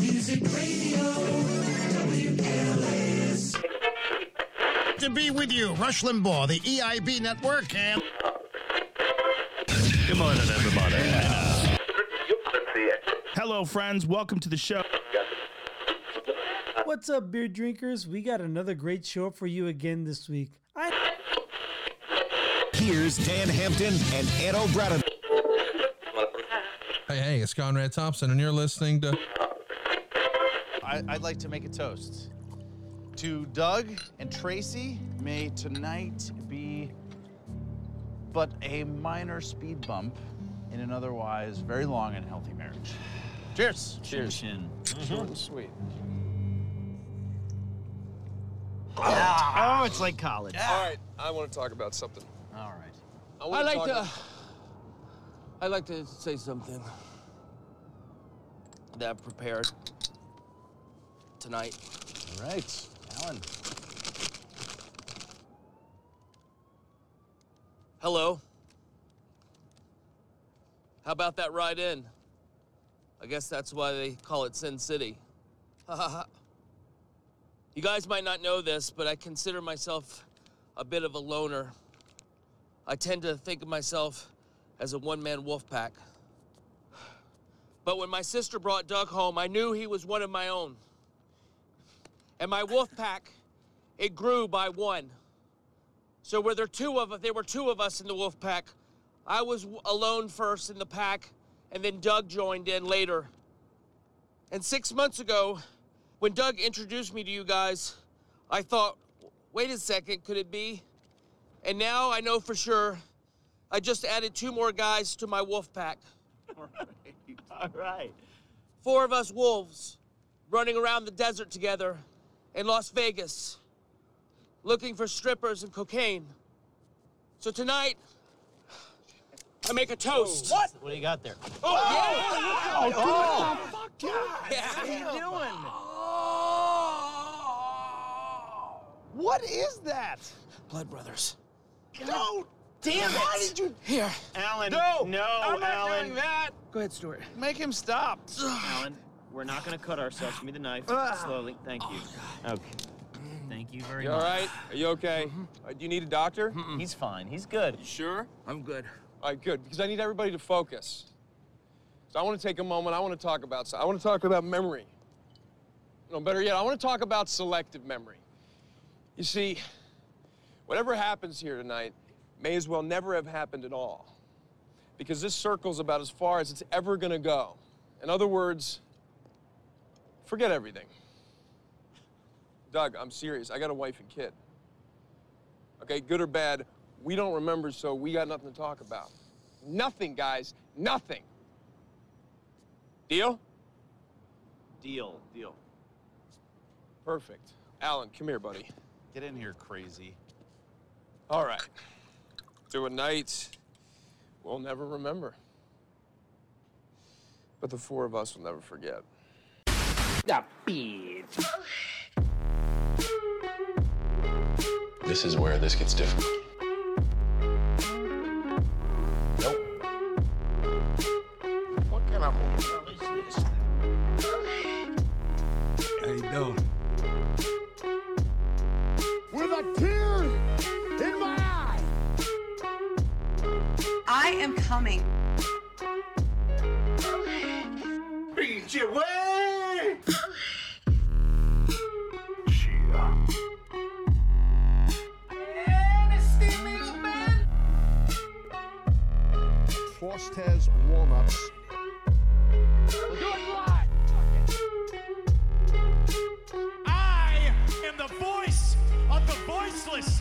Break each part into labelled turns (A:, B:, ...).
A: Music Radio, WLAS.
B: to be with you. Rush Limbaugh, the
C: E
B: EIB network, and
D: Good morning, everybody.
E: Got
D: Hello, friends. Welcome to the show.
F: What's up, beer drinkers? We got another great show for you again this week. I
G: Here's Dan Hampton and Ed O'Brien.
H: Hey, hey, it's Conrad Thompson, and you're listening to.
I: I, I'd like to make a toast. To Doug and Tracy, may tonight be but a minor speed bump in an otherwise very long and healthy marriage. Cheers. Cheers.
E: Mm-hmm.
I: Short and sweet.
E: Oh, it's like college.
J: All right, I want to talk about something.
I: All right.
J: I,
K: I
J: want
K: like
J: talk
K: to.
J: about-
K: I like to say something that I've prepared tonight.
I: All right. Alan.
K: Hello. How about that ride in? I guess that's why they call it Sin City. you guys might not know this, but I consider myself a bit of a loner. I tend to think of myself as a one man wolf pack. But when my sister brought Doug home, I knew he was one of my own. And my wolf pack, it grew by one. So were there two of there were two of us in the wolf pack. I was w- alone first in the pack, and then Doug joined in later. And six months ago, when Doug introduced me to you guys, I thought, wait a second, could it be? And now I know for sure. I just added two more guys to my wolf pack.
E: All right.
K: Four of us wolves running around the desert together in Las Vegas looking for strippers and cocaine. So tonight, I make a toast. What?
E: What do you got there? Oh,
I: Oh,
K: Yeah.
I: What is that?
K: Blood Brothers.
I: Don't. Damn it. Why did you
K: Here.
E: Alan.
I: No,
E: No,
I: I'm not
E: Alan.
I: doing that?
K: Go ahead, Stuart.
I: Make him stop.
E: Alan, we're not going to cut ourselves. Give me the knife.
I: Ah.
E: Slowly. Thank you.
I: Oh,
E: Okay. Thank you very
J: You all
E: much.
J: right? Are you okay?
I: Mm-hmm.
J: Uh, do you need a doctor?
E: He's fine. He's good.
J: Sure.
K: I'm good.
J: All right, good. Because I need everybody to focus. So I want to take a moment. I want to talk about. I want to talk about memory. No, better yet, I want to talk about selective memory. You see, whatever happens here tonight may as well never have happened at all, because this circle's about as far as it's ever gonna go. In other words, forget everything. Doug, I'm serious. I got a wife and kid. Okay, good or bad, we don't remember, so we got nothing to talk about. Nothing, guys. Nothing. Deal?
E: Deal. Deal.
J: Perfect. Alan, come here, buddy.
I: Get in here, crazy.
J: All right. To a night we'll never remember. But the four of us will never forget.
L: This is where this gets difficult.
H: How you doing?
A: I am coming.
L: Foster's warm-ups.
D: I am the voice of the voiceless.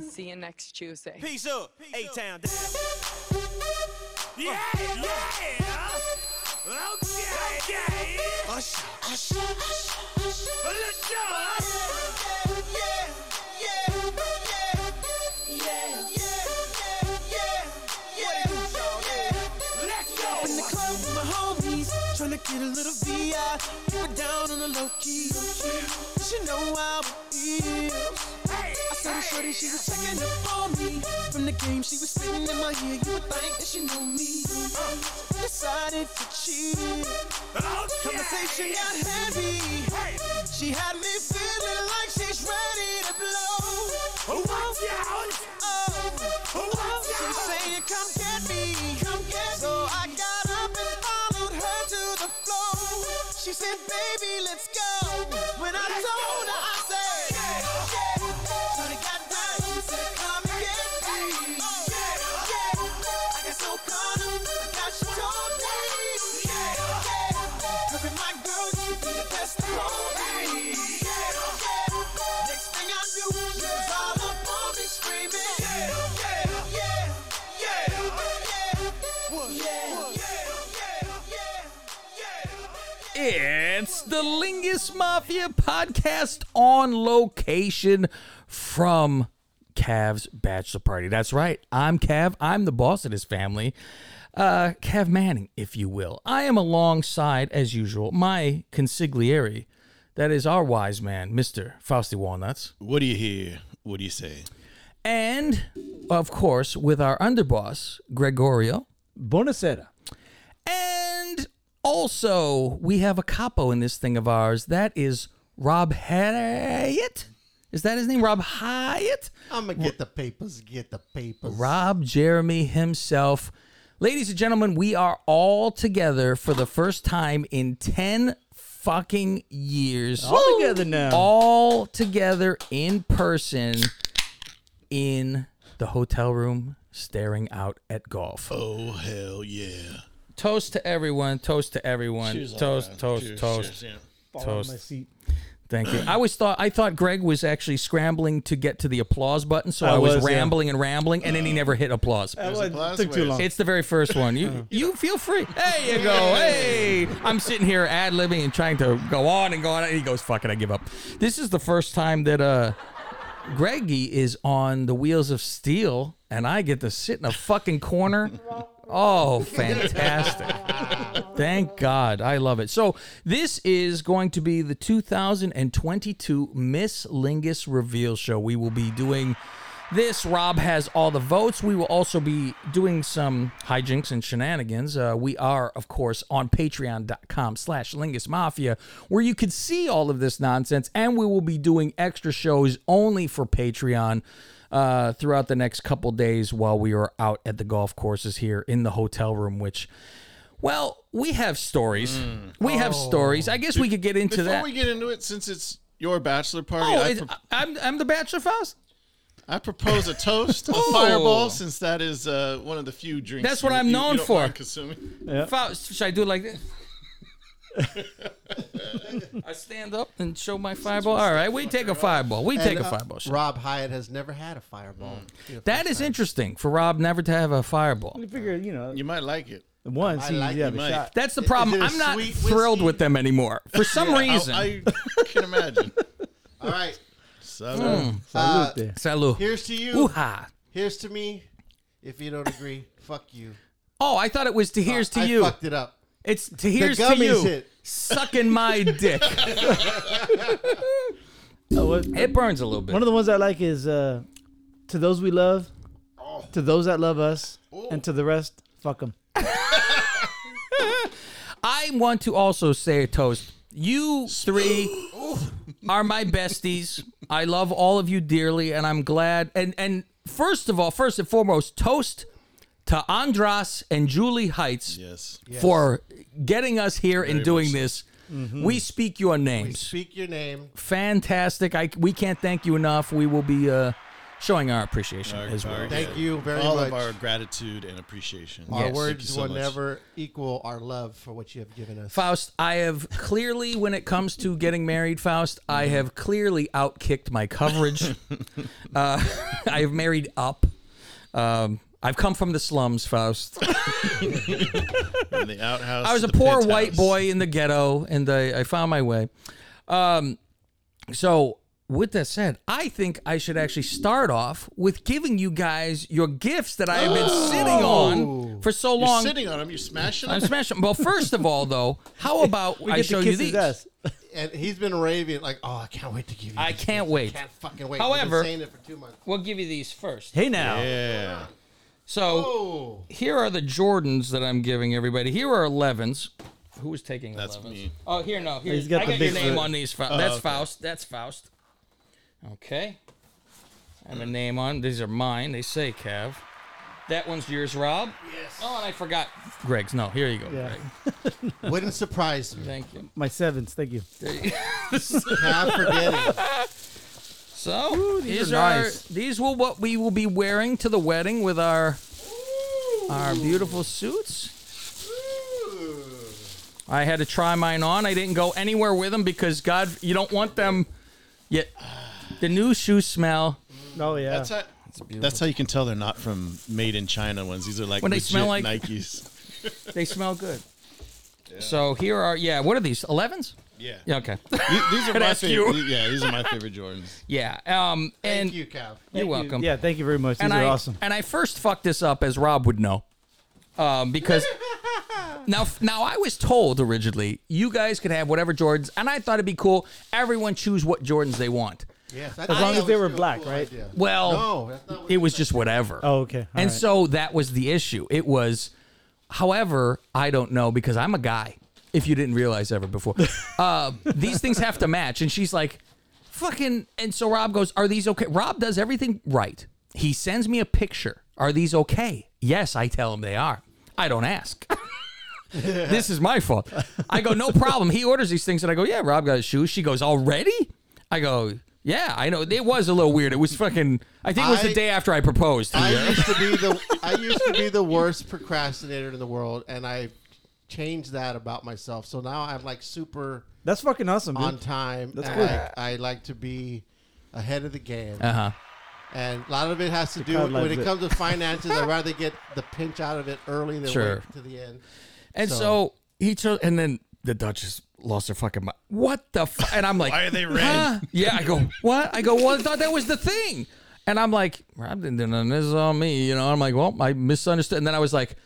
A: See you next Tuesday.
D: Peace up. A town. Yeah, yeah. Okay. okay. Usher, usher, Let's go.
A: In the club with my homies, tryna get a little VI. Keep it down on the low key. She know how it feels. I said, hey, shorty, she was checking up on me from in the game, she was spitting in my ear. You would think that she knew me. Uh, Decided to cheat. Conversation got heavy. She had me feeling like she's ready to blow.
D: Oh, watch out!
A: Oh, oh, she was saying, "Come get me, come get me." So I got up and followed her to the floor. She said, "Baby, let's go." When I told her, I said, "Yeah, yeah." So they got down and said, "Come get me." Oh, yeah, yeah. I got so caught up, I got you told me. Yeah, yeah. Her and my girl, you be the best of all me. Yeah, yeah. Next thing I knew, you was all up on me screaming. Yeah, yeah, yeah, yeah, yeah,
C: It's the Lingus Mafia podcast on location from Cav's bachelor party. That's right. I'm Cav. I'm the boss of this family. Uh, Cav Manning, if you will. I am alongside, as usual, my consigliere. That is our wise man, Mr. Fausty Walnuts.
M: What do you hear? What do you say?
C: And, of course, with our underboss, Gregorio. Buonasera. And also, we have a capo in this thing of ours. That is Rob Hyatt. Is that his name? Rob Hyatt?
N: I'm gonna get the papers. Get the papers.
C: Rob Jeremy himself. Ladies and gentlemen, we are all together for the first time in 10 fucking years.
O: All together now.
C: All together in person in the hotel room staring out at golf.
M: Oh, hell yeah.
C: Toast to everyone. Toast to everyone.
M: Cheers, all
C: toast,
M: right.
C: toast,
M: Cheers,
C: toast.
M: cheers,
F: Fall
C: Toast.
F: on my seat.
C: Thank you. I always thought I thought Greg was actually scrambling to get to the applause button, so I,
F: I
C: was,
F: was, yeah.
C: rambling and rambling, and then he never hit applause.
F: That There's one applause took too waves. long.
C: It's the very first one. You you feel free. There you go. Hey, I'm sitting here ad libbing and trying to go on and go on. And he goes, "Fuck it, I give up." This is the first time that uh, Greggy is on the wheels of steel, and I get to sit in a fucking corner. Oh, fantastic. Thank God. I love it. So, this is going to be the 2022 Miss Lingus Reveal Show. We will be doing this. Rob has all the votes. We will also be doing some hijinks and shenanigans. Uh, we are, of course, on patreon.com slash Lingus Mafia, where you can see all of this nonsense. And we will be doing extra shows only for Patreon uh, throughout the next couple days while we are out at the golf courses here in the hotel room, which... Well, we have stories. We have stories. I guess we could get into
M: Mm. Oh. Before
C: that.
M: we get into it, since it's your bachelor party,
C: oh,
M: I,
C: it's-
M: pro-
C: I'm, I'm the Bachelor Faust.
M: I propose a toast, a
C: Oh.
M: fireball, since that is uh, one of the few drinks.
C: That's what
M: you-
C: I'm
M: you- you
C: known
M: don't
C: for.
M: mind consuming.
C: Faust, should I do it like this? I stand up and show my fireball. All right, we take a fireball. We
N: And,
C: take a
N: uh,
C: fireball. shot.
N: Rob Hyatt has never had a fireball. You know,
C: That is interesting for Rob never to have a fireball.
N: You
F: figure, you know,
M: you might like it.
F: Once,
N: I like
F: yeah,
N: it.
F: the shot.
C: That's the
F: Is-
C: problem.
F: is it a
C: I'm not
F: sweet
C: thrilled with them anymore. For some
M: Yeah, I-
C: reason.
M: I, can imagine.
N: All right.
M: Salud.
N: Uh,
C: Salud.
N: Here's to you.
C: Ooh-ha.
N: Here's to me. If you don't agree, fuck you.
C: Oh, I thought it was to here's to
N: I
C: you.
N: fucked it up.
C: It's to here's to
N: gummies
C: you.
N: hit.
C: Sucking my dick. it burns a little bit.
F: One of the ones I like is uh, to those we love, to those that love us, and to the rest, fuck them.
C: I want to also say a toast. You three are my besties. I love all of you dearly, and I'm glad. And and first of all, first and foremost, toast to Andras and Julie Heights for getting us here and
N: Very
C: doing
N: much so.
C: this.
N: Mhm.
C: We speak your
N: We
C: names.
N: speak your name.
C: Fantastic. I we can't thank you enough. We will be uh, showing our appreciation
M: Our-
C: as well.
M: our- yeah, all of our gratitude and appreciation.
N: Our
M: Yes. Thank you
N: words
M: so
N: will
M: much.
N: never equal our love for what you have given us.
C: Faust, I have clearly, when it comes to getting married, Faust, I have clearly outkicked my coverage. uh, I have married up. Um, I've come from the slums, Faust.
M: In the outhouse.
C: I was a
M: the
C: poor
M: penthouse.
C: white boy in the ghetto, and I, I found my way. Um, so, with that said, I think I should actually start off with giving you guys your gifts that I have been sitting on for so
M: You're
C: long.
M: sitting on them. You're smashing them.
C: I'm smashing. Well, first of all, though, how about
M: We
C: Uh, I
M: get to
C: show you
M: kiss his
C: these?
M: ass.
N: and he's been raving like, "Oh, I can't wait to give you."
C: I
N: this.
C: can't wait.
N: Can't fucking wait. We've been
C: However,
N: saying it for two months.
C: we'll give you these first.
F: Hey, now.
C: Yeah. Oh. So
N: Oh.
C: here are the Jordans that I'm giving everybody. Here are 11s. Who was taking That's 11s? me. Oh, here, no. Here,
F: He's got
C: I
F: the
C: got your
F: big
C: name
F: foot.
C: on these. Fa-
F: Oh,
C: that's
F: okay.
C: Faust. That's Faust. Okay. I have a name on. These are mine. They say Cav. That one's yours, Rob. Yes. Oh, and I forgot. Greg's. No, here you go,
F: Yeah.
C: Greg.
N: Wouldn't surprise me.
C: Thank you.
F: My sevens. Thank you.
N: Can't forget it.
C: So
F: Ooh,
C: these,
F: these
C: are,
F: are nice.
C: these will what we will be wearing to the wedding with our our beautiful suits. I had to try mine on. I didn't go anywhere with them because God, you don't want them yet. The new shoes smell.
F: Oh yeah,
M: That's how, that's how you can tell they're not from made in China ones. These are like
C: When they
M: legit
C: smell like-
M: Nikes.
C: they smell good. So here are yeah. What are these? Elevens?
M: Yeah.
C: Yeah. Okay.
M: These- these are
C: I'd
M: my
C: ask you.
M: favorite. Yeah, these are my favorite Jordans.
C: Yeah. Um. And
N: Thank you, Cav.
C: You're welcome.
F: Yeah, thank you very much. These
C: and
F: are
C: I,
F: awesome.
C: And I first fucked this up as Rob would know, um, because now now I was told originally you guys could have whatever Jordans, and I thought it'd be cool. Everyone choose what Jordans they want.
N: Yes, I
F: As
N: thought
F: long
N: that
F: as they
N: was
F: were
N: still a
F: black,
N: cool
F: right?
N: idea.
C: Well,
N: no, that's not
C: it was just whatever.
F: Oh, okay. All
C: and
F: right.
C: so that was the issue. It was, however, I don't know because I'm a guy. If you didn't realize ever before, uh, these things have to match. And she's like, "Fucking." And so Rob goes, "Are these okay?" Rob does everything right. He sends me a picture. Are these okay? Yes, I tell him they are. I don't ask. this is my fault. I go, no problem. He orders these things, and I go, yeah, Rob got his shoes. She goes, already? I go, yeah, I know. It was a little weird. It was fucking. I think it was
N: I-
C: the day after I proposed.
N: I used to be the I used to be the worst procrastinator in the world, and I changed that about myself. So now I'm like super
F: That's fucking awesome. Dude.
N: on time.
F: That's
N: and
F: cool.
N: I, I like to be ahead of the game.
C: Uh-huh.
N: And a lot of it has to
F: The
N: do
F: crowd
N: when
F: loves
N: it,
F: it.
N: comes to finances. I'd rather get the pinch out of it early than
C: Sure.
N: wait to the end.
C: And so, he chose, and then the Duchess lost her fucking mind. What the? Fu-? And I'm like,
M: Why are they red?
C: "Huh?" Yeah, I go, what? I go, well, I thought that was the thing. And I'm like, Rob didn't do nothing. This is on me, you know. I'm like, well, I misunderstood. And then I was like,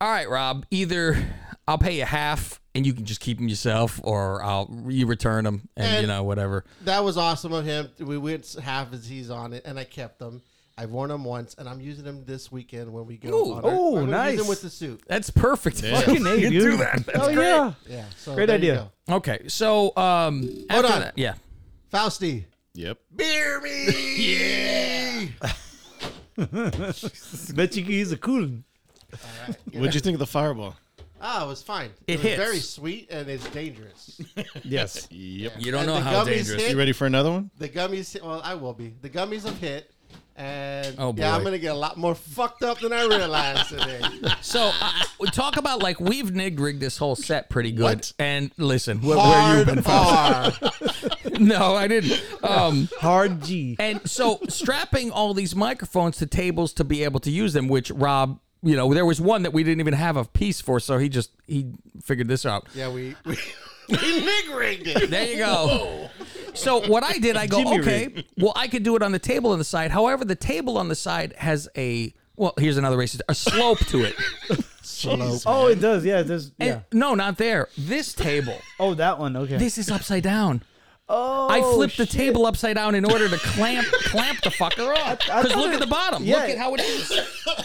C: all right, Rob, either I'll pay you half and you can just keep them yourself, or I'll you return them and, you
N: And-
C: know whatever.
N: That was awesome of him. We went half as he's on it, and I kept them. I've worn them once, and I'm using them this weekend when we go.
C: Ooh.
N: on our-
F: Ooh,
N: I'm gonna use
F: nice.
N: them with the suit.
C: That's perfect.
M: Yeah.
F: Fucking A,
C: you
F: dude.
C: do that. That's
F: Hell
C: great.
F: yeah.
N: Yeah. So
F: Great
N: there you
F: idea.
C: Okay, so um,
N: Hold
C: after
N: on.
C: that, yeah.
N: go. Fausti,
M: Yep.
N: beer me. yeah.
F: Bet you can use a cooling.
M: What'd you think of the fireball?
N: Ah, it was fine. It,
C: It
N: was
C: hits.
N: very sweet and it's dangerous.
F: Yes.
M: Yep.
C: You don't
N: And
C: know
N: the gummies
C: how dangerous.
N: hit.
M: You ready for another one?
N: The gummies, well, I will be. The gummies have hit, and
C: Oh,
N: yeah, I'm
C: boy.
N: gonna get a lot more fucked up than I realized today.
C: So uh, we talk about like we've nigrigged this whole set pretty good.
M: What?
C: And listen, wh- where you
N: Hard
C: been?
N: R.
C: no, I didn't. Um,
F: Hard G.
C: and so strapping all these microphones to tables to be able to use them, which Rob, you know, there was one that we didn't even have a piece for, so he just he figured this out.
N: Yeah, we we, we nigg rigged it.
C: There you go. So what I did, I go,
F: Jimmy
C: okay, well, I could do it on the table on the side. However, the table on the side has a well. Here's another racist. A slope to it.
N: Slope.
F: Oh, it does. Yeah, it does.
C: And,
F: Yeah.
C: No, not there. This table.
F: Oh, that one. Okay.
C: This is upside down.
F: oh,
C: I flipped
F: shit.
C: the table upside down in order to clamp clamp the fucker off.
F: I
C: Because
F: thought
C: look
F: it-
C: at the bottom.
F: yeah.
C: Look at how it is.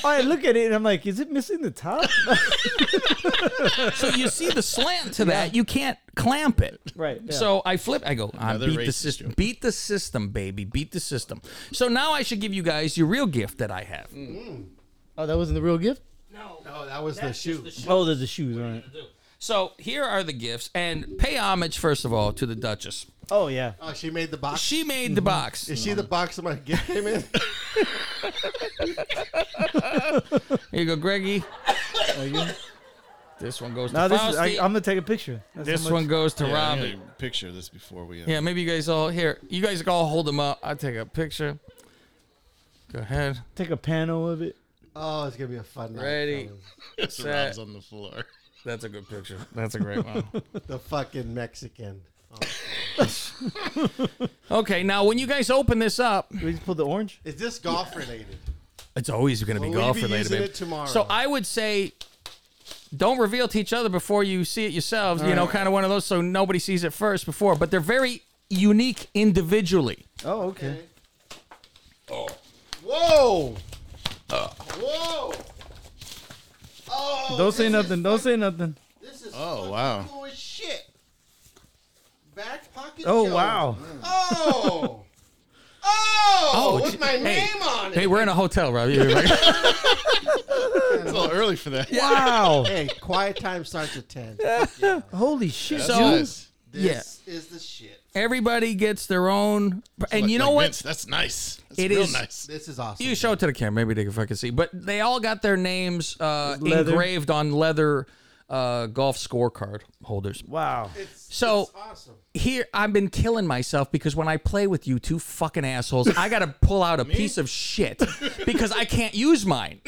F: I look at it and I'm like, is it missing the top?
C: So you see the slant to that. You can't clamp it.
F: right. yeah.
C: So I flip. I go. I
M: Another
C: beat the
M: racist
C: system.
M: joke.
C: Beat the system, baby. Beat the system. So now I should give you guys your real gift that I have.
F: oh, that wasn't the real gift.
N: No, that was the shoe.
F: Oh, there's the shoes on it.
C: So here are the gifts, and pay homage first of all to the Duchess.
F: Oh yeah.
N: Oh, she made the box.
C: She made
F: Mm-hmm.
C: the box.
N: Is she the box of my gift came in?
C: Here you go, Greggy. Oh, This one goes to
F: Now this is, I,
C: Fausti.
F: I'm gonna take a picture. That's how
C: this
F: much-
C: one goes to
M: Yeah, I
C: Robbie.
M: gotta picture this before we. uh, End.
C: Yeah, maybe you guys all here. You guys all hold them up. I take a picture. Go ahead.
F: Take a pano of it.
N: Oh, it's gonna be a fun night.
C: Ready.
N: fellas.
C: Set.
M: on the floor.
C: That's a good picture. That's a great one.
N: The fucking Mexican. Oh.
C: okay, now when you guys open this up,
F: We just pulled the orange.
N: Is this golf related?
C: it's always going to be
N: Will we
C: golf
N: be
C: related.
N: using
C: babe.
N: it tomorrow?
C: So I would say don't reveal it to each other before you see it yourselves. you know,
F: Alright.
C: kind of one of those so nobody sees it first before. But they're very unique individually.
F: Oh, okay.
N: Oh. Whoa! Uh. Whoa! Oh,
F: don't say nothing. Don't say nothing.
N: This is
M: Oh,
N: wow.
M: wow.
N: cool as shit. Back pocket.
F: Oh,
N: Joe.
F: wow.
N: Oh. oh.
C: gee-
N: with my
C: hey,
N: name on it.
C: Hey, we're in a hotel, Rob. You're right.
M: It's a little early for that.
F: Wow.
N: Hey, quiet time starts at ten.
F: Holy shit.
C: So-
M: nice.
N: This is the shit.
C: Everybody gets their own, and
M: Like-
C: you know
M: like
C: what?
M: Vince, that's nice. That's
C: It
M: real
C: is-
M: nice.
N: This is awesome.
C: You show it to the camera, maybe they can fucking see. But they all got their names uh,
F: Leather.
C: engraved on leather uh, golf scorecard holders.
F: Wow.
C: So here, I've been killing myself because when I play with you two fucking assholes, I got to pull out a piece of shit because I can't use mine.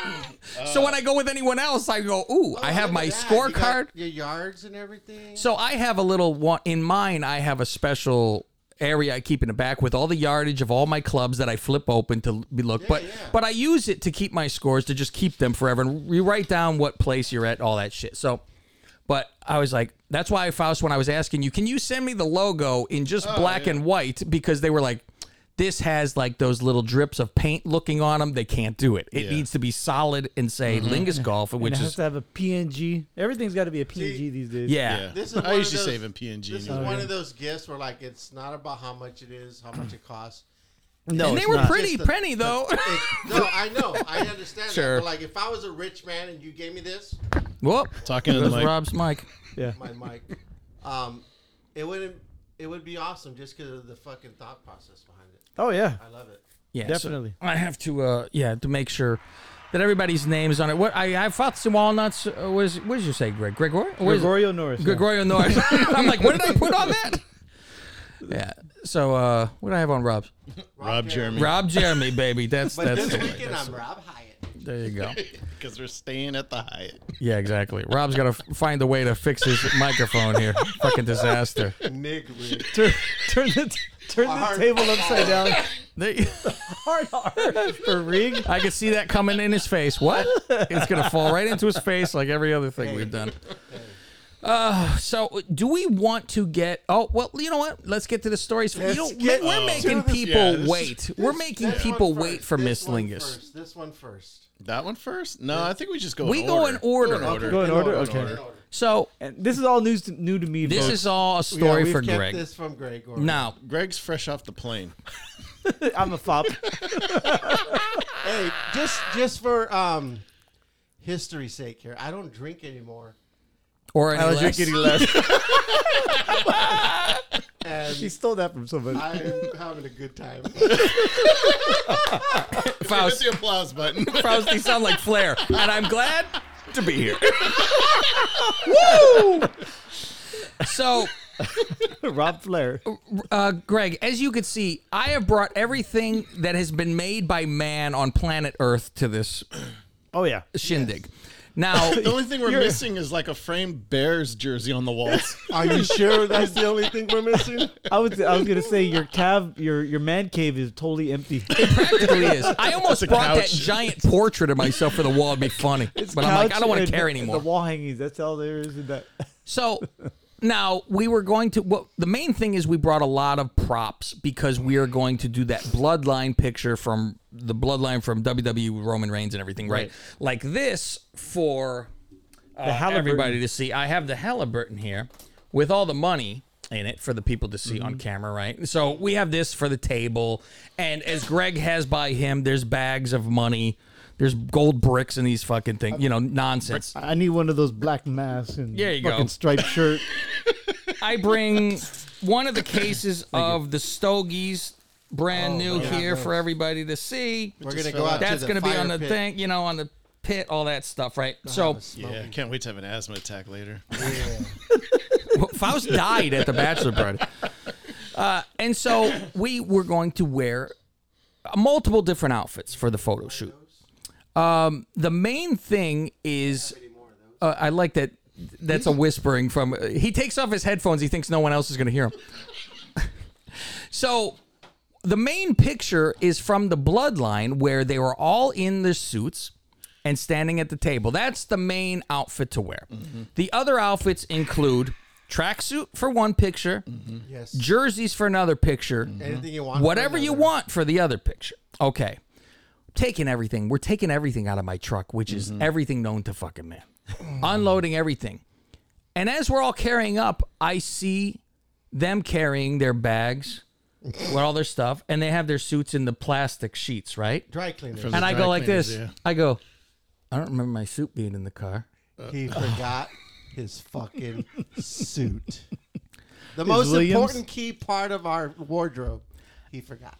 C: so when I go with anyone else, I go, ooh,
N: Oh,
C: I have my
N: You got
C: scorecard.
N: Your yards and everything.
C: So I have a little one in mine. I have a special area I keep in the back with all the yardage of all my clubs that I flip open to be looked. but but I use it to keep my scores to just keep them forever and you write down what place you're at, all that shit. So. But I was like, that's why Faust, when I was asking you, can you send me the logo in just
M: Oh,
C: black and white? Because they were like, this has like those little drips of paint looking on them. They can't do it. It needs to be solid and say Lingus Golf,
F: Which
C: which
F: Mm-hmm. it has
C: is
F: to have a PNG. Everything's got to be a PNG these days.
C: Yeah. Yeah.
N: This is
M: I
N: one of
M: usually
N: those-
M: save in PNG
N: This is
M: anyway.
N: one of those gifts where like it's not about how much it is, how much it costs.
F: No,
C: And they
F: it's
C: were
F: not.
C: pretty
N: Just the-
C: penny though.
N: No, I know, I understand
C: Sure.
N: that. But like, if I was a rich man and you gave me this,
C: Whoop.
M: Talking to the
C: There's
M: mic.
C: Rob's mic.
F: Yeah.
N: my mic, um, it wouldn't. It would be awesome just because of the fucking thought process behind it.
F: Oh, yeah.
N: I love it.
C: Yeah, so
F: Definitely.
C: I have to, uh, yeah, to make sure that everybody's names on it. What I, I thought some walnuts uh, was. What did you say, Greg? Gregorio? What is it?
F: Gregorio Norris. yeah.
C: Gregorio Norris. I'm like, what did I put on that? Yeah. So uh, what do I have on Rob's?
M: Rob Jeremy.
C: Rob Jeremy, baby. That's
N: But
C: that's.
N: this
C: the way.
N: weekend I'm Rob Hyatt.
C: There you go.
M: Because we're staying at the Hyatt.
C: Yeah, exactly. Rob's got to find a way to fix his microphone here. Fucking disaster.
N: Nick Rick.
F: Turn, turn the, turn the
N: Hard-
F: table upside down.
C: They-
F: Hard R for rig.
C: I could see that coming in his face. What? It's gonna fall right into his face like every other thing we've done. Uh, so do we want to get? Oh well, you know what? Let's get to the stories. You
F: Let's
C: know, we-
F: get
C: we're
F: to
C: making
F: this-
C: people
M: yeah, this-
C: wait. we're making
N: This
C: people
N: one
C: wait
N: first,
C: for
N: this
C: Miss
N: one
C: Lingus.
N: first, This one first.
M: That one first? No, I think we just go.
C: We
M: in
C: go
M: order.
C: in order.
F: Go in order? Okay.
C: So
F: And this is all news to, new to me.
C: this
F: folks.
C: is all a story
N: yeah, we've
C: for
N: kept
C: Greg.
N: This from Greg. Or
C: Now,
M: Greg's fresh off the plane.
F: I'm a fop.
N: hey, just just for um, history's sake here, I don't drink anymore.
C: or any less.
N: And
F: She stole that from somebody.
N: I'm having a good time.
M: Hit
C: Faust,
M: the applause button.
C: Faust, you sound like Flair, and I'm glad to be here. Woo! So.
F: Rob Flair.
C: uh, Greg, as you can see, I have brought everything that has been made by man on planet Earth to this
F: Oh yeah.
C: shindig. Now,
M: the only thing we're
F: You're-
M: missing is like a framed Bears jersey on the walls.
N: Are you sure that's the only thing we're missing?
F: I was I was gonna say your cave your your man cave is totally empty.
C: practically is. I almost
M: That's a
C: brought that
M: couch.
C: giant portrait of myself for the wall. It'd be funny, but I'm like, I
F: Couch
C: don't want
F: and-
C: to care
F: and
C: anymore.
F: The wall hangings. That's all there is in that.
C: So now we were going to. Well, the main thing is we brought a lot of props because we are going to do that bloodline picture from the bloodline from WWE Roman Reigns and everything, right? Like this for uh,
F: Halliburton.
C: everybody to see. I have the Halliburton here with all the money in it for the people to see on camera, right? So we have this for the table, and as Greg has by him, there's bags of money. There's gold bricks in these fucking things, you know, nonsense.
F: I need one of those black masks and
C: There you go.
F: fucking striped shirt.
C: I bring one of the cases of the Stogies, brand
N: Oh,
C: new here for everybody to see.
N: We're gonna go out.
C: That's
N: to
C: going to
N: the
C: be
N: fire
C: on the
N: pit.
C: thing, you know, on the pit, all that stuff, right? so
M: yeah, I can't wait to have an asthma attack later.
C: Faust died at the bachelor party. Uh, and so we were going to wear multiple different outfits for the photo shoot. Um, the main thing is, uh, I like that. That's a whispering from. he takes off his headphones. He thinks no one else is going to hear him. so the main picture is from the bloodline where they were all in their suits and standing at the table. That's the main outfit to wear. The other outfits include tracksuit for one picture,
N: Yes.
C: jerseys for another picture,
N: Anything you want for
C: whatever you want for the other picture. Okay, taking everything. We're taking everything out of my truck, which is everything known to fucking man. Unloading everything, and as we're all carrying up, I see them carrying their bags. With all their stuff, and they have their suits in the plastic sheets, right?
N: Dry cleaners. From
C: And
N: the
C: I
N: dry
C: go like
N: cleaners,
C: this.
N: yeah.
C: I go, I don't remember my suit being in the car.
N: He forgot his fucking suit. The
C: Is
N: most
C: Williams-
N: important key part of our wardrobe, he forgot.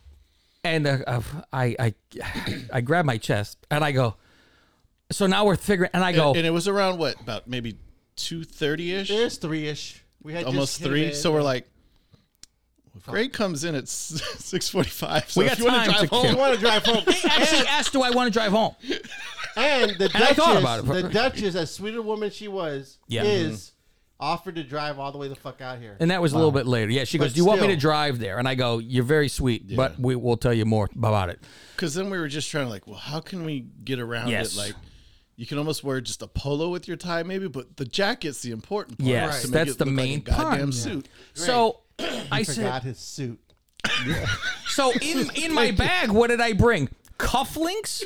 C: and uh, uh, I, I, I grab my chest and I go. So now we're figuring, and I go.
M: And, and it was around what? About maybe two thirty ish. It
N: was three ish. We had
M: almost
N: just hit
M: three.
N: it.
M: So we're like, if Greg comes in at six forty-five. So
C: we
M: if
C: got
M: you
C: time
M: want to drive home,
C: kill. They actually asked, "Do I want to drive home?"
N: And the
C: And I
N: Duchess,
C: thought about it.
N: the Duchess, as sweet a woman she was,
C: Yeah. Mm-hmm.
N: is offered to drive all the way the fuck out here.
C: And that was a little bit later. Yeah, she
N: But
C: goes, "Do you want me to
N: still-
C: drive there?" And I go, "You're very sweet, but we will tell you more about it."
M: Because then we were just trying to like, well, how can we get around
C: Yes.
M: it? Like, you can almost wear just a polo with your tie, maybe, but the jacket's the important part.
C: Yes,
M: to make
C: that's
M: it
C: the
M: look like a
C: main part.
M: goddamn
C: Yeah.
M: suit.
C: So I
N: forgot
C: said,
N: his suit.
C: "So in in my bag, what did I bring? Cufflinks,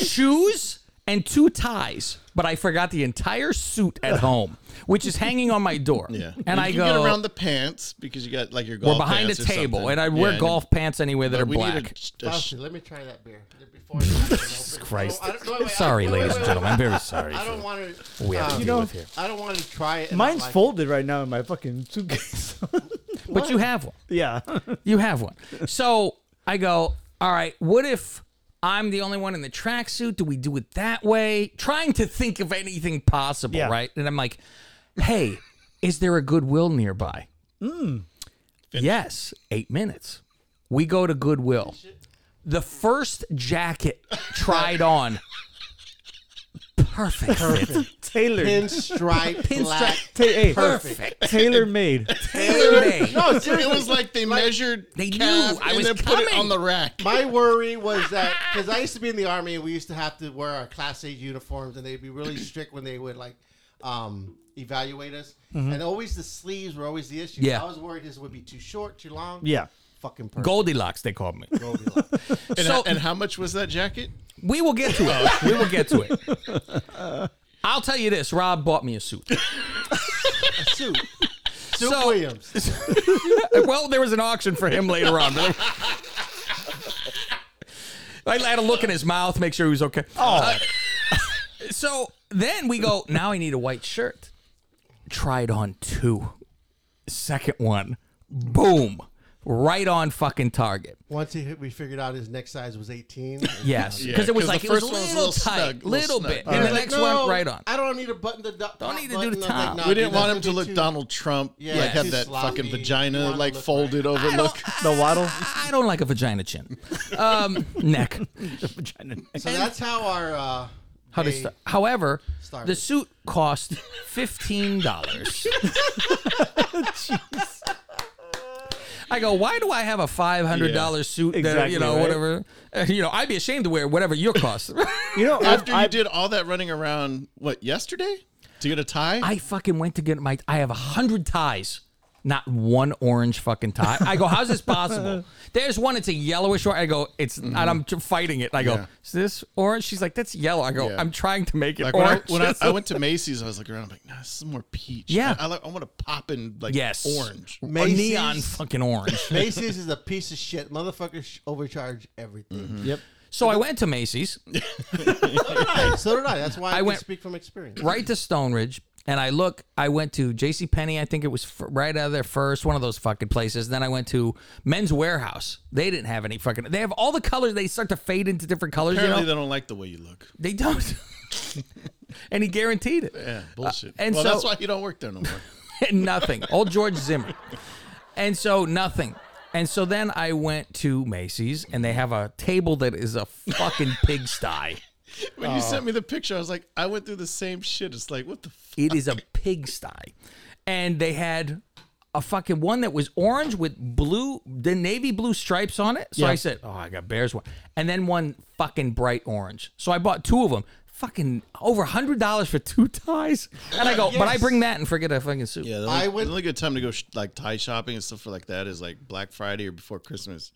C: shoes, and two ties." But I forgot the entire suit at home, which is hanging on my door. Yeah, and
M: you
C: I
M: can
C: go
M: get around the pants because you got like your golf
C: We're behind a
M: pants or
C: table,
M: something.
C: and I
M: Yeah,
C: wear
M: and-
C: golf pants anyway that
M: but
C: are
M: we need a-
C: black.
M: a sh-
N: Fauci, let me try that beer before. Jesus
C: Christ. Sorry, ladies and gentlemen. I'm very sorry
N: I don't
C: for
N: want to.
C: what we have to
N: um,
C: You deal know- with here.
N: I don't want to try it. and not
F: Mine's
N: like it.
F: folded right now in my fucking suitcase.
C: But you have one.
F: Yeah.
C: You have one. So I go, all right, what if I'm the only one in the tracksuit? Do we do it that way? Trying to think of anything possible, right? And I'm like, hey, is there a Goodwill nearby? Yes, eight minutes. We go to Goodwill. The first jacket tried on. Perfect.
F: Perfect. Tailored.
N: Pinstripe. black.
F: Ta- hey,
C: Perfect.
F: Tailor made.
C: Tailor made.
N: No,
M: It was like they measured.
C: They
M: calf and then put it on the rack.
N: My worry was that because I used to be in the army and we used to have to wear our class A uniforms and they'd be really strict when they would like um, evaluate us
F: Mhm.
N: and always the sleeves were always the issue.
C: Mm-hmm. Yeah.
N: I was worried this would be too short, too long.
C: Yeah.
N: fucking perfect.
C: Goldilocks, they called me.
M: And,
C: So-
M: how, and how much was that jacket?
C: We will get to it. We will get to it. I'll tell you this: Rob bought me a suit.
N: A suit. Suit
C: So-
N: Williams.
C: well, there was an auction for him later on. but- I had a look in his mouth, make sure he was okay. Oh. so then we go. Now I need a white shirt. Tried on two. Second one, boom, right on fucking target.
N: Once he hit, we figured out his neck size was 18.
C: Yes, because it was like it was a little, tight, little, bit, and the next one right on.
N: I don't need to button the do-
C: Don't need to do
N: button
C: the
N: up,
C: top.
N: like, nah,
M: we
N: dude,
M: didn't
N: that's
M: want him
N: gonna
M: to
N: be
M: look
N: too-
M: Donald Trump,
N: Yeah,
M: like have
N: too
M: that
N: sloppy.
M: fucking
N: You
M: vagina
N: wanna
M: like
N: look
M: folded over look.
C: The waddle. I don't like a vagina chin, um, neck. vagina neck.
N: So that's how our uh,
C: How to
N: day-
C: st- however,
N: Started.
C: the suit cost fifteen dollars. I go, why do I have a five hundred dollar
M: Yeah.
C: suit that
M: Exactly,
C: you know
M: right?
C: whatever? Uh, You know, I'd be ashamed to wear whatever your cost.
F: you know,
M: after you did all that running around, what yesterday to get a tie?
C: I fucking went to get my. I have a hundred ties. Not one orange fucking tie. I go, how's this possible? There's one. It's a yellowish orange. I go, it's. And I'm t- fighting it. I go,
M: Mm-hmm. Yeah.
C: is this orange? She's like, that's yellow. I go,
M: Yeah.
C: I'm trying to make it
M: like when, I,
C: orange.
M: when I, I went to Macy's, I was looking around. I'm like, nah, this is more peach.
C: Yeah.
M: I, I, like- I want to pop in like
C: yes,
M: orange.
C: Or
N: Macy's-
C: neon fucking orange.
N: Macy's is a piece of shit. Motherfuckers sh- overcharge everything.
C: Yep. So I went to Macy's,
N: Right, so did I. That's why I,
C: I
N: can
C: went
N: speak from experience.
C: right to Stone Ridge, and I look. I went to J.C. Penney. I think it was f- right out of there first, one of those fucking places. Then I went to Men's Warehouse. They didn't have any fucking. They have all the colors. They start to fade into different colors. You
M: Apparently,
C: know?
M: they don't like the way you look.
C: They don't. and he guaranteed it. Uh,
M: Yeah, bullshit.
C: and
M: well,
C: so-
M: that's why you don't work there no more.
C: and nothing. Old George Zimmer. And so nothing. And so then I went to Macy's and they have a table that is a fucking pigsty.
M: When
C: Oh.
M: you sent me the picture, I was like, I went through the same shit. It's like, what the? F-
C: It is a pigsty. And they had a fucking one that was orange with blue, the navy blue stripes on it. So
O: Yeah.
C: I said, "Oh, I got Bears one," and then one fucking bright orange. So I bought two of them. Fucking over hundred dollars for two ties, and I go, but I
M: Yes.
C: bring that and forget I fucking suit.
M: Yeah, the only, the only good time to go sh- like tie shopping and stuff like that is like Black Friday or before Christmas.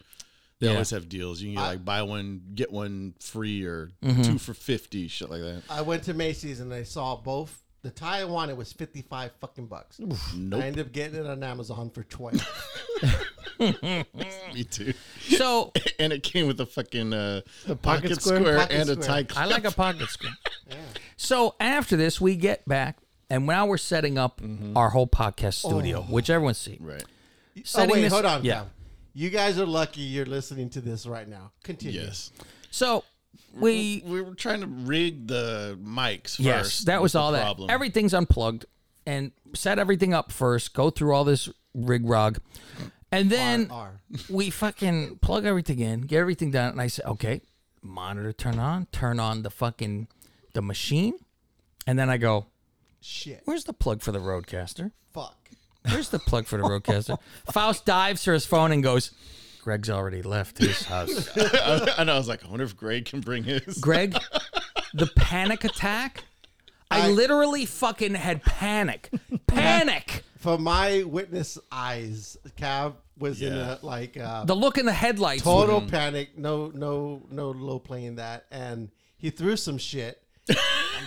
M: They
C: Yeah.
M: always have deals. You can get, like buy one get one free or
C: Mhm.
M: two for fifty, shit like that.
N: I went to Macy's and I saw both. The tie I wanted was fifty five fucking bucks.
M: Nope.
N: I ended up getting it on Amazon for Oh, twelve.
C: Uh,
M: Me too.
C: So
M: and it came with a fucking uh,
N: The
M: pocket,
N: pocket
M: square,
N: square? Pocket
M: and a
N: square.
M: tie. Clip.
C: I like a pocket square. So after this, we get back, and now we're setting up our whole podcast studio,
N: Mm-hmm. Oh.
C: which everyone's seen. Right.
N: oh wait, hold on.
C: Yeah.
N: Yeah. You guys are lucky you're listening to this right now. Continue.
M: Yes.
C: So we
M: we were trying to rig the mics. First
C: Yes, that was
M: the
C: all that.
M: problem.
C: Everything's unplugged and set everything up first. Go through all this rig rog, and then we fucking plug everything in, get everything done. And I said, okay, monitor turn on, turn on the fucking the machine, and then I go,
N: shit,
C: where's the plug for the roadcaster?
N: Fuck.
C: Where's the plug for the roadcaster? Faust dives for his phone and goes, Greg's already left his house.
M: and I was like, I wonder if Greg can bring his.
C: Greg, the panic attack. I, literally fucking had panic. Panic.
N: For my witness eyes, Cav was in
C: Yeah.
N: a like uh,
C: The look in the headlights.
N: Total
C: Mhm.
N: panic. No, no, no low playing that, and he threw some shit.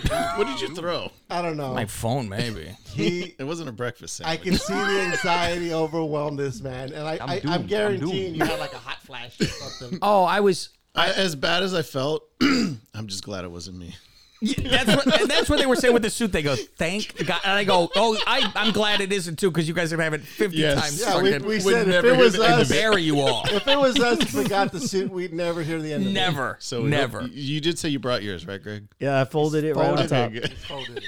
M: what did you throw?
N: I don't know.
C: My phone, maybe.
N: He-
M: it wasn't a breakfast
N: I
M: sandwich.
N: can see the anxiety overwhelm this man, and I,
M: I'm
N: I'm, I,
M: doomed.
N: I'm
M: I'm
N: guaranteeing
M: doomed.
N: you had like a hot flash or something.
C: Oh, I was.
M: I, as bad as I felt, I'm just glad it wasn't me.
C: That's what, and that's what they were saying with the suit. They go, thank God. And I go, oh, I, I'm glad it isn't too, because you guys are going to have it 50
M: Yes.
C: times.
M: Yeah, we-
C: fucking-
M: we
C: would
M: said if
C: never
M: it
C: hear
M: was
C: the end
M: us-
C: of it. Bury you all.
N: If it was us that got the suit, we'd never hear the end of it.
C: Never.
M: So we
C: Never.
M: hope- You did say you brought yours, right, Greg?
F: Yeah, I folded it right on
M: Folded
F: top.
M: it.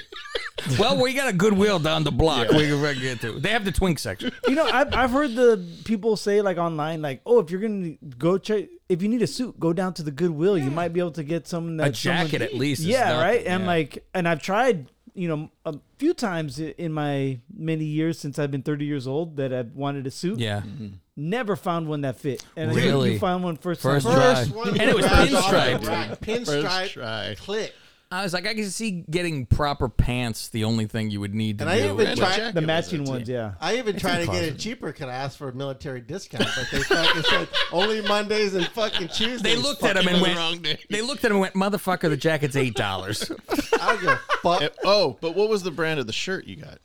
C: well, we got a Goodwill down the block. We can get to. They have the twink section.
F: You know, I've, I've heard the people say like online, like, oh, if you're gonna go check, if you need a suit, go down to the Goodwill. You might be able to get some that
C: A jacket
F: someone-
C: at least is
F: Yeah,
C: nothing,
F: right. And
C: yeah.
F: like, and I've tried, you know, a few times i- in my many years since I've been 30 years old that I've wanted a suit.
C: Yeah.
M: Mm-hmm.
C: Mhm.
F: Never found one that fit. And I think
C: Really?
F: you found one first.
C: First
F: time.
C: try. First one And it was grabbed pinstriped. off the rack.
F: Pinstriped.
C: First
M: try.
N: Click.
C: I was like, I can see getting proper pants the only thing you would need to
N: And
C: do.
N: I even
C: but-
N: tried
F: The matching ones, yeah.
N: I even
C: It's
N: tried to get
C: impossible.
N: it cheaper because I asked for a military discount, but they fucking said only Mondays and fucking Tuesdays.
C: They looked at him
N: Fucking
C: and
N: the
C: went.
N: wrong day.
C: They looked at him and went, "Motherfucker, the jacket's eight dollars."
M: Eh, oh, but what was the brand of the shirt you got?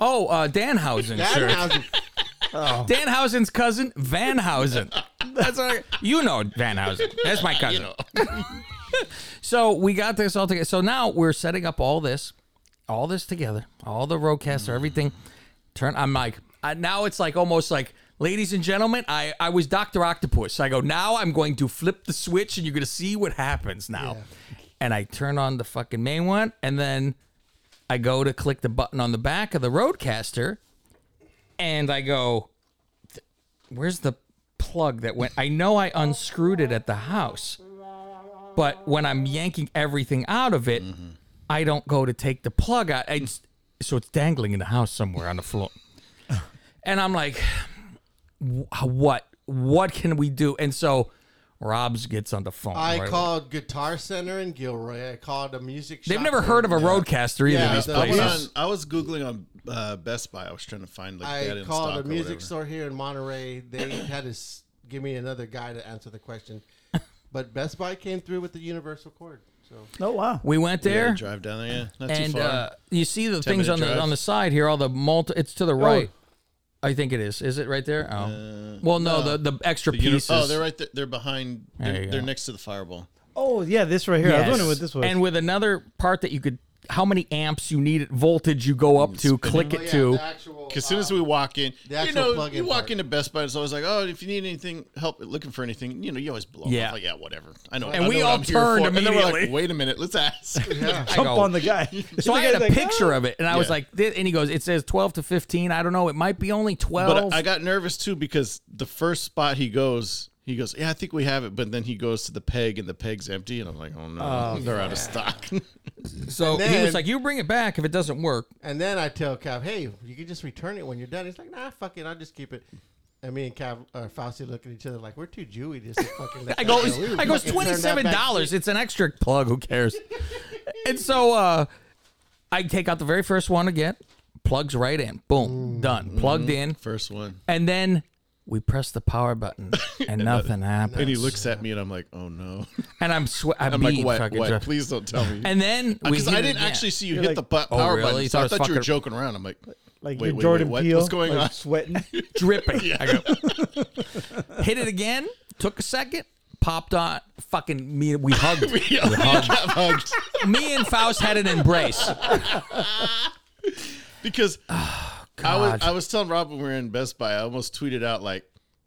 C: Oh, uh, Danhausen.
N: Danhausen.
C: Oh. Danhausen's cousin, Vanhausen. That's what I, you know Vanhausen. That's my cousin. so we got this all together. So now we're setting up all this, all this together, all the roadcaster, everything. Turn. I'm like I, now it's like almost like. Ladies and gentlemen, I, I was Dr. Octopus. I go, now I'm going to flip the switch and you're going to see what happens now. And I turn on the fucking main one and then I go to click the button on the back of the roadcaster and I go, "Th- "Where's the plug that went?" I know I unscrewed it at the house, but when I'm yanking everything out of it, I don't go to take the plug out. I just- so it's dangling in the house somewhere on the floor, and I'm like, "Wh- "What? What can we do?" And so. Rob's gets on the phone.
N: I
C: right away.
N: called Guitar Center in Gilroy. I called a music.
C: They've
N: shop
C: never
N: in-
C: heard of a roadcaster either.
N: Yeah,
C: these
N: the-
M: I was,
C: places.
M: on, I was googling on uh, Best Buy. I was trying to find like that
N: I
M: in stock
N: called
M: or
N: a music
M: whatever.
N: store here in Monterey. They had to s- give me another guy to answer the question, but Best Buy came through with the universal cord. So
F: Oh wow.
C: We went
M: Yeah,
C: there.
M: drive down there, yeah. Not too
C: and
M: far.
C: Uh, you see the
M: 10
C: things
M: minute
C: on
M: drive. Oh.
C: the on the side here. All the multi. It's to the right. I think it is. Is it right there? Oh, well, no,
M: Uh, no.
C: The, the extra
M: uni-
C: pieces.
M: oh, they're right there. They're behind.
C: There
M: They're,
C: you
M: they're
C: go.
M: next to the fireball.
F: Oh yeah, this right here. I was
C: Yes.
F: wondering what this was.
C: And with another part that you could, how many amps you need, voltage you go
M: Mm,
C: up to,
M: Oh,
C: click it to.
M: Because soon
N: um,
M: as we walk in,
C: the
M: you
C: actual
M: know,
C: plug-in
M: you walk
C: part.
M: into Best Buy, it's always like, oh, if you need anything, help looking for anything, you know, you always blow.
C: Yeah.
M: off, like, yeah, whatever. I know.
C: And
M: I
C: we
M: know what
C: all
M: I'm here
C: turned
M: for. And then we're like,
C: immediately.
M: wait a minute, let's ask.
C: I
F: Jump
C: go-
F: on the guy.
C: oh. So
F: The
C: I had a
F: guy's like,
C: picture
F: "Ah."
C: of it, and I was
M: Yeah.
C: like, thi- and he goes, "It says twelve to fifteen. I don't know. It might be only twelve.
M: But I got nervous too because the first spot he goes, he goes, yeah, I think we have it, but then he goes to the peg and the peg's empty, and I'm like, oh no,
C: Oh,
M: they're out of stock.
C: So
N: And
C: he
N: then-
C: was like, "You bring it back if it doesn't work."
N: And then I tell Cav, hey, you can just return it when you're done. He's like, nah, fuck it, I'll just keep it. And me and Cav, uh, Fauci look at each other like, we're too Jewy just to fucking let
C: I
N: that
C: go,
N: go.
C: it's,
N: We would
C: I go, it's
N: fucking
C: twenty
N: turn that
C: seven
N: back
C: dollars.
N: seat."
C: It's an extra plug. Who cares? and so uh, I take out the very first one again. Plugs right in.
M: Mm-hmm.
C: Boom, done. Plugged in.
M: First one.
C: And then we press the power button, and nothing happens.
M: And he looks at me, and I'm like, "Oh no!"
C: And I'm swe- I
M: I'm
C: beat
M: like, "What?
C: fucking
M: What?
C: Jeff."
M: Please don't tell me."
C: And then we
M: because
C: hit
M: I
C: it
M: didn't
C: again.
M: actually see you
C: You're
M: hit
C: like-
M: the bu-
C: Oh,
M: power
C: really?
M: button.
C: You
M: So
C: thought
M: I
C: it was
M: thought you were
C: fucking-
M: joking around. I'm like,
F: Like
M: wait,
F: you're
M: wait,
F: Jordan
M: wait, what?
F: Peele,
M: What's going
F: like
M: on?
F: sweating.
C: dripping. I go, hit it again. Took a second. Popped on. Fucking me. We hugged. we, hugged. Me and Faust had an embrace.
M: because I was
C: God.
M: I was telling Rob when we were in Best Buy, I almost tweeted out like,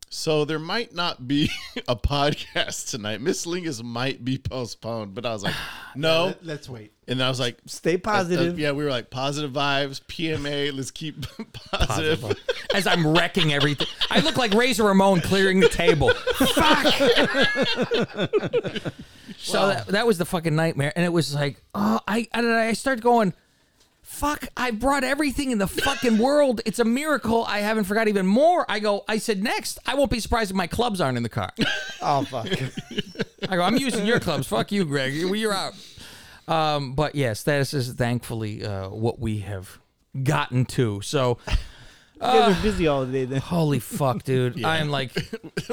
M: so there might not be a podcast tonight. Miscellaneous might be postponed, but I was like, no,
N: let- let's wait.
M: And I was like,
F: stay positive.
M: yeah, we were like positive vibes, PMA. Let's keep positive.
C: As I'm wrecking everything, I look like Razor Ramon clearing the table. So that, that was the fucking nightmare, and it was like, oh, I I, don't know, I start going, fuck, I brought everything in the fucking world. It's a miracle I haven't forgot even more. I go, I said next, I won't be surprised if my clubs aren't in the car.
F: Oh fuck.
C: I go, I'm using your clubs. Fuck you, Greg. You- You're out. Um, but yes, that is thankfully uh, what we have gotten to. So.
F: You guys
C: uh,
F: are busy all day then.
C: Holy fuck, dude. I am like,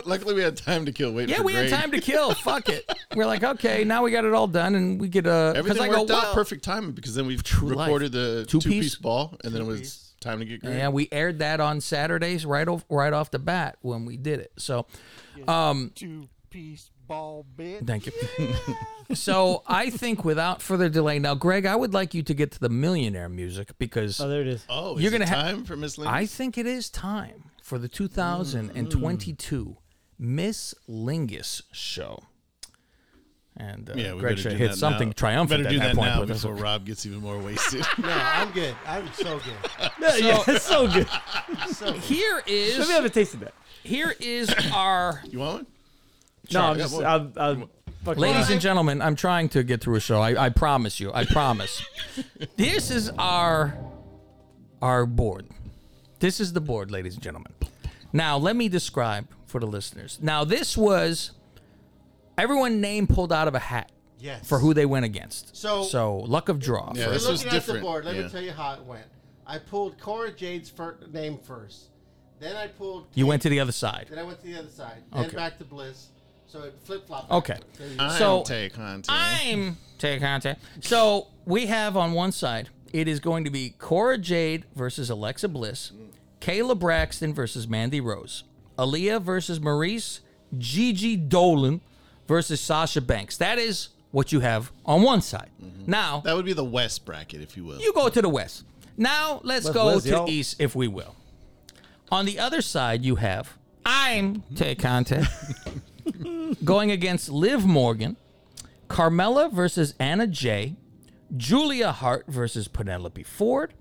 M: Luckily, we had time to kill. Wait,
C: yeah,
M: for
C: we had
M: Greg.
C: time to kill. Fuck it. We're like, okay, now we got it all done, and we could. Uh, 'cause
M: Everything
C: I go,
M: worked out
C: well-
M: perfect timing because then we
C: life.
M: recorded the two
C: Two-piece?
M: piece ball, and then it was time to get Greg.
C: Yeah, we aired that on Saturdays right off right off the bat when we did it. So, um,
N: Two piece ball bitch.
C: thank you. so I think without further delay, now Greg, I would like you to get to the millionaire music because
F: Oh, there it is.
M: Oh,
C: you're gonna
M: it
C: have
M: time for miscellaneous.
C: I think it is time for the 2022 Miss Lingus show. And uh,
M: yeah, we
C: Greg
M: better
C: should
M: do
C: hit
M: that
C: something
M: now.
C: triumphant
M: Better
C: at
M: do
C: that,
M: that
C: point.
M: now
C: with us.
M: before Rob gets even more wasted.
N: No, I'm good. I'm so good.
F: Yeah, yeah, it's so good.
N: So
C: Here is
F: Let me have a taste of that.
C: here is our
M: You want one?
F: No,
C: Sure,
F: I'm
C: I got
F: just
C: one.
F: I'm, I'm fucking
C: Ladies and gentlemen, I'm trying to get through a show. I, I promise you. I promise. this is our our board. This is the board, ladies and gentlemen. Now, let me describe for the listeners. Now, this was everyone name pulled out of a hat.
N: Yes.
C: For who they went against.
N: So-
C: so luck of draw.
M: Yeah,
C: for-
N: We're
M: this was
N: looking at the
M: different.
N: board. Let
M: Yeah.
N: me tell you how it went. I pulled Cora Jade's fir- name first. Then I pulled.
C: You went to the other side.
N: Then I went to the other side. Then
C: Okay.
N: back to Bliss. So it flip flopped.
C: Okay.
M: I'm
C: So-
M: Tay Conte.
C: I'm Tay Conte. So we have on one side, it is going to be Cora Jade versus Alexa Bliss, Kayla Braxton versus Mandy Rose, Aaliyah versus Maurice, Gigi Dolan versus Sasha Banks. That is what you have on one side. Now
M: That would be the West bracket, if you will.
C: you go to the west. Now let's
F: West,
C: go
F: west,
C: to
F: yo.
C: the east, if we will. On the other side, you have I'm Tay Conte going against Liv Morgan, Carmella versus Anna Jay, Julia Hart versus Penelope Ford,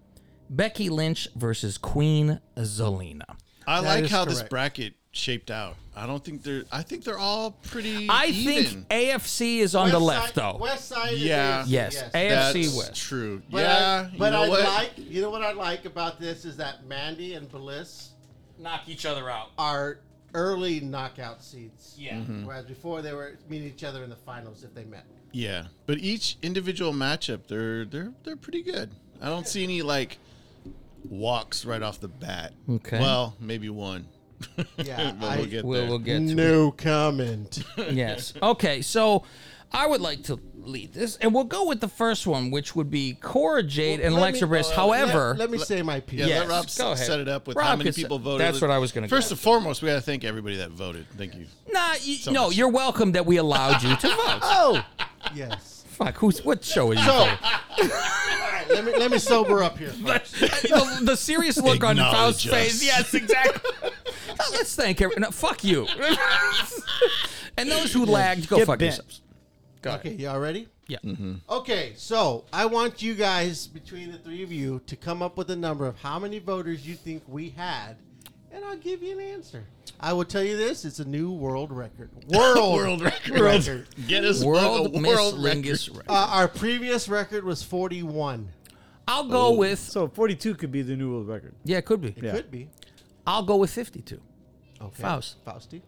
C: Becky Lynch versus Queen Zelina.
M: I
N: That
M: like
N: is
M: how this
N: correct.
M: bracket shaped out. I don't think they're. I think they're all pretty.
C: I
M: even.
C: think AFC is on the
N: West
C: left,
N: side-
C: though.
N: West side. is
M: Yeah.
N: AFC,
C: Yes,
M: that's
C: AFC West.
M: True.
N: But
M: yeah.
N: I, but
M: you know
N: I
M: what?
N: like. You know what I like about this is that Mandy and Bliss
C: Knock each other out.
N: are early knockout seeds.
C: Yeah.
M: Mm-hmm.
N: Whereas before they were meeting each other in the finals if they met.
M: Yeah, but each individual matchup, they're they're they're pretty good. I don't see any like walks right off the bat.
C: Okay.
M: Well, maybe one.
N: Yeah,
M: but
N: I-
M: we'll get
C: We'll,
M: there.
C: we'll get to
N: no comment.
C: yes. Okay, so I would like to lead this, and we'll go with the first one, which would be Cora Jade and
N: Let
C: Alexa
N: me-
C: Bliss.
N: uh,
C: However,
N: let, let me say my piece.
M: yeah,
C: Yes,
M: let Rob
C: go ahead.
M: s- set it up with
C: Rob
M: how many
C: can set-
M: people voted.
C: that's what I was gonna
M: First
C: go.
M: and foremost, we got to thank everybody that voted. Thank you.
C: nah, you,
M: So
C: no,
M: much.
C: you're welcome that we allowed you to vote.
N: Oh, yes.
C: Fuck, who's what show is
N: So,
C: it?
N: let me let me sober up here.
C: the, the serious look on Faust's
M: Acknowledge us.
C: face. Yes, exactly. Now, let's thank everyone. fuck you. and those who lagged, go
F: Get
C: fuck
F: bent. Mm-hmm.
C: yourselves. Go ahead.
N: Okay, y'all ready?
C: Yeah.
N: Okay, so I want you guys, between the three of you, to come up with a number of how many voters you think we had, and I I'll give you an answer. I will tell you this: it's a new world record. World,
M: World record. Get us
C: World a world mislingus record. record.
N: Uh, our previous record was forty-one.
C: I'll go Oh. with
F: so forty-two could be the new world record.
C: Yeah, it could be.
N: It could be.
C: I'll go with 52.
N: Okay.
C: Faust.
N: Fausty.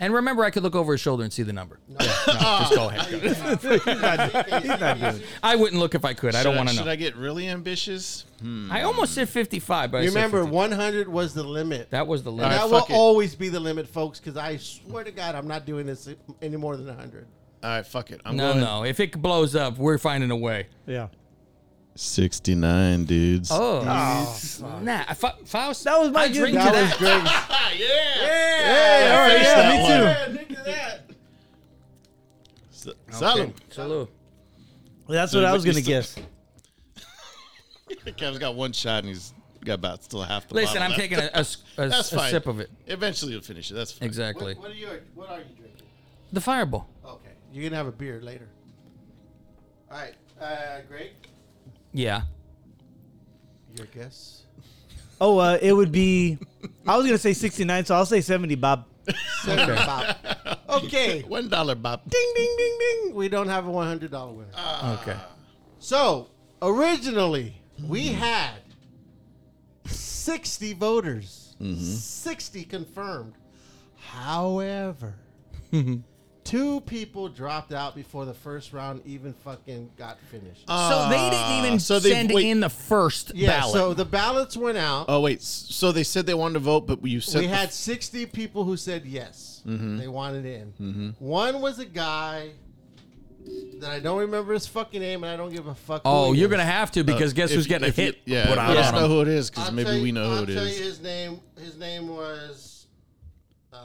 C: And remember, I could look over his shoulder and see the number. Yeah, no, just go ahead. I wouldn't look if I could. I don't
M: Should
C: want to
M: Should
C: know.
M: I get really ambitious? Hmm.
C: I almost said 55, but I said
N: Remember, one hundred was the limit.
C: That was the
N: And
C: limit.
N: that
C: All
N: will
C: right, fuck it.
N: always be the limit, folks. Because I swear to God, I'm not doing this any more than hundred.
M: All right, fuck it.
C: no, no. If it blows up, we're finding a way.
F: Yeah.
M: 69, dudes.
C: Oh, nah. Fa- Faust.
F: That was my
C: drink.
F: That
C: to
F: was
C: that.
F: Greg's.
M: Ah, yeah.
F: Hey, all right, yeah, me too.
M: Salud.
C: Salud.
F: That's what I was gonna guess.
M: Kev's got one shot and he's got about still half the
C: Listen,
M: bottle
C: I'm
M: left.
C: taking a- a s- a s-
M: That's
C: a
M: fine.
C: sip of it.
M: Eventually you'll finish it. That's fine.
C: Exactly.
N: What are you? What are you drinking?
C: The fireball.
N: Okay, you're gonna have a beer later. All right, uh, Greg,
C: Yeah.
N: your guess.
F: Oh, uh, it would be. I was gonna say sixty-nine, so I'll say seventy, Bob.
N: Seven Bob. Okay.
M: One dollar Bob.
N: Ding ding ding ding. We don't have a one hundred dollar winner.
C: okay.
N: So originally we had sixty voters,
C: Mm-hmm.
N: sixty confirmed. However, two people dropped out before the first round even fucking got finished.
C: so they didn't even
M: so they-
C: send
M: wait.
C: in the first
N: yeah,
C: ballot.
N: so the ballots went out.
M: Oh, wait. s- So they said they wanted to vote, but you said.
N: we had 60 people who said yes.
C: Mm-hmm.
M: Mhm.
N: They wanted in.
M: Mhm.
N: One was a guy that I don't remember his fucking name, and I don't give a fuck. who
C: oh,
N: he
C: you're
N: is.
C: gonna have to because
M: Uh,
C: guess
M: if
C: who's
M: you-
C: getting a
M: if you-
C: hit?
M: yeah,
C: put out
M: let us
C: on
M: know
C: him.
M: who it is because
N: I'll
M: maybe
N: tell you-
M: we know
N: I'll
M: who it
N: tell
M: is.
N: you his name. His name was. Uh,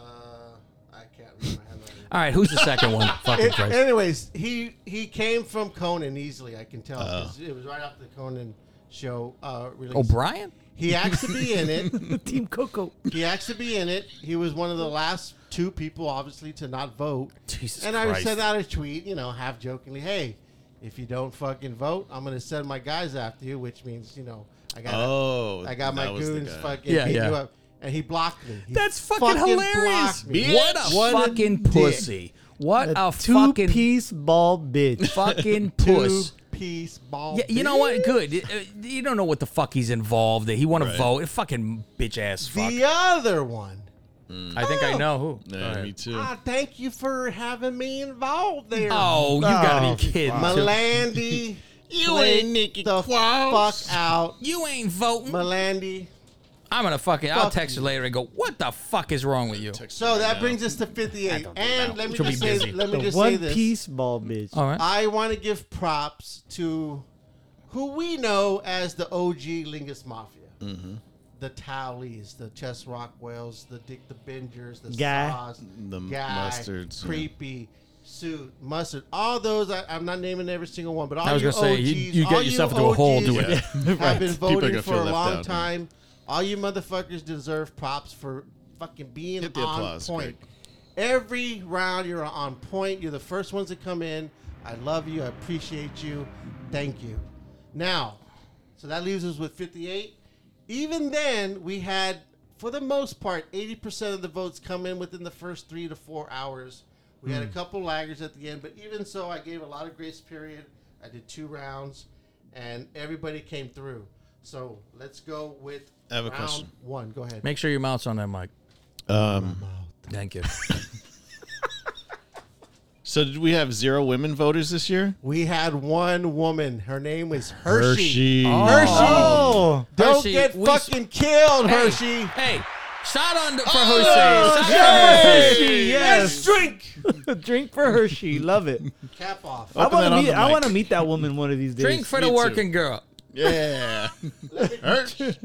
N: I can't remember. how to-
C: All right, who's the second one? Fucking
N: It-
C: Christ.
N: anyways, he he came from Conan easily. I can tell.
M: Uh.
N: 'cause
C: Oh.
N: It was right after the Conan show. Uh, release.
M: Oh,
C: O'Brien?
N: He asked to be in it.
F: Team Coco.
N: He asked to be in it. He was one of the last two people, obviously, to not vote.
C: Jesus
N: and I
C: Christ.
N: sent out a tweet, you know, half jokingly, hey, if you don't fucking vote, I'm gonna send my guys after you, which means you know I got
M: Oh,
N: I got my
M: that was the
N: goons
M: guy.
N: fucking
M: Yeah,
N: beat
M: yeah.
N: you up. And he blocked me. He
C: That's fucking, hilarious.
N: blocked me.
C: What a fucking
N: dick.
C: pussy. What a, Oh, fucking
F: two-piece ball bitch.
C: Fucking puss.
N: Two-piece ball.
C: Yeah, you know what? Good. Uh, You don't know what the fuck he's involved in. He want
N: Right.
C: to vote. Fucking bitch ass fuck.
N: The other one.
C: I think I know who.
M: Yeah, me too.
N: I thank you for having me involved there.
C: Oh, you gotta be kidding.
N: Melandy.
C: You
N: click
C: ain't Nikki
N: the
C: Cross.
N: fuck out.
C: You ain't voting.
N: Melandy.
C: I'm gonna fucking. I'll
N: Fuck
C: text you later and go. What the fuck is wrong with you?
N: So that brings us to 58. And let me
C: She'll be
N: just say,
C: busy.
N: let me
F: The
N: just say
F: one
N: this.
F: piece ball bitch.
C: All right.
N: I want to give props to who we know as the OG Lingus Mafia.
M: Mm-hmm.
N: The Towleys, the Chess Rockwells, the Dick the Bingers, the
M: Guy.
N: Saws,
M: The
N: Guy,
M: Mustards, yeah.
N: Creepy, Suit, Mustard. All those, I, I'm not naming every single one, but all
C: I was
N: you
C: gonna say,
N: OGs,
C: you- you get
N: all
C: yourself
N: you
C: into a hole
N: OGs
C: doing it.
N: Have
C: Right.
N: been
C: People are
N: voting
C: gonna
N: for
C: feel
N: a
C: left
N: long
C: out.
N: time. All you motherfuckers deserve props for fucking being
M: Hit the
N: on
M: applause,
N: point. Every round you're on point. You're the first ones to come in. I love you. I appreciate you. Thank you. Now, so that leaves us with 58. Even then, we had, for the most part, 80% of the votes come in within the first three to four hours. We had a
F: Hmm.
N: couple laggers at the end, but even so, I gave a lot of grace period. I did two rounds, and everybody came through. So let's go with
M: I have a
N: round
M: question.
N: one. Go ahead.
C: Make sure your mouth's on that mic.
M: Um,
C: Thank you.
M: so did we have zero women voters this year?
N: We had one woman. Her name was Hershey.
M: Hershey.
N: Hershey.
M: Oh.
N: Don't
C: Hershey,
N: get
C: we-
N: fucking killed,
C: Hey,
N: Hershey.
C: Hey, shout on to, for
N: Oh,
C: Jose. Shout
N: yes.
C: out for Jose.
N: Hershey,
F: yes.
N: drink.
F: drink for Hershey. Love it.
N: Cap off.
F: I
C: Oh,
M: Open
F: want
M: that
F: to
M: on
F: meet.
M: the
F: I
M: mic.
F: want to meet that woman one of these days.
C: Drink for
M: Me
C: the
M: too.
C: working girl.
M: Yeah. Hershey.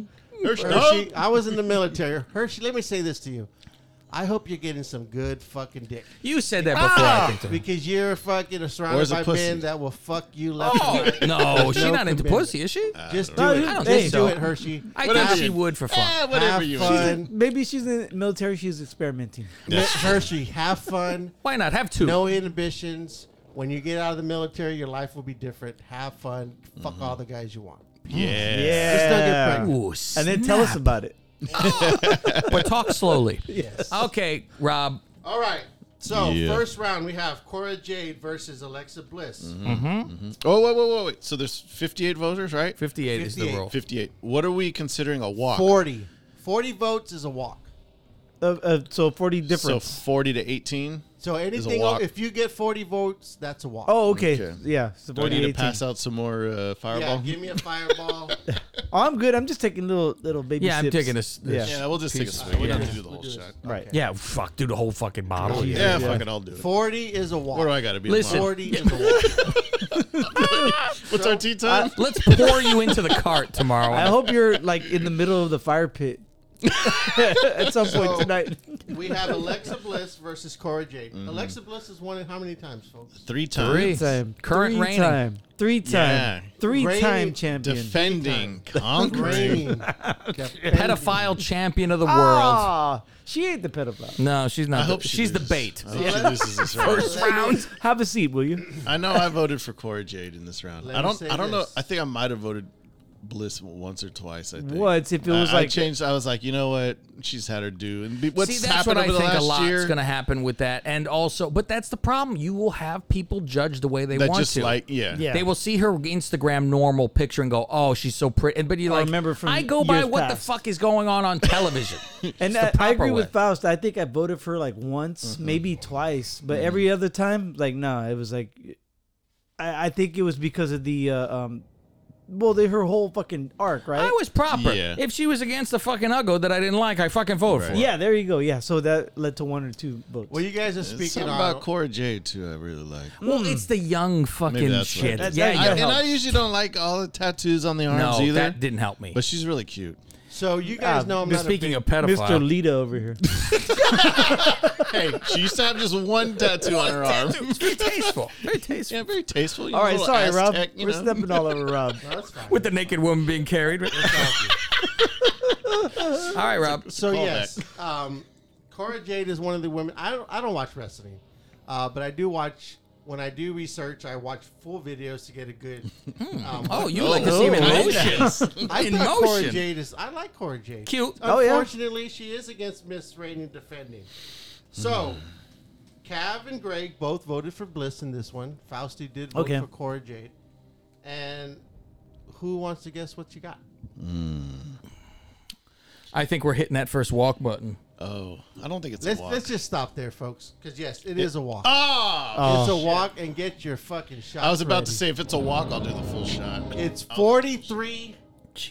M: Hershey. Oh,
N: Hershey, I was in the military. Hershey, let me say this to you. I hope you're getting some good fucking dick.
C: You said that before. I think. so.
N: Because you're fucking
C: Or
N: surrounded
C: is it
N: by
C: pussy?
N: men that will fuck you left
C: Oh,
N: and right.
C: no, she not into
N: commitment.
C: pussy, is she?
N: Just do
F: I
N: it.
F: don't
N: Just
F: think so.
N: do it, Hershey.
C: I
N: Have-
C: think she would for fun.
M: Eh, whatever
N: Have
M: you
F: She's
N: fun.
F: in- maybe she's in the military. She's experimenting.
N: Let Hershey, have fun.
C: Why not have two?
N: No inhibitions. When you get out of the military, your life will be different. Have fun. Fuck all the guys you want.
M: Yeah.
F: Yeah.
N: Just don't get pregnant.
C: Ooh,
F: and then tell us
C: snap.
F: about it.
C: but talk slowly.
N: Yes.
C: Okay, Rob.
N: All right. So
M: Yeah.
N: first round, we have Cora Jade versus Alexa Bliss.
M: Mm-hmm. Oh, wait, wait, wait, wait. So there's 58 voters, right?
C: 58 is the
N: 58.
C: rule.
M: 58. What are we considering a walk?
N: 40. 40 votes is a walk.
F: Uh, uh, so forty
M: So
F: difference.
M: 40 to 18.
N: So
M: is a
N: anything,
M: walk.
N: if you get 40 votes, that's a walk.
F: oh, okay. Yeah. So
M: Do I need
F: 40,
M: to pass out some more uh,
N: yeah.
M: fireball?
N: Give me a fireball.
F: Oh, I'm good. I'm just taking little little baby.
C: Yeah, I'm
F: sips.
C: taking this- this
M: Yeah, we'll just take a
C: Piece.
M: swig. We don't have to
C: Yeah.
M: do the whole shot.
F: Right.
C: Yeah, fuck, do the whole fucking bottle.
M: Yeah, fuck it. I'll do it.
N: 40 is a walk.
M: Where do I got to be?
C: Listen.
M: tomorrow?
N: 40 is a walk.
M: What's our
C: uh,
M: tea time?
C: Let's pour you into the cart tomorrow.
F: I hope you're like in the middle of the fire pit at some point
N: So-
F: tonight.
N: We have Alexa Bliss versus Cora Jade.
M: Mm-hmm.
N: Alexa Bliss has won it how many times, folks?
M: Three times.
F: Time.
C: Current
F: three
C: reigning.
F: time. Three time.
M: Yeah.
F: Three time
N: Reigning
F: champion.
M: Defending,
N: Reigning.
M: conquering.
C: Pedophile champion of the world.
F: Ah, she ain't the pedophile.
C: No, she's not.
M: I
C: the-
M: hope she Uh,
C: she's the
M: loses.
C: bait.
M: I hope she loses this round.
C: First round.
F: Have a seat, will you?
M: I know I voted for Corey Jade in this round.
N: Let
M: I
N: me
M: don't.
N: say
M: I don't know.
N: this.
M: I think I might have voted Bliss once or twice. I think
F: Once, if it was
M: I, I
F: like-
M: changed. I was like, you know what? She's had her due. And be- what's
C: See, that's
M: happened
C: what I
M: over the
C: think a
M: last
C: lot's
M: year?
C: going to happen with that, and also, but that's the problem. You will have people judge the way they
M: that
C: want
M: just
C: to.
M: like yeah.
F: Yeah.
C: They will see her Instagram normal picture and go, "Oh, she's so pretty." And but you
F: I
C: like,
F: remember from
C: I go by
F: years
C: what the
F: past.
C: fuck is going on on television.
F: And
C: It's the
F: I, I agree
C: proper
F: with
C: way.
F: Faust. I think I voted for her like once, maybe twice, but every other time, like no, it was like, I, I think it was because of the, uh, um, well, they, her whole fucking arc, right?
C: I was proper.
M: Yeah.
C: If she was against the fucking uggo that I didn't like, I fucking voted for. her.
F: yeah, there you go. Yeah, so that led to one or two votes.
N: Well, you guys are
M: There's
N: speaking
M: Something
N: on.
M: about Cora Jade too. I really like.
C: Well, it's the young
M: Maybe
C: fucking
M: that's what it
C: shit.
M: is.
C: yeah,
F: that
M: I,
C: yeah.
M: and I usually don't like all the tattoos on the arms
C: no,
M: either.
C: that didn't help me.
M: but she's really cute.
N: so you guys
F: Ah,
N: know I'm
C: But
N: not a
C: speaking
N: big,
C: of pedophile,
F: Mr. Lita over here.
M: hey, she used to have just one tattoo on her arm.
C: It's very tasteful. Very tasteful.
M: Yeah, very tasteful. you
F: all right,
M: little
F: sorry, Rob.
M: Aztec, you
F: We're
M: know.
F: stepping all over Rob.
N: That's fine.
C: With the naked woman being carried. All right, Rob.
N: So
M: Call
N: yes, um, Cora Jade is one of the women. I don't, I don't watch wrestling, uh, but I do watch. When I do research, I watch full videos to get a good. Um,
C: Oh, you
M: Oh,
C: like to see him in
M: I like
C: motion.
N: I
C: in
N: thought Cora
C: motion.
N: Jade is. I like Cora Jade.
C: Cute.
F: Oh, yeah.
N: Unfortunately, she is against Miss Rainey defending. So,
M: Mm-hmm.
N: Cav and Greg both voted for Bliss in this one. Fausti did vote
F: Okay.
N: for Cora Jade. And who wants to guess what you got?
C: I think we're hitting that first walk button.
M: Oh, I don't think it's
N: Let's
M: a walk.
N: let's just stop there, folks. Because yes, it is a walk.
M: Ah!
N: it's a walk, and get your fucking shot.
M: I was about
N: ready.
M: to say if it's a walk, I'll do the full shot.
N: It's forty-three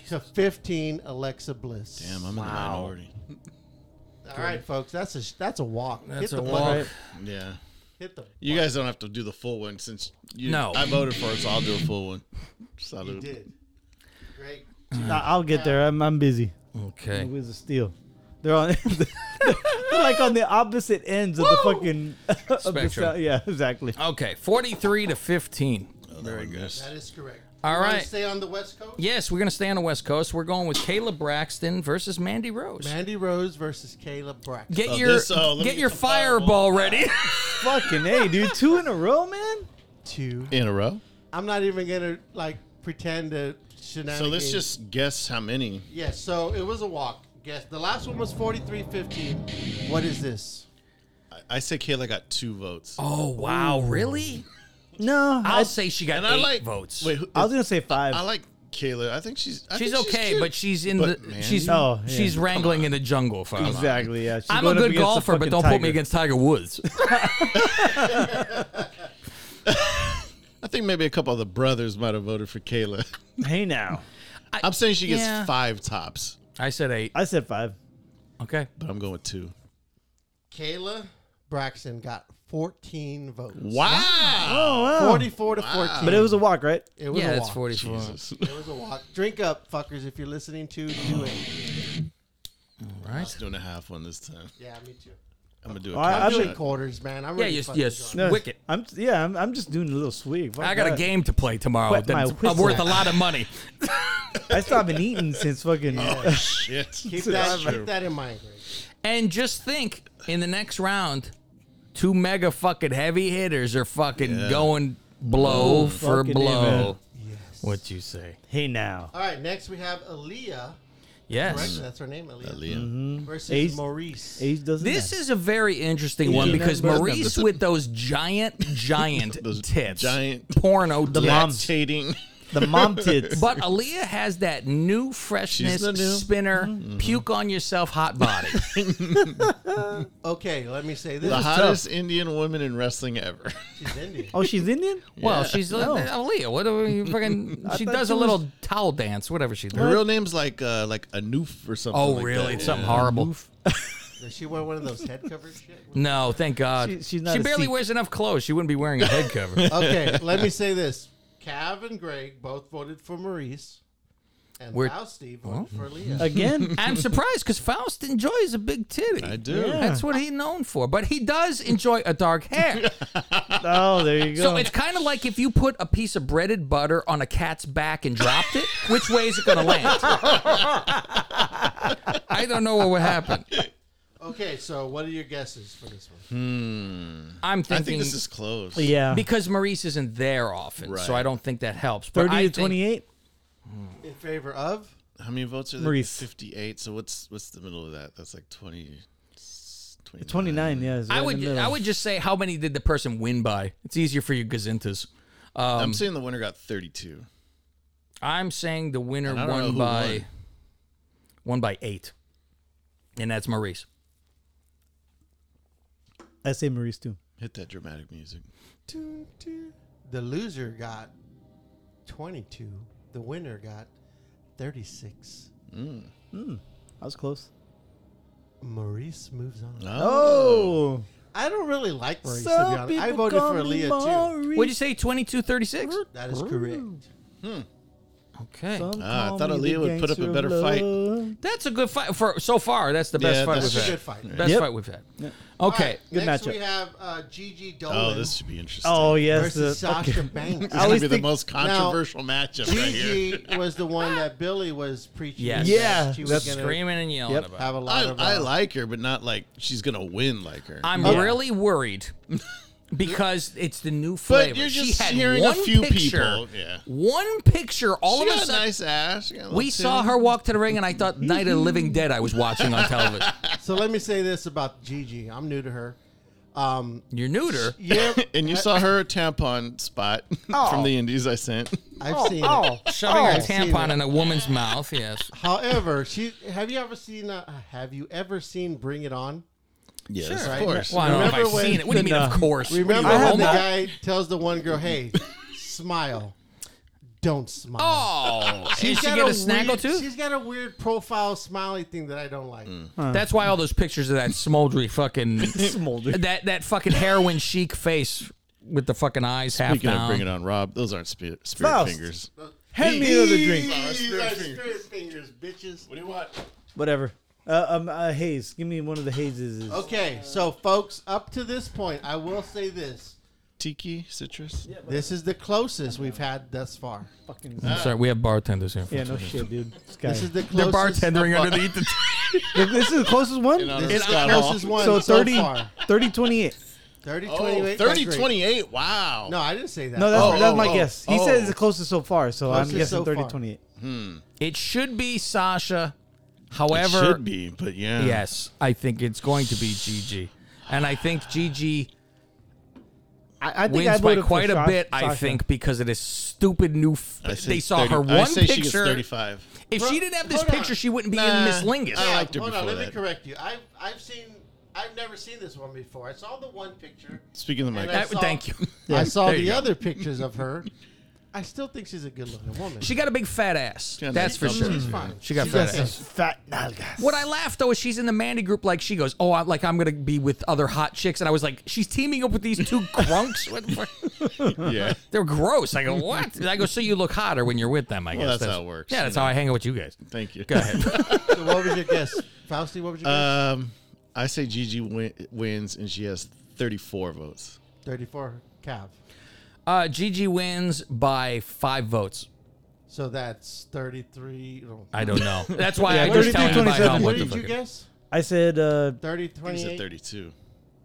N: to fifteen. Alexa Bliss.
M: Damn, I'm in the minority.
N: All right, folks. That's a that's a walk.
C: That's
N: Hit
C: a
N: the
C: walk.
N: button.
M: Yeah.
N: Hit the.
M: You guys don't have to do the full one since you.
C: No.
M: I voted for it, so I'll do a full one.
N: You
M: Salute.
N: did. Great.
F: Nah, I'll get there. I'm, I'm busy.
C: Okay.
F: It was a steal. They're on. they're like on the opposite ends of the fucking of the
C: Spectrum.
F: sound. Yeah, exactly.
C: Okay, 43 to 15. Very good.
N: That is correct.
C: All
N: You wanna
C: right.
N: Stay on the West Coast.
C: Yes, we're going to stay on the West Coast. We're going with Kayla Braxton versus Mandy Rose.
N: Mandy Rose versus Caleb Braxton.
C: Get
M: Oh,
C: your
M: this- oh, let me
C: get
M: get
C: your
M: the
C: fireball
M: fireball.
C: ready.
F: Fucking a, dude. Two in a row, man.
N: two.
M: In a row.
N: I'm not even gonna like pretend to shenanigans.
M: So let's just guess how many.
N: Yes. so it was a walk. Guess the last one was 43.15. What is this?
M: I- I say Kayla got two votes.
C: oh wow, really?
F: No,
C: I'll
F: I,
C: say she got
M: and
C: eight
M: I like
C: votes.
M: Wait, who,
F: I was gonna say five.
M: I like Kayla. I think she's. I
C: she's
M: think
C: okay,
M: cute.
C: but she's in
M: But
C: the
M: Mandy?
C: she's
F: Oh, yeah.
C: she's wrangling in the jungle. Fama.
F: exactly. Yeah, she's
C: I'm a
F: going up
C: good
F: against the
C: golfer, but
F: fucking
C: don't put me
F: tiger.
C: against Tiger Woods.
M: I think maybe a couple of the brothers might have voted for Kayla.
F: Hey now,
M: I'm saying she gets
C: yeah.
M: five tops,
C: I said eight.
F: I said five.
C: Okay.
M: but I'm going with two.
N: Kayla Braxton got 14 votes.
M: Wow.
F: Oh, wow.
N: 44 to
C: Uh,
N: 14.
F: But it was a walk, right?
N: It was
C: yeah,
N: a
C: it's
N: walk.
C: 44.
M: Jesus.
N: It was a walk. Drink up, fuckers. If you're listening to, do it.
M: Just doing a half one this time.
N: Yeah, me too.
M: I'm gonna do a
F: All right,
M: cap
F: I'm
N: I'm
M: shot.
N: doing quarters, man. I'm
C: Yeah,
N: really
C: yes,
N: fucking
C: yes.
N: drunk.
F: No,
C: Wicked.
F: I'm yeah. I'm, I'm just doing a little swig. Fuck
C: I got a
F: that.
C: game to play tomorrow
F: Wet my
C: that's
F: whistle.
C: worth a lot of money.
F: I still haven't eaten since fucking.
C: Oh,
M: Shit.
N: Keep that,
M: That's true.
N: keep that in mind, Greg.
C: And just think, in the next round, two mega fucking heavy hitters are fucking going blow for
F: fucking A,
C: blow.
F: man.
C: What you say?
F: Hey now.
N: All right, next we have Aaliyah.
C: Yes.
N: Correct? That's her name, Aaliyah.
F: Mhm.
N: Versus
F: Age-
N: Maurice.
F: Age doesn't
C: This
F: matter.
C: is a very interesting
F: Yeah.
C: one because
F: Remember-
C: Maurice with those giant, giant tits, giant porno,
F: The mom-
C: tits.
F: the mom tits.
C: But Aaliyah has that new freshness,
F: the new-
C: spinner, puke on yourself, hot body.
N: okay, let me say this.
M: The
N: is
M: hottest Indian woman in wrestling ever.
N: She's Indian.
F: Oh, she's Indian.
C: Well,
M: Yeah.
C: she's uh,
M: No.
C: Aaliyah. What do we fucking?
M: I
C: she
M: thought
C: does
M: she
C: a
M: was-
C: little towel dance, whatever she does.
M: Her real name's like uh, like Anouf or something.
C: Oh,
M: like
C: really?
M: that.
C: Something horrible.
N: Does she wear one of those head covers? Shit?
C: No, thank God.
N: She- she's not
C: she
N: a
C: barely
N: Sikh.
C: wears enough clothes. She wouldn't be wearing a head cover.
N: okay, let me say this. Cav and Greg both voted for Maurice, and
C: We're-
N: Fausti voted
C: Well.
N: for Leah.
C: I'm surprised because Faust enjoys a big titty. I
M: do.
N: Yeah.
C: That's what he's known for. But he does enjoy a dark hair.
F: oh, there you go.
C: So it's kind of like if you put a piece of breaded butter on a cat's back and dropped it, which way is it going to land? I don't know what would happen.
N: Okay, so what are your guesses for this one?
M: Hmm.
C: I'm
M: I think
C: thinking-
M: this is close.
C: Because Maurice isn't there often, so
M: Right.
C: I don't think that helps. But
F: 30
C: I
F: to
C: think-
F: 28.
N: In favor of?
M: How many votes are there?
F: Maurice.
M: 58. So what's what's the middle of that? That's like 20.
F: 29, yeah. is
C: I
F: right in
C: would
F: the middle.
C: I would just say how many did the person win by? It's easier for you gazintas. Um,
M: I'm saying the winner got 32.
C: I'm saying the winner
M: And I don't know
C: won
M: who
C: by
M: won.
C: won. by eight, and that's Maurice.
F: I say Maurice too.
M: Hit that dramatic music.
N: The loser got 22. The winner got 36.
M: Mm.
F: Mm, I was close.
N: Maurice moves on.
F: Oh.
N: I don't really like Maurice,
F: Some
N: to be honest. I
F: people
N: voted
F: call
N: for
F: me
N: Leah,
F: Maurice.
N: too.
C: What'd you say? Twenty two thirty six.
N: That is correct.
C: Okay.
M: Ah, I call thought me the Aaliyah would put up a gangster of better fight. love.
C: That's a good fight for so far. That's the best
M: Yeah,
C: fight
M: that's
C: we've
M: a
C: had.
M: good fight.
C: Best
M: Yep.
C: fight we've had.
F: Yeah.
C: Okay.
N: Alright, next we have uh, Gigi Dolan.
M: Oh, this should be interesting.
F: Oh, yes,
N: Versus
F: the-
N: Sasha
F: okay.
N: Banks.
M: This is going to be the most controversial matchup right here.
N: Gigi was the one that Billy was preaching.
M: Yes.
N: that
M: Yeah,
N: she was
M: that's
N: gonna
C: screaming and yelling about.
N: Have a lot
M: I,
N: of.
M: I
N: uh,
M: like her, but not like she's going to win like her.
C: I'm really worried because it's the new flavor.
M: But you're
C: she
M: just
C: had
M: hearing a
C: one
M: few
C: picture,
M: people, yeah.
C: One picture. All
M: She
C: of a
M: got a
C: sudden,
M: nice ass. She got a little
C: we saw
M: titty.
C: her walk to the ring, and I thought Night of the Living Dead. I was watching on television.
N: So let me say this about Gigi. I'm new to her. Um,
C: You're new to her.
N: Yeah,
M: and you saw her tampon spot
N: Oh.
M: from the Indies I sent.
N: I've seen it.
C: Shoving
M: Oh.
C: a
N: I've seen
C: tampon
N: it.
C: in a woman's mouth. Yes.
N: However, she have you ever seen uh, have you ever seen Bring It On?
M: Yes,
C: Sure.
M: of course.
C: Well, I don't know if I've seen it. What do you mean,
M: uh,
C: of course?
N: Remember
C: What are you,
N: when the
C: homo?
N: guy tells the one girl, "Hey, smile, don't smile."
C: Oh, and she
N: got
C: get a snaggle
N: weird,
C: too?
N: She's got a weird profile smiley thing that I don't like.
C: That's why all those pictures of that smoldery fucking
F: Smoldery.
C: that that fucking heroin chic face with the fucking eyes half
M: Speaking
C: down.
M: of bringing on Rob, those aren't spirit, spirit
F: Faust.
M: fingers.
F: Hand me another drink.
N: You got spirit fingers, bitches. What do you want?
F: Whatever. Uh, um, uh, Hayes. Give me one of the Hayeses.
N: Okay, so folks, up to this point, I will say this:
M: Tiki, citrus.
N: this is the closest we've had thus far.
C: I'm sorry, we have bartenders here.
F: Yeah, no shit, dude. This, guy.
N: This is the
C: They're
N: closest-
C: bartendering underneath the.
F: this is the closest one?
M: In honor
N: This is the closest one
F: So
N: so,
F: 30,
N: far.
F: 30 28.
N: 30,
M: Oh,
N: 28.
M: 30,
N: Great.
M: 28. Wow.
N: No, I didn't say that.
F: No, that's,
M: Oh,
F: that's
M: oh,
F: my
M: oh,
F: guess. He
M: oh.
F: said it's the closest so far, so
N: Closest
F: I'm guessing
N: so
F: 30
N: far.
F: 28.
M: Hmm.
C: It should be Sasha. However,
M: It should be, but yeah.
C: Yes, I think it's going to be Gigi, and I think Gigi
F: I, I think I
C: wins by
F: voted for
C: quite a
F: Sa-
C: bit. I
F: Sasha.
C: think because of this stupid new. F-
M: I say
C: they saw
M: 30
C: her
M: I
C: one
M: say she
C: picture.
M: gets 35.
C: If she didn't have this
N: Hold on.
C: picture, she wouldn't be
M: Nah,
C: in Miss Lingus.
M: I liked her
N: Hold on,
M: before
N: let me
M: that.
N: correct you. I've I've seen I've never seen this one before. I saw the one picture.
M: Speaking of the
N: and
M: mic.
N: I
C: That-
N: saw-
C: thank you.
N: I
C: Yeah,
N: saw
C: there
N: the
C: you go.
N: other pictures of her. I still think she's a good-looking woman.
C: She got a big fat ass.
M: got a
C: That's
M: nice
C: for sure.
M: stomach.
F: Mm-hmm.
N: She's fine.
C: She got
N: She's
C: fat
N: okay.
C: ass.
F: Fat nalgas.
C: What I laugh though is she's in the Mandy group. Like she goes, "Oh, I'm like I'm gonna be with other hot chicks," and I was like, "She's teaming up with these two grunks." What the fuck?
M: Yeah.
C: They're gross. I go, "What?" And I go, "So you look hotter when you're with them?" I guess
M: Well, that's how it works,
C: Yeah,
M: you
C: that's
M: know.
C: how I hang out with you guys.
M: Thank you.
C: Go ahead.
N: So what was your guess, Fausti? What was your
C: Uh,
N: guess?
M: Um, I say Gigi win- wins, and she has 34 votes.
N: Thirty-four Cav.
C: Uh, Gigi wins by five votes.
N: So that's thirty-three. no.
C: I don't know. That's why
F: Yeah,
C: I
F: 33,
C: just tell him by
F: 27.
C: how
N: What
C: what the
N: did
C: fuck.
N: you
C: it-
N: guess?
F: I said, uh,
N: 30,
M: I think you
N: 28
M: said 32.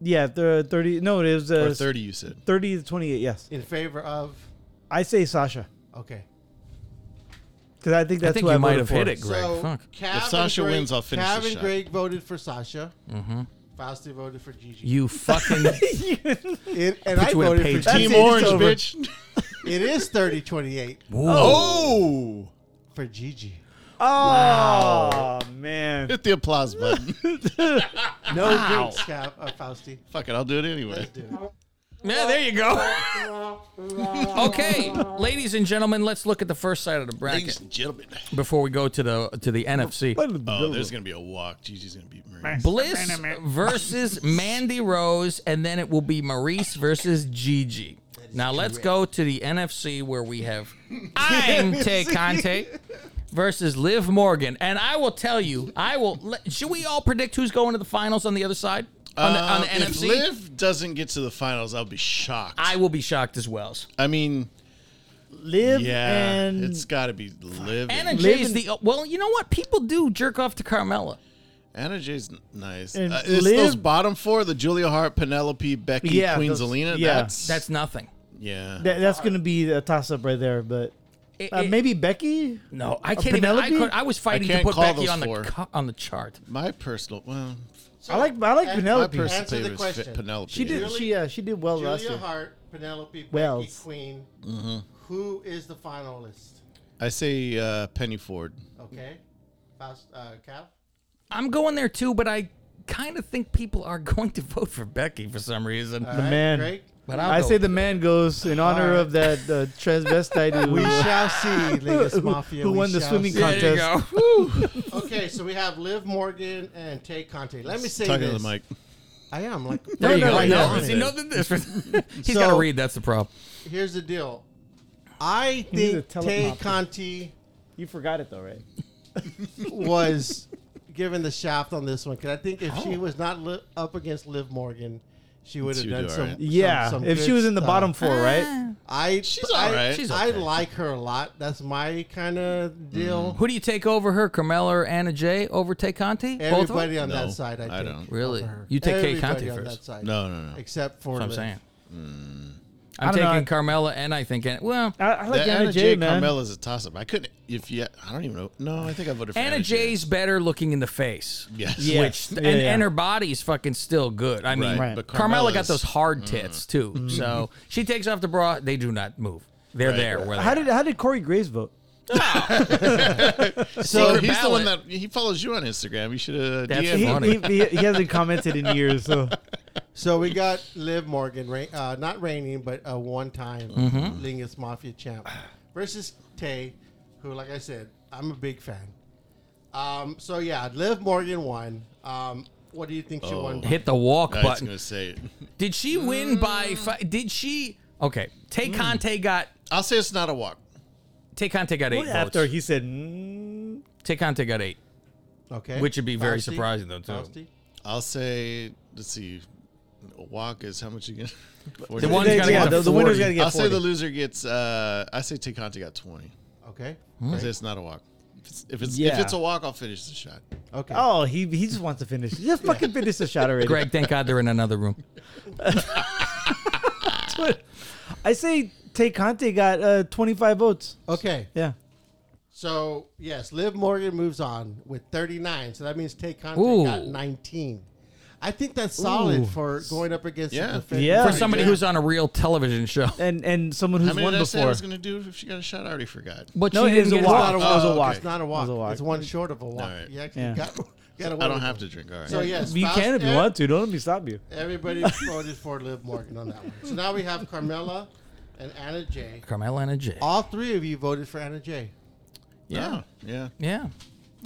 F: yeah, the 30. No, it was. Uh,
M: Or 30, you said.
F: 30 to 28, yes.
N: in favor of.
F: I say Sasha.
N: Okay.
F: because I think that's
C: think
F: who
C: you
F: I
C: might
F: voted
C: have
F: for.
C: hit it, Greg.
N: So,
C: Fuck.
N: Cav
M: If
N: and
M: Sasha
N: Greg-
M: wins, I'll finish
N: Cav
M: this
N: and
M: shot.
N: Greg voted for Sasha.
C: Mhm.
N: Fausti voted for Gigi.
C: You fucking-
N: It- and
C: Put
N: I
C: you in a
N: voted
C: page.
N: for
C: Team
N: That's it, it's
C: Orange,
N: over.
C: bitch.
N: it is 30 28.
C: Ooh.
M: Oh.
N: For Gigi.
F: Oh
M: Wow.
F: man!
M: Hit the applause button.
N: no
M: Wow.
N: drinks, Cav, uh, Fausti.
M: Fuck it, I'll do it anyway.
C: Yeah, there you go. okay, ladies and gentlemen, let's look at the first side of the bracket.
M: Ladies and gentlemen.
C: Before we go to the to the NFC.
M: Oh, there's gonna be a walk. Gigi's gonna beat Marie.
C: Bliss versus Mandy Rose, and then it will be Maurice versus Gigi. Now let's go to the NFC where we have I'm Tay Conte versus Liv Morgan. And I will tell you, I will. Let, should we all predict who's going to the finals on the other side? On the, on the
M: Um, If
C: NFC?
M: Liv doesn't get to the finals, I'll be shocked.
C: I will be shocked as well.
M: I mean,
F: Liv
M: yeah,
F: and-
M: it's got to be Liv.
C: Anna Jay's the. Well, you know what? People do jerk off to Carmella.
M: Anna Jay's n- nice.
C: And
M: Uh, it's
C: Liv-
M: those bottom four: the Julia Hart, Penelope, Becky,
F: Yeah,
M: Queen
F: those-
M: Zelina.
F: yeah.
M: That's
C: That's nothing.
F: Uh,
M: yeah.
F: That, that's gonna be a toss up right there, but
C: It-
F: uh,
C: it-
F: maybe Becky.
C: No, I
F: Or
C: can't even. I,
F: Penelope?
C: could, I was fighting to
M: can't
C: put
M: call
C: Becky
M: those
C: on the
M: four.
C: co- on the chart.
M: My personal, well,
F: I like I like
N: Answer-
F: Penelope.
M: My personal
N: answer the
M: favorite is Fe-
N: question.
M: Penelope.
F: She did.
M: yeah.
F: She uh, she did well
N: Julia
F: last year.
N: Hart, Penelope, Becky
F: Wells. Mm-hmm.
N: Queen.
M: Mhm.
N: Who is the finalist?
M: I say uh, Penny Ford.
N: Okay. Faust, uh, Cav?
C: I'm going there too, but I kind of think people are going to vote for Becky for some reason.
F: The man.
C: But I'll
F: Uh, I
C: go-
F: say the man goes in honor of that uh, transvestite who
N: We shall see, Lagos
F: who-
N: Mafia,
F: who
N: we
F: won the
N: shall
F: swimming
N: see.
F: contest.
C: There you
N: okay, so we have Liv Morgan and Tay Conte. Let me say
M: Talking
N: this.
M: to the mic.
N: I am like
C: There you go.
N: right
C: No,
N: now.
C: see, no, the difference. He's
N: So-
C: got to read. That's the problem.
N: Here's the deal. I
F: You need a
N: think Tay
F: teleprompter.
N: Conti
F: You forgot it though, right?
N: was given the shaft on this one because I think if she was not li- up against Liv Morgan, she would have
F: She would
N: done
F: do
N: some,
F: alright.
N: some-
F: Yeah,
N: some
F: if she
N: good
F: was in the
N: stuff.
F: bottom four, right?
N: I
F: She's
N: I,
F: alright. She's
N: I
F: okay.
N: like her a lot. That's my kind of deal.
C: Uh, Who do you take over her, Carmella or Anna Jay over Tay Conti? Both of them?
N: Everybody on that side, I,
M: I
N: think.
M: don't.
C: Really?
N: over her.
C: You take Tay
N: Everybody
C: Conti
N: on
C: first.
N: that side.
M: No, no, no.
N: Except for
C: That's what I'm
N: Liv.
C: saying.
F: I
C: I'm
F: don't know,
C: taking Carmella and I think Anna. Well,
F: Ah. I like
M: The
F: Anna Jay, man.
M: Carmella's a toss-up. I couldn't. If yeah, I don't even know. No, I think I voted for Anna,
C: Anna Jay's better looking in the face.
M: Yes.
C: Which
M: Yes.
C: and,
M: Yeah, yeah.
C: and her body's fucking still good. I mean,
M: Right, Right. but
C: Carmella got
M: Carmella's-
C: those hard
M: Mm-hmm.
C: tits too. So she takes off the bra. They do not move. They're there. Where they
F: How did how did Corey Graves vote?
M: So
C: Secret
M: he's the one that
C: ballot.
M: he follows you on Instagram. You should have
C: That's
M: DM'd
F: He,
M: him.
F: he, he, he hasn't commented in years, so
N: So we got Liv Morgan, reign- uh, not reigning, but a one-time
C: Mm-hmm.
F: Mhm.
N: Lingus Mafia champ versus Tay, who, like I said, I'm a big fan. Um, so yeah, Liv Morgan won. Um, what do you think she won? by?
C: Oh. hit the walk
M: I was
C: button.
M: gonna say it.
C: Did she win by? Fi- did she? Okay, Tay Conte got.
M: I'll say it's not a walk.
C: Tay Conte got eight
F: Well, after
C: votes.
F: he said, "Mm,
C: Tay Conte got eight.
N: Okay,
C: Which would be very
N: Fausti?
C: surprising though too.
N: Fausti?
M: I'll say. Let's see. A walk is how much you get.
C: The one's gotta Yeah, get the- the winner's 40. gotta get
M: I'll say
C: 40.
M: the loser gets. Uh, I say Tikante got twenty.
N: Okay.
M: I
C: Hmm.
N: Okay.
M: say it's not a walk. If it's if it's,
F: Yeah.
M: if it's a walk, I'll finish the shot.
N: Okay.
F: "Oh, he he just wants to finish. Just fucking finish the shot already."
C: Greg, thank God they're in another room.
F: I say Tay Conte got uh, 25 votes.
N: Okay.
F: Yeah.
N: So yes, Liv Morgan moves on with 39. So that means Tay Conte
F: Ooh.
N: got 19. I think that's solid
F: Ooh.
N: for going up against
M: Yeah.
N: the defending
F: Yeah.
C: For somebody who's on a real television show.
F: And and someone who's
M: how many
F: won
M: did I say I
F: before.
M: was gonna do if she got a shot? I already forgot.
C: But
F: No,
C: she
F: it
C: didn't
F: is a
C: get-
F: walk.
N: It's not a
F: Oh,
N: walk.
F: okay.
N: It's not a walk.
F: It was a walk.
N: It's one short of a walk.
M: All right.
N: You actually
F: Yeah.
N: got, got
M: I
N: away
M: don't
N: with
M: have
N: it.
M: to drink. All right.
N: So yes,
F: you
N: Faust
F: can if you
N: and-
F: want to. Don't let me stop you.
N: Everybody voted for Liv Morgan on that one. So now we have Carmella and Anna J.
C: Carmella and a J.
N: All three of you voted for Anna J.
C: Yeah.
M: yeah.
C: Yeah.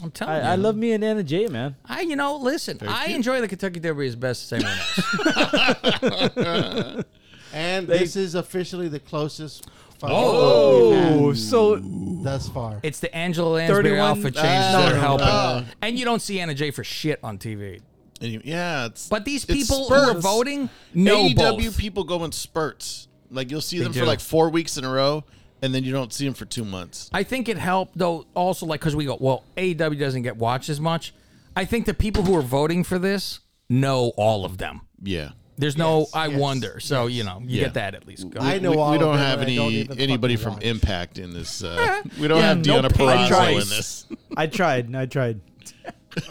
C: I'm telling
F: I,
C: you.
F: I love me and Anna J, man.
C: I you know, listen, I enjoy the Kentucky Derby as best as anyone else.
N: And this is officially the closest. final
C: Oh,
N: vote we've had
F: so
N: thus far.
C: it's the Angela Lansbury
F: 31
C: outfit changes
M: Ah,
C: that are
M: no,
C: helping.
M: no.
C: And you don't see Anna J for shit on TV.
M: And you- yeah, it's
C: But these
M: it's
C: people who are
M: spurts.
C: voting know
M: AEW
C: both.
M: E people go in spurts. Like you'll see
C: They
M: them
C: do.
M: for like four weeks in a row, and then you don't see them for two months.
C: I think it helped though. Also, like because we go, well, AEW doesn't get watched as much. I think the people who are voting for this know all of them.
M: Yeah.
C: There's no I wonder. So, you know, you
M: Yeah.
C: get that at least. Go.
M: We, we- we don't have any anybody from Impact in this. Uh, we don't
F: Yeah,
M: have
F: no
M: Deanna
F: pain, no
M: Perazzo
F: price.
M: in this.
F: I tried. I tried.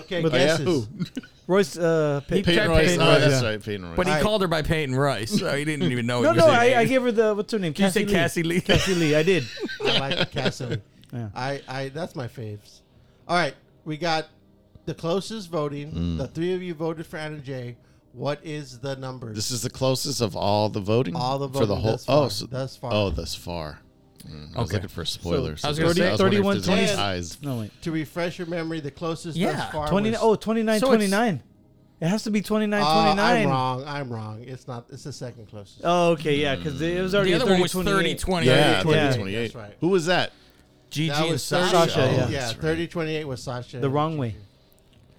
N: Okay,
F: But-
M: guesses.
F: Oh, yeah. Royce. Uh, Pey-
M: Peyton
F: Peyton
M: Royce.
F: Royce,
M: Oh, that's
F: yeah.
M: right, Peyton Royce.
C: But he
F: All right.
C: called her by Peyton Rice, so he didn't even know.
F: No,
C: it was E
F: no,
C: her name.
F: I, I gave her the what's her name?
C: Did you say Cassie Lee?
F: Cassie Lee. I did.
N: I like Cassie.
F: Yeah.
N: I, I that's my faves. All right, we got the closest voting.
M: Mm.
N: The three of you voted for Anna J. What is the number?
M: This is the closest of all the voting.
N: All the
M: for the
N: voting thus
M: whole.
N: far,
M: oh, so,
N: thus far.
M: Oh, thus far. Mm, I was
C: Okay.
M: looking for spoilers.
F: So- I was
M: Okay,
F: gonna say-
M: wondering if
F: 31,
M: there's any
F: 20
M: ties.
F: No, wait.
N: To refresh your memory, the closest
F: Yeah.
N: thus far
F: 20,
N: was-
F: oh, 29,
N: So it's-
F: 29. It has to be 29,
N: Uh,
F: 29.
N: I'm wrong. I'm wrong. It's not. It's the second closest.
F: Oh, okay, yeah, because it was already
C: The other one was
F: 30,
C: 30-28.
M: Yeah,
F: 30,
M: 28.
N: That's right.
M: Who was that?
C: Gigi
N: That
C: and
N: was
C: Sasha.
N: 30
F: Sasha, yeah.
N: Yeah,
F: That's right.
N: thirty twenty eight was Sasha.
F: The wrong way.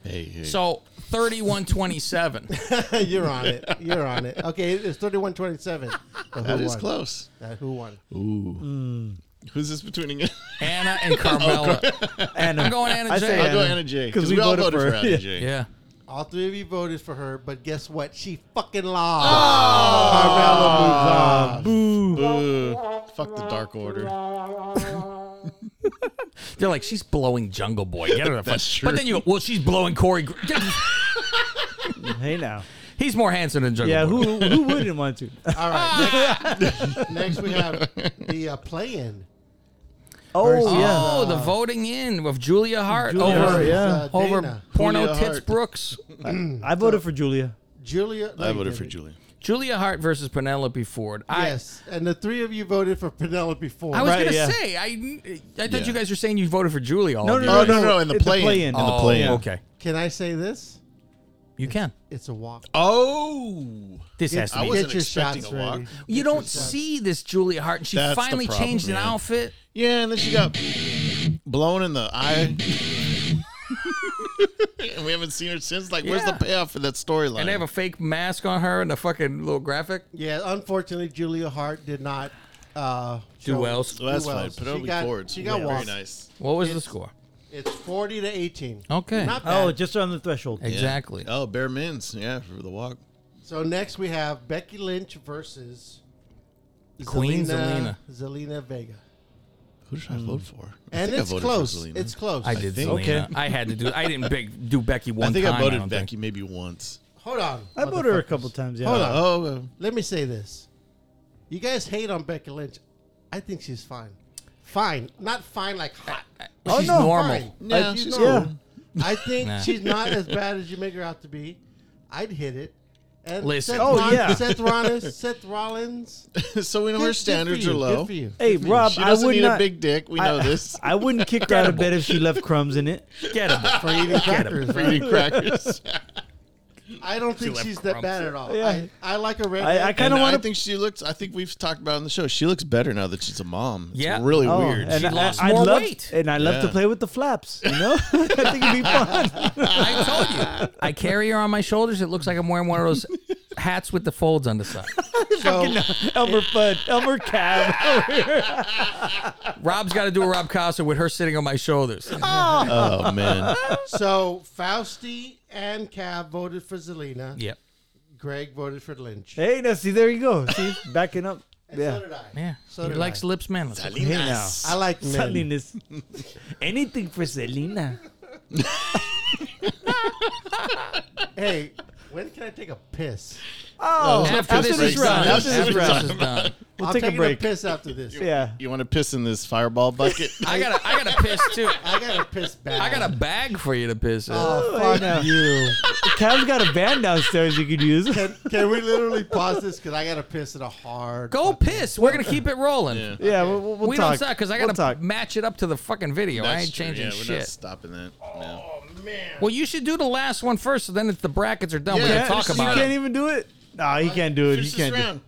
M: Hey, hey.
C: So 3127.
N: You're on it. You're on it. Okay, it's thirty-one twenty-seven.
M: That is close.
N: That who won?
M: Ooh. Who's this between again?
C: Anna and Carmela.
F: Anna.
C: I'm going Anna
F: I
C: J.
F: say
M: I'll go Anna J.
F: 'Cause
M: Because
F: we
M: we, all
F: voted
M: voted
F: for
M: for,
F: her.
M: Anna J.
C: Yeah.
N: All three of you voted for her, but guess what? She fucking lost.
M: Oh!
N: Carmella moves on.
F: Boo.
M: Boo. Fuck the Dark Order.
C: They're like, she's blowing Jungle Boy. Get her the fuck.
M: That's true.
C: But then you go, well, she's blowing Corey. Gr-
F: Hey, now.
C: He's more handsome than Jungle
F: Yeah,
C: Boy.
F: who who wouldn't want to?
N: All right. Next, next we have the uh, play-in.
F: Oh,
N: Versus,
F: yeah.
C: Oh, the voting in of Julia Hart
F: Julia
C: over,
F: Hart,
N: yeah.
C: over
N: uh, Dana.
C: porno
M: Julia
C: tits
M: Hart.
C: Brooks.
F: I voted for Julia.
N: Julia. no,
M: I
N: you
M: voted for
N: didn't.
M: Julia.
C: Julia Hart versus Penelope Ford. I,
N: Yes, and the three of you voted for Penelope Ford.
C: I was
F: Right,
C: gonna
F: yeah.
C: say I, I thought
M: Yeah.
C: you guys were saying you voted for Julia. All
F: No,
C: of
F: no,
C: you,
F: no,
M: Oh
C: right?
M: no no! In the
F: It's a
M: play-in.
F: play-in.
M: In
C: Oh,
M: the play-in.
C: Okay,
N: Can I say this?
C: you can.
N: It's a walk.
M: Oh.
C: This has
M: I
C: to be.
M: wasn't
N: Get your
M: expecting
N: shots
M: a walk.
N: ready.
C: You don't see this Julia Hart, and she
M: That's the
C: finally
M: problem,
C: changed an
M: man.
C: outfit.
M: Yeah, and then she got blown in the eye. and we haven't seen her since. Like, where's the
C: Yeah.
M: payoff for that storyline?
C: And they have a fake mask on her and a fucking little graphic.
N: Yeah, unfortunately, Julia Hart did not uh,
C: Do
N: show-
C: well.
M: so that's
N: do well.
M: fine.
N: She
M: Penelope
N: got-
M: Ford.
N: She got
M: very
N: walked.
M: nice.
C: What was the score?
N: It's forty to eighteen.
C: Okay.
N: Not bad.
F: Oh, just on the threshold.
M: Yeah.
C: Exactly.
M: Oh, bare mins. Yeah, for the walk.
N: so next we have Becky Lynch versus
C: Queen
N: Zelina Zelina Vega,
M: Who did I vote for? I
N: and
M: think I
N: it's
M: voted for
N: close.
M: Zelina.
N: It's close.
C: I did.
M: think-
C: Zelina.
F: Okay.
C: I had to do. I didn't big, do Becky one
M: I think
C: time.
M: I voted
C: don't think.
M: Becky maybe once.
N: Hold on.
F: I voted her a
N: motherfuckers.
F: couple times, yeah.
N: Hold on.
M: Oh, uh,
N: Let me say this: you guys hate on Becky Lynch. I think she's fine. Fine, not fine like hot.
C: Oh, She's no. normal.
N: Fine.
M: Yeah,
N: Like,
M: she's
N: normal. I think
C: Nah.
N: she's not as bad as you make her out to be. I'd hit it. And
C: Listen.
N: Seth
C: Oh,
N: Rollins,
F: yeah.
N: Seth Rollins. Seth Rollins.
M: so we know
N: Good-
M: her
N: good
M: standards
N: for
M: are
N: you,
M: low.
N: Good for you.
F: Hey, Rob,
M: She
F: I
M: doesn't
F: would
M: need
F: not.
M: a big dick. We know
F: I,
M: this.
F: I wouldn't kick her out of bed if she left crumbs in it.
C: Get him.
N: For eating crackers,
M: For
N: right?
M: eating crackers.
N: I don't think
C: left
N: she's that
C: crumbs.
N: bad at all.
F: Yeah.
N: I, I like a red.
F: I, I kind
M: And
F: of
M: I
F: want to.
M: think she looks. I think we've talked about it on the show. She looks better now that she's a mom. It's
C: Yeah.
M: really
F: Oh,
M: weird.
F: and
C: She
F: I,
C: lost
F: I'd
C: more
F: love,
C: weight.
F: and I love to
M: Yeah.
F: play with the flaps. You know, I think it'd be fun.
C: I told you. I carry her on my shoulders. It looks like I'm wearing one of those hats with the folds on the side.
F: Elmer Fudd, Elmer Cab.
C: Rob's got to do a Rob Casa with her sitting on my shoulders.
M: oh man.
N: so Fausti and Cav voted for Zelina.
C: Yep.
N: Greg voted for Lynch.
F: hey, now see, there you go. See, backing up.
N: And so
F: Yeah.
N: did I.
C: Yeah.
N: So
C: he
N: did
C: likes
N: I.
C: lips, man. Let's-
F: Hey now,
N: I like men.
F: Salinas. Anything for Selena.
N: Hey, when can I take a piss?
F: Oh,
C: After, this, is done.
F: After this
C: After
F: round.
C: this is done.
F: We'll
N: I'm
F: take a
N: taking
F: break.
N: piss after this.
F: Yeah.
M: You want to piss in this fireball bucket?
C: I gotta, I gotta piss too.
N: I got a piss bag.
C: I got a bag for you to piss in.
N: Oh,
F: Right
N: fuck
F: now.
N: you.
F: Cav's got a band downstairs you could use.
N: Can, can we literally pause this? Because I got to piss in a hard.
C: Go piss. We're gonna keep it rolling.
M: Yeah.
F: Yeah, we'll, we'll, we'll
C: we
F: talk.
C: don't suck because I
F: We'll
C: gotta
F: talk.
C: match it up to the fucking video. I
M: That's
C: ain't
M: true.
C: changing
M: yeah, We're not
C: shit.
M: stopping that.
N: Oh,
M: No.
C: Well, you should do the last one first, so then if the brackets are done, we
M: Yeah,
C: can talk
M: you
F: You
C: about
F: can't
C: it.
F: even do it. No, he can't do it.
M: Finish this
F: you can't. Do
M: round.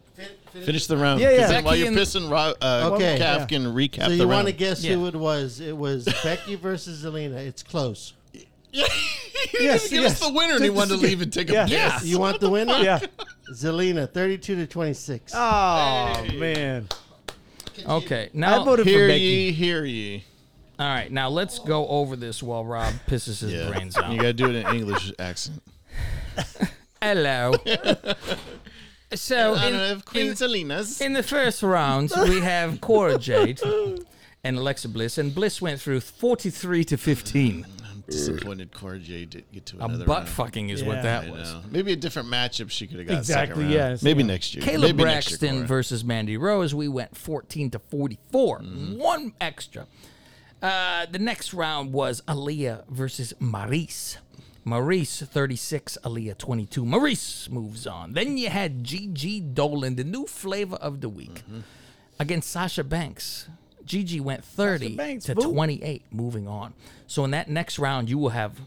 M: Finish the round.
F: Yeah, yeah.
M: 'cause then While
C: Becky
M: you're
C: and-
M: pissing, Ro- uh,
N: Okay.
M: Calf
N: Yeah.
M: can recap
N: So
M: the
N: you
M: round.
N: want to guess
C: Yeah.
N: who it was? It was Becky versus Zelina. It's close.
M: Yeah.
F: Yes,
M: yes, give
F: yes.
M: us the winner, and he
F: Take
M: wanted to
F: this
M: leave and take a
F: Yeah.
M: piss.
C: Yeah.
N: You want the winner?
F: Yeah.
N: Zelina, thirty-two to twenty-six.
F: Oh man.
C: Okay. Now,
F: I voted for
M: Hear
F: Becky.
M: ye, hear ye.
C: all right. Now let's go over this while Rob pisses his
M: Yeah.
C: brains out.
M: You gotta do it in an English accent.
C: Hello. So
M: I don't
C: in,
M: know, Queen Selena's.
C: in the first round, we have Cora Jade and Alexa Bliss, and Bliss went through forty-three to fifteen.
M: disappointed Cora Jade didn't get to
C: A
M: another
C: butt
M: round.
C: fucking is what Yeah. that
M: I
C: was.
M: know. Maybe a different matchup she could have got.
C: Exactly,
M: Second round.
C: yes,
M: Maybe
C: yeah.
M: next year.
C: Caleb
M: Maybe next year,
C: Braxton
M: Cora.
C: versus Mandy Rose. We went 14 to 44.
M: Mm-hmm.
C: One extra. Uh, the next round was Aaliyah versus Maurice. Maurice 36, Aaliyah 22. Maurice moves on. Then you had Gigi Dolan, the new flavor of the week,
M: Mm-hmm.
C: against Sasha Banks. Gigi went 30
O: Banks,
C: to
O: boo.
C: 28, moving on. So in that next round, you will have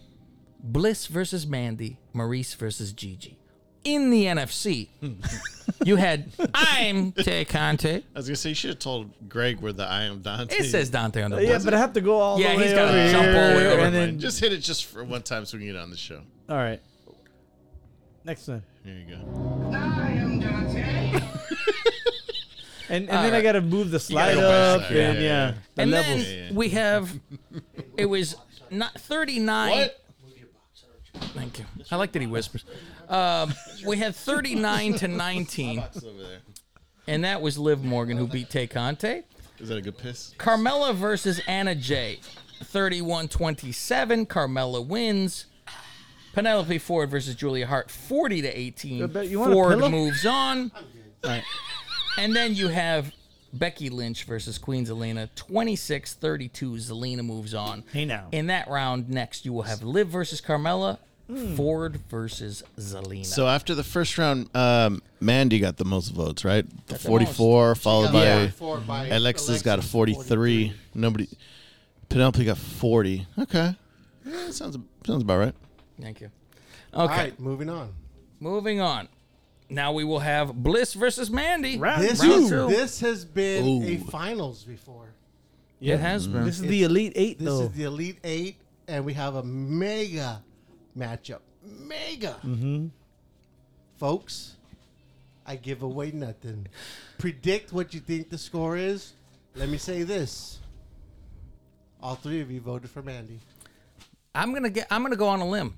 C: Bliss versus Mandy, Maurice versus Gigi. In the NFC, you had I'm Tay Conte.
M: I was gonna say you should have told Greg where the I am Dante.
C: It says Dante on the
F: yeah, but I have to go all
C: Yeah,
F: the way
C: he's gotta
F: over
C: jump
F: here,
C: all the way over.
F: And then,
M: just hit it just for one time so we can get on the show.
F: all right. Next one.
M: Here you go.
F: And, and then I got to move the
C: gotta
F: slide
C: go back
F: up,
C: to that.
F: and yeah,
C: Yeah, yeah, yeah.
F: the
C: and
F: levels.
C: then we have it was not 39. Thank you. I like that he whispers. Um, we had 39 to 19,
M: Box over there.
C: and that was Liv Morgan who beat Tay Conte.
M: Is that a good piss?
C: Carmella versus Anna Jay, 31 27. Carmella wins. Penelope Ford versus Julia Hart, 40 to 18.
F: I bet you want a
C: Ford
F: pillow?
C: moves on. And then you have Becky Lynch versus Queen Zelina, 26 32. Zelina moves on.
F: Hey now.
C: In that round next, you will have Liv versus Carmella,
F: Hmm.
C: Ford versus Zelina.
M: So after the first round, um, Mandy got the most votes, right? The
C: Got the
M: forty-four,
C: most. She
M: followed
C: got
M: by,
C: Yeah. 44 by
M: Alexa's got a
C: Alexa's
M: forty-three. Nobody, Penelope got forty. Okay, Yeah, sounds sounds about right.
C: Thank you. Okay.
N: All right, moving on.
C: Moving on. Now we will have Bliss versus Mandy. Round,
N: This,
C: round two.
N: this has been a
C: Ooh.
N: finals before.
C: It has been.
F: This is the Elite Eight,
N: This
F: though.
N: is the Elite Eight, and we have a mega matchup. Mega.
F: mm-hmm.
N: Folks, I give away nothing. Predict what you think the score is. Let me say this. All three of you voted for Mandy.
C: I'm gonna get. I'm gonna go on a limb.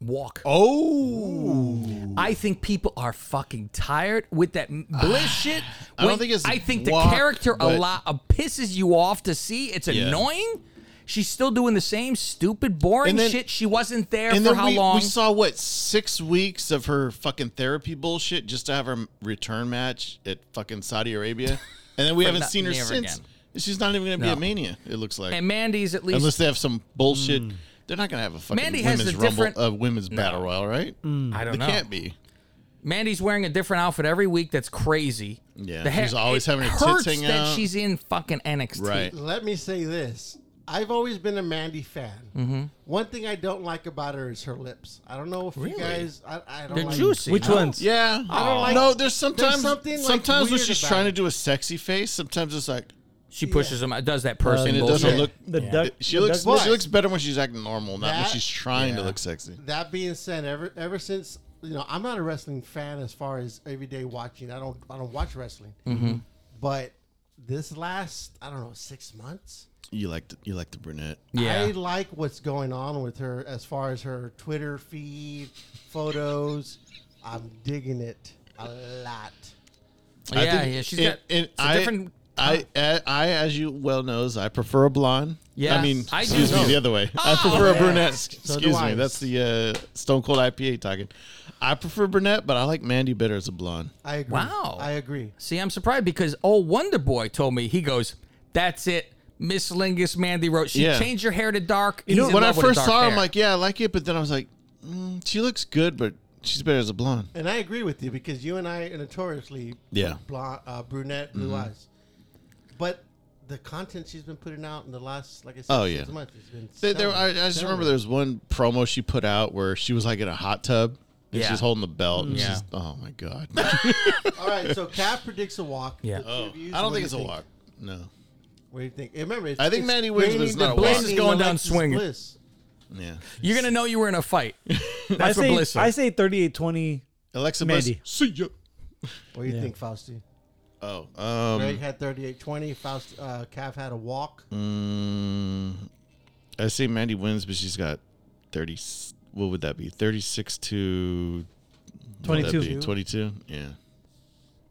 C: Walk.
M: Oh.
C: I think people are fucking tired with that m- bliss shit.
M: I don't
C: When-
M: think it's
C: I think
M: walk,
C: the character a
M: but-
C: lot uh, pisses you off to see. It's
M: Yeah.
C: annoying. She's still doing the same stupid, boring
M: And then-
C: shit. She wasn't there
M: and
C: for
M: then
C: how
M: we,
C: long?
M: we saw what six weeks of her fucking therapy bullshit just to have her return match at fucking Saudi Arabia, and then we
C: For
M: haven't
C: not-
M: seen her
C: never
M: since.
C: again.
M: She's not even gonna be
C: No.
M: at Mania. It looks like.
C: and Mandy's at least.
M: unless they have some bullshit. They're not gonna have a fucking
C: Mandy has
M: women's
C: a
M: rumble,
C: different-
M: uh, women's battle royal, right?
C: I don't
M: They
C: know.
M: Can't be.
C: Mandy's wearing a different outfit every week. That's crazy.
M: Yeah,
C: The hair-
M: she's always
C: it
M: having her
C: hurts
M: tits hanging
C: that
M: out.
C: she's in fucking NXT.
M: Right.
N: Let me say this. I've always been a Mandy fan.
C: Mhm.
N: One thing I don't like about her is her lips. I don't know if you guys, I, I don't
C: They're
N: like
C: juicy. Which
N: I don't-
C: ones?
M: Yeah.
N: I don't like.
M: no, there's sometimes
N: something, like,
M: sometimes when
N: weird
M: she's
N: about
M: trying
N: it.
M: to do a sexy face, sometimes it's like
C: She pushes them. Does that person?
M: Uh, and it doesn't
C: bullshit.
M: look.
F: The duck-
M: it- she
F: the
M: looks.
N: duck
M: She
N: voice.
M: looks better when she's acting normal, not when
N: That-
M: she's trying to
N: yeah.
M: look sexy.
N: That being said, ever ever since you know, I'm not a wrestling fan as far as everyday watching. I don't I don't watch wrestling.
C: Mm-hmm.
M: Mhm.
N: But this last I don't know six months,
M: You like the, you like the brunette.
N: I like what's going on with her as far as her Twitter feed, photos. I'm digging it a lot.
M: I
C: Yeah,
M: think-
C: yeah, she's
M: and-
C: got-
M: and
C: it's a
M: I-
C: different-
M: I, I, I, as you well knows, I prefer a blonde.
C: Yeah,
M: I mean,
C: I do
M: excuse me,
C: too.
M: the other way. I
C: Oh,
M: prefer
C: yeah.
M: a brunette.
C: So
N: do
M: excuse
N: I.
M: me, that's the uh, Stone Cold IPA talking. I prefer brunette, but I like Mandy better as a blonde.
N: I agree.
C: Wow.
N: I agree.
C: See, I'm surprised because old Wonder Boy told me he goes, "That's it." Miss Lingus Mandy wrote, "She
M: Yeah.
C: changed her hair to dark."
M: You know,
C: He's in
M: when I
C: love with her
M: first
C: dark
M: saw her, I'm
C: hair.
M: like, yeah, I like it, but then I was like, mm, she looks good, but she's better as a blonde.
N: And I agree with you because you and I are notoriously
M: Yeah.
N: blonde, uh, brunette, blue
M: Mhm.
N: eyes. But the content she's been putting out in the last, like I said,
M: Oh yeah.
N: six months, has been.
M: There- there- I, I
N: stellar,
M: just
N: stellar.
M: remember there was one promo she put out where she was like in a hot tub and
C: Yeah. Mm.
M: she's holding the belt. And
C: Yeah.
M: she's, oh my god.
N: All right, so Cap predicts a walk.
C: Yeah.
N: The two
M: uh, Oh,
N: of you,
M: I
N: so
M: don't
N: what do
M: think
N: you
M: it's a walk. No.
N: What do you think? Remember, it's,
M: I think
N: it's
M: Mandy wins, but
N: Mandy
M: it's not a
N: the
M: walk.
N: Bliss
C: She's going down
N: Alexis
C: swinging.
N: Bliss.
M: Yeah.
C: "You're gonna know you were in a fight."
F: I
C: That's what
F: say
C: Bliss said.
F: I say 38-20
M: Alexa Bliss,
F: Mandy.
M: See ya.
N: What do you
F: Yeah.
N: think, Fausti?
M: Oh. Um,
N: Greg had thirty-eight twenty. Faust, uh, Cap had a walk.
M: mm, I say Mandy wins, but she's got 30. What would that be? 36 to What'd that
F: 22.
M: be? 22? Yeah.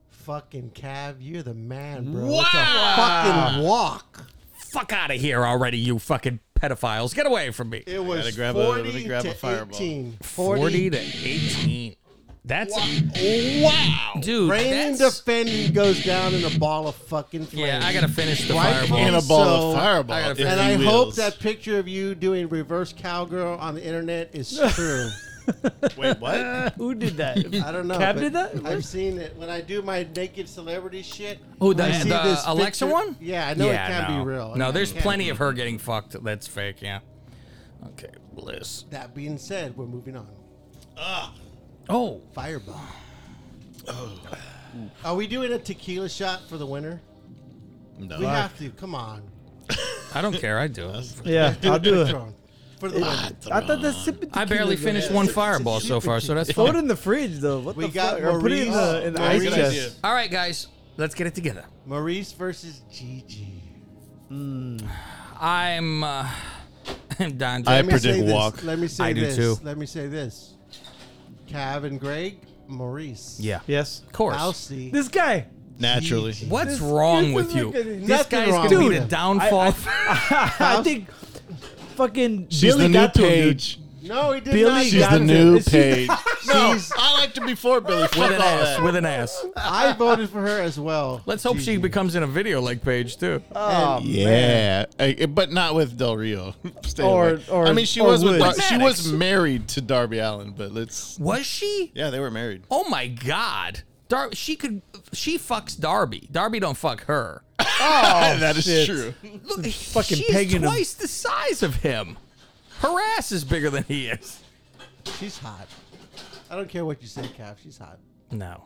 N: Fucking Cav, you're the man, bro. It's a fucking walk.
C: Fuck out of here already, you fucking pedophiles. Get away from me.
N: It was
M: gotta grab a- let me 40 grab a to fireball. 18.
C: 40, to 18. That's
N: Wow.
C: Dude,
N: Brandon
C: that's-
N: defending goes down in a ball of fucking flames.
C: Yeah, I gotta finish the fireball.
M: In a ball of fireball,
C: I gotta
M: if
C: finish-
N: And
M: he
N: I
M: wills.
N: hope that picture of you doing reverse cowgirl on the internet is true.
M: Wait, what?
F: Who did that?
N: I don't know.
F: Cab
N: but
F: did that?
N: I've seen it. When I do my naked celebrity shit.
C: Oh, the,
N: I see
C: the
N: this
C: Alexa
N: picture-
C: one?
N: Yeah, I know
C: Yeah,
N: it can
C: no.
N: be real.
C: No,
N: It
C: there's
N: can
C: plenty
N: be.
C: of her getting fucked. That's fake, yeah. Okay, bliss.
N: That being said, we're moving on.
C: Oh.
N: Fireball. Are we doing a tequila shot for the winner?
M: No.
N: We have to. Come on.
C: I don't care. I do it.
F: Yeah, I'll do it.
N: Patron. For the winner.
F: I thought that sipping
C: I barely
F: tequila-
C: finished one fireball so far, so that's
F: Throw it
C: fine.
F: in the fridge, though. What
N: We
F: the
N: got
F: fuck? Or put it in the, in the
N: Maurice.
F: ice
N: Good
F: chest.
N: idea.
C: All right, guys, let's get it together.
N: Maurice versus Gigi.
C: I'm uh, I'm Don.
M: I
N: Let me
C: Draper.
M: predict
N: say this.
M: walk.
N: Let me say
C: I do
N: this.
C: too.
N: Let me say this. Cav and Greg, Maurice.
C: Yeah.
F: Yes.
C: Of course.
N: Rousey.
F: This guy.
M: Naturally.
C: What's
F: This-
C: wrong
F: this
C: with
F: is
C: you?
F: like a-
C: This
N: nothing
C: guy's
N: wrong
C: gonna be
N: with
C: the
N: him.
C: downfall.
F: I think fucking
M: She's
F: Billy
M: the new
F: got to him, dude.
M: page.
N: No, he did
F: Billy
N: not.
M: She's
F: got
M: the
F: him.
M: new
F: It's- she's-
M: page. no, I liked her before Billy. Fuck all
C: with an ass.
M: that.
C: With an ass.
N: I voted for her as well. Oh,
C: Let's hope she becomes in a video like page too.
N: Uh,
M: Yeah, I- but not with Del Rio. Stay
F: Or-
M: away.
F: or-
M: I mean, she
F: or
M: was with
F: Woods.
M: Dar- she was
C: Maddox.
M: married to Darby Allen, but let's.
C: Was she?
M: Yeah, they were married.
C: Oh my god. Dar- she could she fucks Darby. Darby don't fuck her.
M: Oh, that is
F: shit.
M: true.
C: Look,
F: fucking
C: she's
F: pegging him.
C: twice the size of him. Her ass is bigger than he is.
N: She's hot. I don't care what you say, Cav. She's hot.
C: No.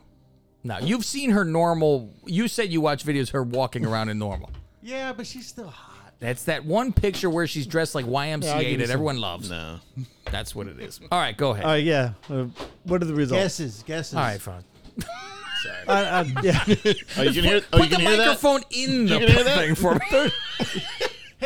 C: No. You've seen her normal you said you watch videos of her walking around in normal.
N: Yeah, but she's still hot.
C: That's that one picture where she's dressed like YMCA
F: Yeah, I'll give you
C: that
F: some.
C: everyone loves.
M: No,
C: That's what it is. All right, go ahead.
F: All right, yeah. Uh, what are the results?
N: Guesses, guesses.
C: All right, fine.
M: sorry.
F: I,
M: Are
F: I, yeah.
M: Oh, you gonna hear? Are you
C: Put the
M: gonna hear that?
C: microphone in the
M: You can hear that?
C: thing for me.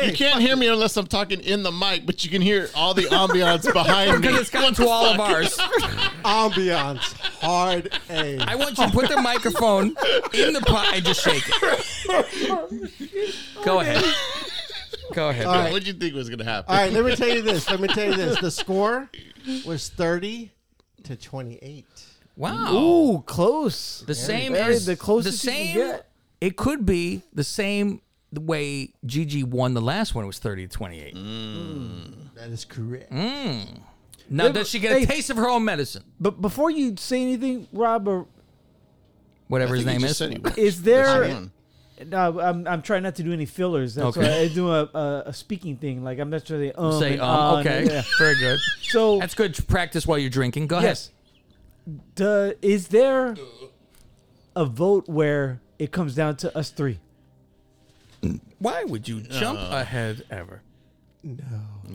M: you can't hear me unless I'm talking in the mic, but you can hear all the ambiance behind me.
C: Because it's gotten
M: What
C: to
M: the
C: all of
M: fuck?
C: ours.
N: Ambiance. Hard A.
C: I want you to put the microphone in the pot and just shake it. Go ahead. Go ahead.
N: All right.
M: What did you think was gonna happen?
N: All right, let me tell you this. Let me tell you this. The score was 30 to 28.
C: Wow.
F: Ooh, close.
C: the same
F: Very-
C: as
F: the
C: the
F: closest you can
C: same.
F: get.
C: It could be the same the way Gigi won the last one. It was 30 to 28.
N: That is correct.
C: Now, does she get a
F: Hey.
C: taste of her own medicine?
F: But before you say anything, Rob, or
C: Whatever his
M: I think
C: name
M: you just
C: is.
M: said he was.
F: is
M: Which
F: there?
M: one?
F: No, I'm, I'm trying not to do any fillers. That's
C: Okay.
F: why I do a, a, a speaking thing. Like I'm not sure they um
C: Say,
F: and
C: um,
F: ah and-
C: okay.
F: yeah.
C: Very good.
F: So
C: That's good practice while you're drinking. Go ahead.
F: yes, Duh, is there a vote where it comes down to us three?
C: Why would you jump ahead ever?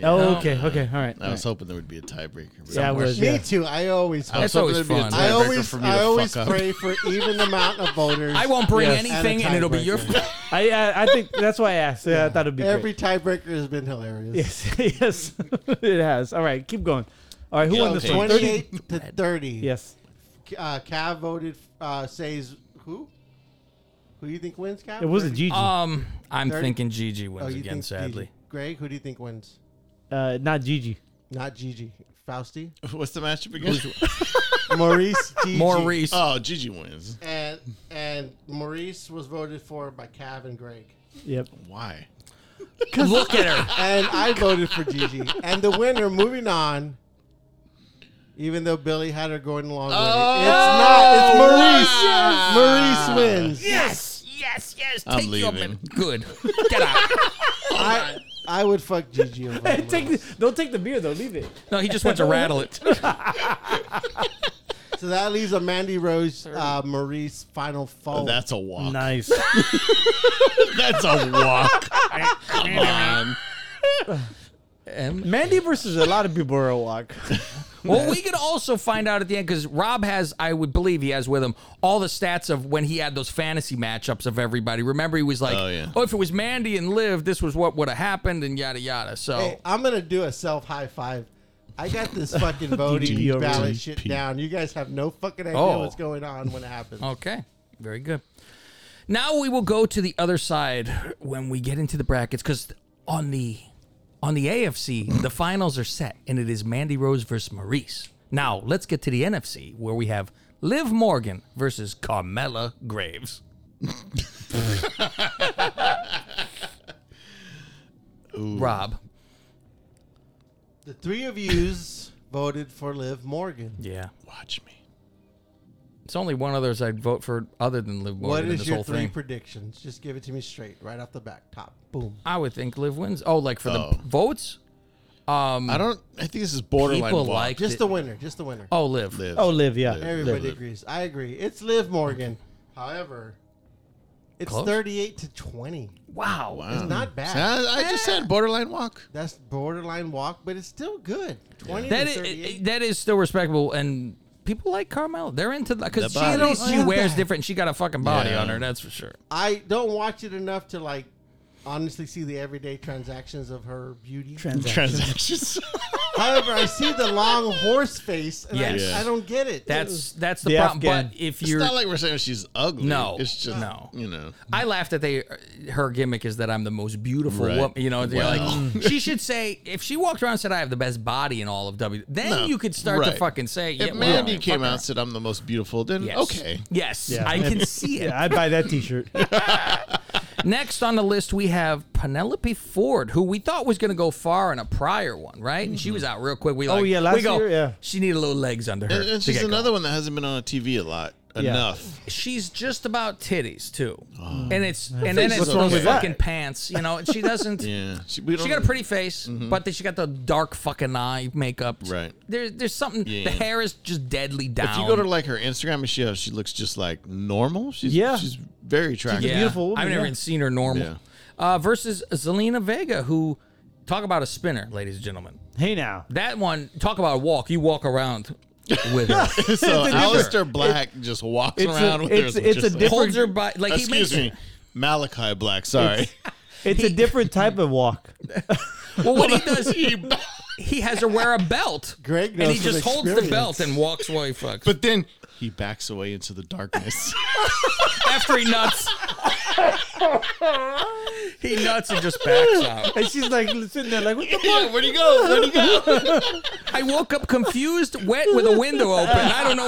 F: Oh, okay, okay, all right.
M: I
F: all
M: was
F: right.
M: hoping there would be a tiebreaker. but-
F: Yeah, I was.
N: Me
F: Yeah.
N: too. I always
M: I was
C: That's
M: hoping
C: always
M: there'd be a
C: fun.
N: I
M: tiebreaker
N: always,
M: for me
N: I
M: to
N: always
M: fuck up.
N: pray for even amount of voters.
C: I won't bring
F: Yes.
C: anything,
N: And
C: and
N: a
C: it'll be your.
N: tiebreaker.
F: I, I I think that's why I asked. Yeah, I thought it'd be great.
N: Every tiebreaker has been hilarious.
F: Yes, yes, it has. All right, keep going. All right, who won
M: Yeah,
F: this
M: okay.
F: one? 30?
N: 28 to 30.
F: Yes.
N: Uh, Cav voted, uh, says who? Who do you think wins, Cav?
F: It wasn't
N: Greg?
F: Gigi.
C: Um, I'm
N: Thirty-
C: thinking Gigi
N: Oh,
C: wins
N: you
C: again.
N: think
C: Sadly,
N: Gigi. Greg, who do you think wins?
F: Uh, not Gigi.
N: Not Gigi. Fausti?
M: What's the matchup again?
N: Maurice Gigi.
C: Maurice.
M: Oh, Gigi wins.
N: And, and Maurice was voted for by Cav and Greg.
F: Yep.
M: Why?
C: Look at her.
N: And I voted for Gigi. And the winner, moving on, even though Billy had her going the long way, it's not. It's Maurice. Maurice wins.
C: Yes, yes, yes.
M: I'm
C: Take your
M: leaving.
C: min- Good. Get out.
N: I, I would fuck Gigi over. Maurice.
F: Take the, don't take the beer though. Leave it.
C: no, he just went to rattle it.
N: So that leaves a Mandy Rose uh, Maurice final
C: Oh,
N: fall.
M: That's a walk.
F: Nice.
M: That's a walk. Come on.
C: Um,
F: Mandy versus a lot of people are a walk.
C: well, we could also find out at the end because Rob has, I would believe, he has with him all the stats of when he had those fantasy matchups of everybody. Remember, he was like,
M: Oh, yeah.
C: if it was Mandy and Liv, this was what would have happened," and yada yada. So
N: Hey, I'm gonna do a self high five I got this fucking
C: DGP.
N: voting ballot shit down. You guys have no fucking idea
C: Oh.
N: what's going on when it happens.
C: Okay. Very good. Now we will go to the other side when we get into the brackets because on the on the AFC the finals are set and it is Mandy Rose versus Maurice. Now let's get to the NFC where we have Liv Morgan versus Carmella Graves. Rob.
N: The three of yous voted for Liv Morgan.
C: Yeah.
M: Watch me.
C: It's only one others I'd vote for other than Liv Morgan
N: What
C: in
N: is
C: this
N: your
C: whole
N: three
C: thing.
N: predictions? Just give it to me straight, right off the back, top. Boom.
C: I would think Liv wins. Oh, like for
N: Oh.
C: the votes? Um,
M: I don't. I think this is borderline.
C: People
M: walk.
C: like
N: Just the winner. Just the winner.
C: Oh, Liv.
M: Liv.
F: Oh, Liv, yeah.
N: Everybody
F: Liv.
N: agrees. I agree. It's Liv Morgan. However, it's
M: Close.
N: 38 to 20.
C: Wow.
N: It's not bad.
M: I, I just said borderline walk.
N: That's borderline walk, but it's still good. 20
C: That
N: to
C: is
N: 38.
C: that is still respectable, and people like Carmel. They're into because
N: The
C: she at
N: body.
C: least she
N: Yeah.
C: wears different. She got a fucking body
M: Yeah.
C: on her, that's for sure.
N: I don't watch it enough to like honestly see the everyday transactions of her beauty.
M: Transactions. Transactions.
N: However, I see the long horse face and
C: Yes.
N: I, I don't get it.
C: That's that's the, problem. But if you're
M: it's not like we're saying she's ugly.
C: No.
M: it's just
C: No.
M: You know,
C: I laughed that they uh, her gimmick is that I'm the most beautiful
M: Right.
C: woman. You know, they're
M: Wow.
C: like she should say if she walked around and said I have the best body in all of W. Then
M: No.
C: you could start to
M: Right.
C: fucking say
M: If
C: yeah, well,
M: Mandy
C: fuck
M: came
C: her.
M: out and said I'm the most beautiful, then
C: Yes.
M: okay.
C: Yes, I can see it.
F: Yeah, I'd buy that T-shirt.
C: Next on the list, we have Penelope Ford, who we thought was going to go far in a prior one, right?
M: Mm-hmm.
C: And she was out real quick. We
F: Oh,
C: like,
F: yeah,
C: we
F: last
C: go,
F: year, yeah.
C: She needed a little legs under her.
M: And, and
C: to
M: she's
C: get
M: another one that hasn't been on TV a lot
C: Yeah.
M: enough.
C: She's just about titties too,
M: Oh.
C: and it's
M: Her
C: and then
M: face is
C: it's
M: What's wrong
C: those
M: with
C: fucking
M: that?
C: pants, you know. And she doesn't.
M: Yeah, she,
C: She got a pretty face, but then she got the dark fucking eye makeup.
M: Right.
C: There, there's something.
M: Yeah.
C: The hair is just deadly down.
M: If you go to like her Instagram, and she she looks just like normal. She's yeah. she's very attractive.
C: Yeah. I've never even seen her normal.
M: Yeah.
C: Uh, versus Zelina Vega, who talk about a spinner, ladies and gentlemen.
F: Hey now,
C: that one talk about a walk. You walk around with her.
M: so
C: It's a
M: Alistair
C: different-
M: Black just walks
C: it's a-
M: around with
C: it's-
M: her.
C: it's a
M: just
C: different- Holds her by- like, he
M: excuse
C: makes-
M: me, Malachi Black. Sorry,
F: It's a different type of walk.
C: Well, what he does, he, he has her wear a belt,
N: Greg
C: and
N: knows
C: he
N: from
C: just holds the
N: experience.
C: belt and walks while he fucks.
M: but then he backs away into the darkness.
C: After he nuts, he nuts and just backs out.
F: And she's like sitting there, like, what the
M: fuck? Where'd he go? Where'd he
F: go?
C: I woke up confused, wet, with a window open. I don't know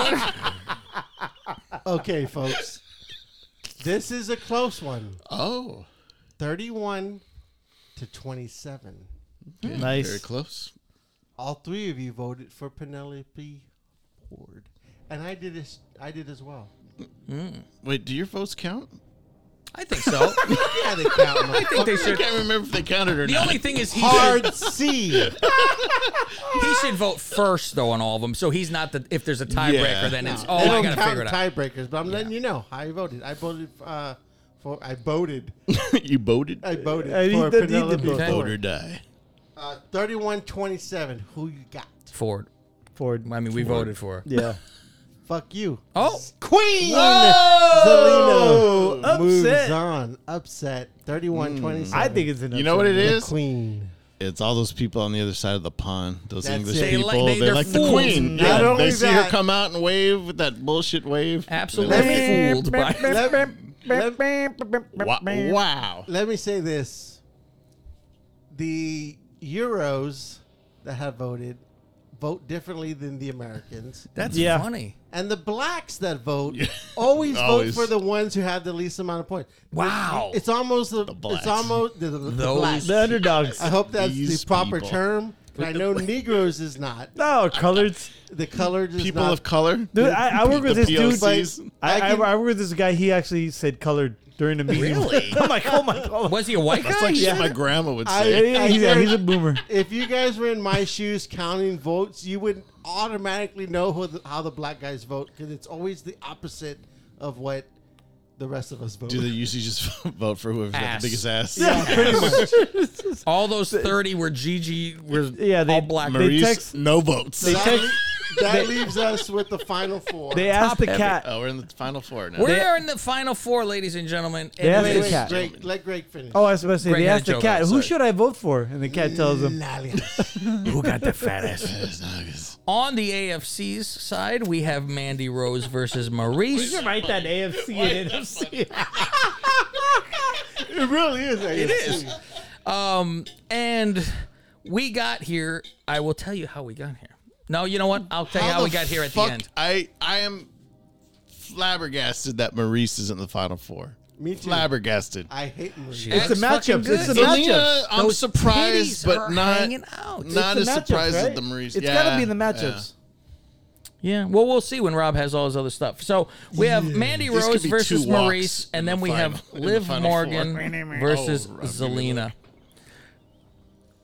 C: what.
N: okay, folks. This is a close one.
M: Oh.
N: 31 to 27.
M: Yeah,
F: Nice.
M: very close.
N: All three of you voted for Penelope Ford. And I did as I did as well.
M: Wait, do your votes count?
C: I think so.
N: yeah, they count.
C: I think they
M: I
C: should.
M: can't remember if they counted or
C: The
M: not.
C: only thing is, he
N: Hard C.
C: He should vote first though on all of them, so he's not the. If there's a tiebreaker,
M: Yeah.
C: then it's
N: No,
C: oh
N: they
C: I
N: don't
C: gotta
N: count
C: figure it out.
N: tiebreakers, but I'm letting you know how I voted. I voted uh, for I voted
M: you voted.
N: I voted
F: I need
N: for
F: to- need to
N: Penelope
F: vote.
N: Ford.
M: Vote or die.
N: Uh, 31-27. Who you got?
C: Ford.
F: Ford.
C: I mean, we voted for. her.
F: Yeah.
N: Fuck you.
C: Oh,
N: Queen
F: Whoa!
N: Zelina moves
F: Upset.
N: on. Upset. 31-27.
F: I think it's an
M: You know what it
F: upset.
M: is?
N: Queen.
M: It's all those people on the other side of the pond. Those
N: That's
M: English
N: it. They
M: people.
N: like-
M: They,
N: they- they're
M: are like the
N: fools.
M: queen.
N: Not
M: Yeah,
N: only
M: they see
N: that-
M: her come out and wave with that bullshit wave.
C: Absolutely fooled by. it.
N: Let,
M: Wa- wow.
N: let me say this. The Euros that have voted vote differently than the Americans.
C: That's
F: Yeah.
C: funny.
N: And the blacks that vote always, vote
M: Always.
N: for the ones who have the least amount of points.
C: Wow.
N: It's almost the,
M: blacks.
N: it's almost the, the, the
C: Those-
N: blacks.
F: The underdogs.
N: I hope that's
M: These
N: the proper
M: people.
N: term. but I know Negroes is not.
F: No, coloreds.
N: The colored is
M: People
N: not.
M: of color.
F: Dude, I, I work
M: The
F: with this dude.
M: POCs.
F: Like, I, I, I work with this guy. He actually said colored during the meeting.
M: Really?
F: I'm like, oh my god.
C: Was he a white
M: That's
C: guy?
M: like
F: Yeah.
M: shit my grandma would
N: I-
F: Yeah,
M: say.
F: yeah, he's, yeah, he's a boomer.
N: if you guys were in my shoes counting votes, you would automatically know who the, how the black guys vote because it's always the opposite of what the rest of us vote.
M: Do they usually just vote for whoever's got
C: Ass.
M: the biggest ass?
C: All those thirty were Gigi were
F: Yeah, they
C: all black.
F: They
M: Maurice,
F: text-
M: no votes.
F: They text,
N: That leaves us with the final four.
F: They asked the cat.
M: Oh, we're in the final four now.
C: We are in the final four, ladies and gentlemen.
F: They asked
C: And
F: the
C: ladies-
F: cat.
N: Greg, let Greg finish.
F: Oh, I was about to say,
C: Greg
F: they
C: had a
F: asked the
C: joke,
F: cat,
C: I'm
F: who
C: sorry.
F: should I vote for? And the cat tells them,
C: Who got the fat ass? On the AFC's side, we have Mandy Rose versus Maurice.
F: You can write that AFC and NFC. it really is AFC.
C: It is. Um, and we got here. I will tell you how we got here. No, you know what? I'll tell you how
M: the
C: we got here at
M: fuck-
C: the end.
M: I I am flabbergasted that Maurice isn't in the final four.
N: Me too.
M: Flabbergasted.
N: I hate Maurice.
F: It's a matchup. It's a matchup.
M: Alina, I'm
F: Those
M: surprised,
F: titties
M: but
F: are
M: not
F: hanging out. It's
M: not
F: the
M: as
F: matchup,
M: surprised
F: right?
M: at the Maurice.
F: It's
M: yeah,
F: gotta be in the
M: yeah.
F: matchups.
C: Yeah. Well, we'll see when Rob has all his other stuff. So we have Mandy
M: This could
C: Rose
M: be two
C: versus
M: walks
C: Maurice,
M: in
C: and
M: the
C: then we
M: final-
C: have
M: in the
C: Liv
M: final
C: Morgan
M: four.
C: versus
M: Oh, Rob, give me
C: Zelina.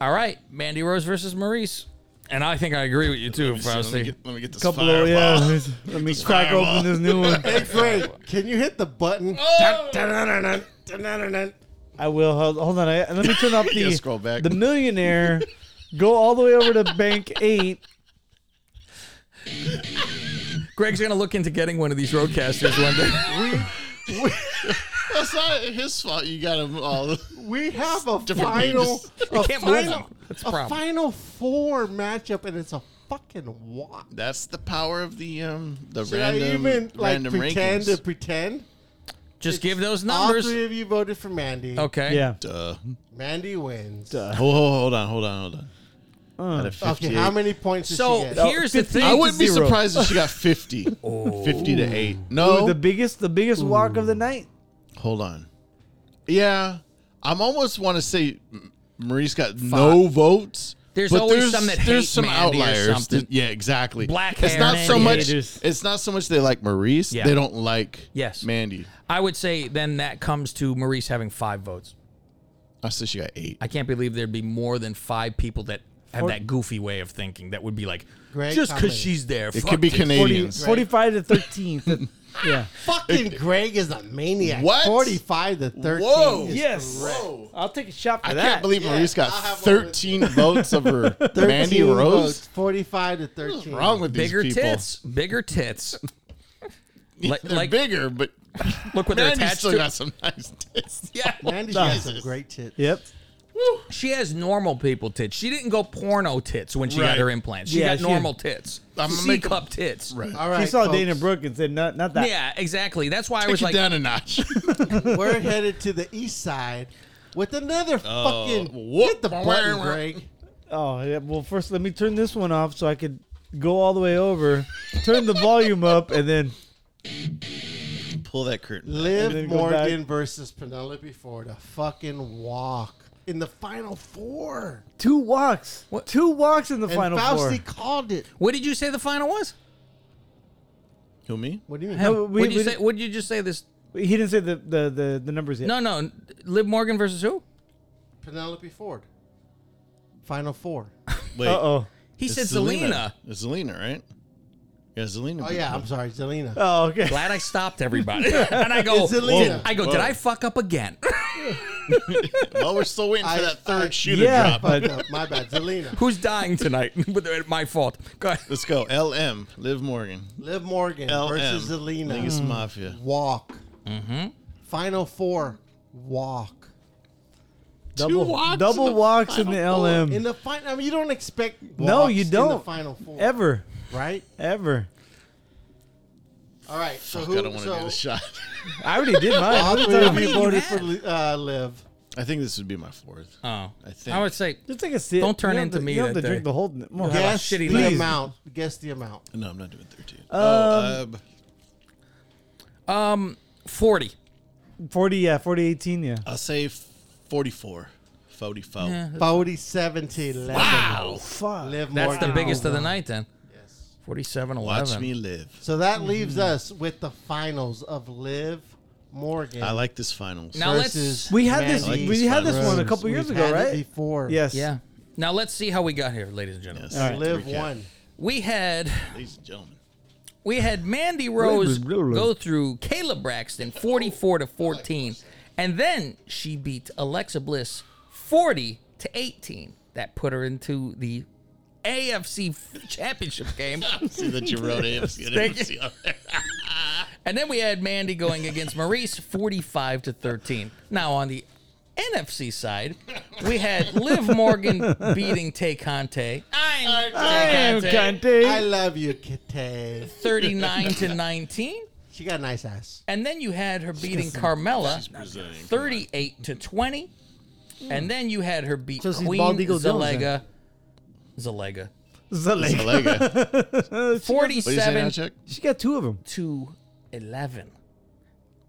C: All right, Mandy Rose versus Maurice, and I think I agree with you too. If I was
M: Let me
C: thinking.
M: get, let me get this
F: Couple
M: fireball.
F: of, yeah. Let me crack
M: fireball.
F: open this new one.
N: Hey, Greg, can you hit the button?
M: Oh.
N: Dun-dun-dun-dun, dun-dun-dun-dun.
F: I will. Hold, hold on. I, let me turn off the
M: Yeah, scroll back.
F: the millionaire. Go all the way over to bank eight.
C: Greg's gonna look into getting one of these roadcasters one day.
M: That's not his fault. You got him all.
N: We have a
M: Different
N: final,
M: names.
N: a
C: can't move
N: final,
C: them. That's a
N: a
C: problem.
N: final four matchup, and it's a fucking walk.
M: That's the power of the um the
N: Should
M: random
N: I even like
M: random
N: pretend
M: rankings.
N: to pretend?
C: Just give those
N: All
C: numbers. Oh.
N: three of you voted for Mandy.
C: Okay.
F: Yeah.
M: Duh.
N: Mandy wins.
M: Oh, hold on, hold on, hold on. Out of
N: Uh, Okay,
M: 58.
N: how many points did
C: So
N: she get?
C: here's the thing.
M: I wouldn't be
F: Zero.
M: surprised if she got 50.
N: Oh.
M: 50 to 8.
F: Ooh,
M: No.
F: the biggest, the biggest walk of the night.
M: Hold on. Yeah. I'm almost want to say M- Maurice got no votes.
C: There's
M: but
C: always some that hate
M: there's some
C: Mandy or
M: outliers.
C: something.
M: that- yeah, exactly.
C: Black
M: it's
C: hair
M: not so
C: Mandy
M: much.
F: haters.
M: It's not so much they like Maurice.
C: Yeah.
M: They don't like
C: Yes.
M: Mandy.
C: I would say then that comes to Maurice having five votes.
M: I said she got eight.
C: I can't believe there'd be more than five people that have
F: Or-
C: that goofy way of thinking that would be like,
N: Greg
C: just because
N: Cummings.
C: she's there,
M: It
C: fuck
M: could be
C: this."
F: 40,
M: Canadians.
F: 45 to 13. yeah.
N: Fucking Greg is a maniac.
M: What?
N: Forty-five to thirteen.
M: Whoa.
N: is
F: Yes. I'll take a shot for
M: I
F: that.
M: can't believe
N: yeah,
M: Maurice got
N: I'll have one with-
M: 13 votes over
N: 13
M: Mandy Rose.
N: votes, Forty-five to
M: What's
N: thirteen.
M: wrong with these
C: Bigger
M: people?
C: tits. Bigger tits. Like-
M: They're
C: like-
M: bigger, but
C: Look what they're
M: Mandy's
C: attached
M: still
C: to.
M: got some nice tits.
C: Yeah.
N: Mandy's got some great tits.
F: Yep.
C: She has normal people tits. She didn't go porno tits when she
M: Right.
C: got her implants. She
F: Yeah,
C: got
F: she-
C: normal tits.
M: I'm gonna
C: C
M: make a-
C: cup tits.
M: Right.
N: All right.
F: She saw
N: folks,
F: Dana Brooke and said, "No, not that."
C: Yeah, exactly. That's why I
M: Take
C: was
M: it
C: like,
M: down a notch.
N: We're headed to the east side with
F: Uh,
N: another fucking.
M: whoop.
N: hit the button, Greg.
F: Oh, yeah. Well, first let me turn this one off so I could go all the way over, turn the volume up, and then
M: Pull that curtain.
F: then
N: Liv
F: go back.
N: Morgan versus Penelope Ford. A fucking walk in the final four.
F: two walks. Two walks in the
N: And
F: final
N: Fausti
F: four.
N: called it.
C: what did you say the final was?
M: Who me?
N: What do you mean?
F: No, we-
C: what did you
F: we
C: say? What did you just say? This?
F: He didn't say the, the, the, the numbers yet.
C: No, no. Liv Morgan versus who?
N: Penelope Ford. Final four.
M: Wait.
F: Uh oh.
C: He
M: it's
C: said Selena.
M: It's Zelina, right? Yeah, Zelina.
N: Oh yeah, I'm sorry, Zelina.
F: Oh okay.
C: Glad I stopped everybody. and I go,
N: It's Selena.
C: oh. I go,
M: Whoa.
C: did I fuck up again?
M: Well, we're still waiting for
N: I-
M: that third
N: I-
M: shoe
F: yeah,
M: to drop.
F: but-
N: No, my bad, Zelina.
C: Who's dying tonight? But My fault. Go ahead.
M: Let's go. LM, Liv Morgan.
N: Liv Morgan
M: LM.
N: versus Zelina.
M: Vegas Mafia.
N: Walk. Mm-hmm. Final four. Walk.
F: double
M: walks
F: double
M: in the
F: walks in the LM.
N: In the final, I mean, you don't expect.
F: No,
N: walks
F: you
N: In the
F: don't.
N: final four,
F: ever,
N: right?
F: ever.
N: All right. So
M: Fuck,
N: who?
M: I don't want to
N: so
M: do the shot.
F: I already did mine.
N: all
F: What are you
N: three
F: talking
N: of you
F: about?
N: voted for Li- uh, Liv.
M: I think this would be my fourth.
C: Oh,
M: I
C: I,
M: think-
C: would say
F: Just take a sip.
C: Don't turn
F: You have
C: into
F: to-
C: me
F: You don't have
C: that
F: to
C: day.
F: drink the whole. n- Well,
C: Yeah.
N: Guess the
C: shitty life.
N: amount. Guess the amount.
M: No, I'm not doing 13.
N: Um,
M: oh, uh,
C: 40.
F: Forty, yeah, forty, eighteen, yeah.
M: I'll say 44. 44.
N: Bodie 70 11.
M: Wow.
F: Fuck.
N: Liv
C: That's
N: Morgan.
C: the biggest of the night then.
N: Yes.
C: 47 11.
M: Oh, Watch me live.
N: So that leaves
F: Mm-hmm.
N: us with the finals of Liv Morgan.
M: I like this finals.
C: Now let's
N: versus
F: We had this.
N: Mandy
F: we had this one a
N: Rose.
F: couple years
N: We've
F: ago,
N: had it
F: right?
N: Before.
F: Yes.
C: Yeah. Now let's see how we got here, ladies and gentlemen.
M: Yes.
F: All right.
N: Liv
M: Recap.
N: won.
C: We had
M: Ladies and gentlemen.
C: we had Mandy Rose go through Kayla Braxton 44 to 14 and then she beat Alexa Bliss 40 to 18. That put her into the AFC championship game.
M: See that you wrote AFC and
C: Thank
M: NFC
C: you. and then we had Mandy going against Maurice, forty-five to thirteen. Now on the NFC side, we had Liv Morgan beating Tay Conte. I'm,
N: I'm
C: Conte.
N: I love you, Kate.
C: 39 to 19.
N: She got a nice ass.
C: And then you had her
N: She
C: beating
N: doesn't-
C: Carmella,
N: She's Brazilian, come on.
C: 38 to 20. And then you had her beat
F: So she's
C: Queen
F: Bald Eagle Jones,
C: Zalega. Zalega.
F: Zalega. She got-
C: 47
F: She got two of them.
C: Two. 11.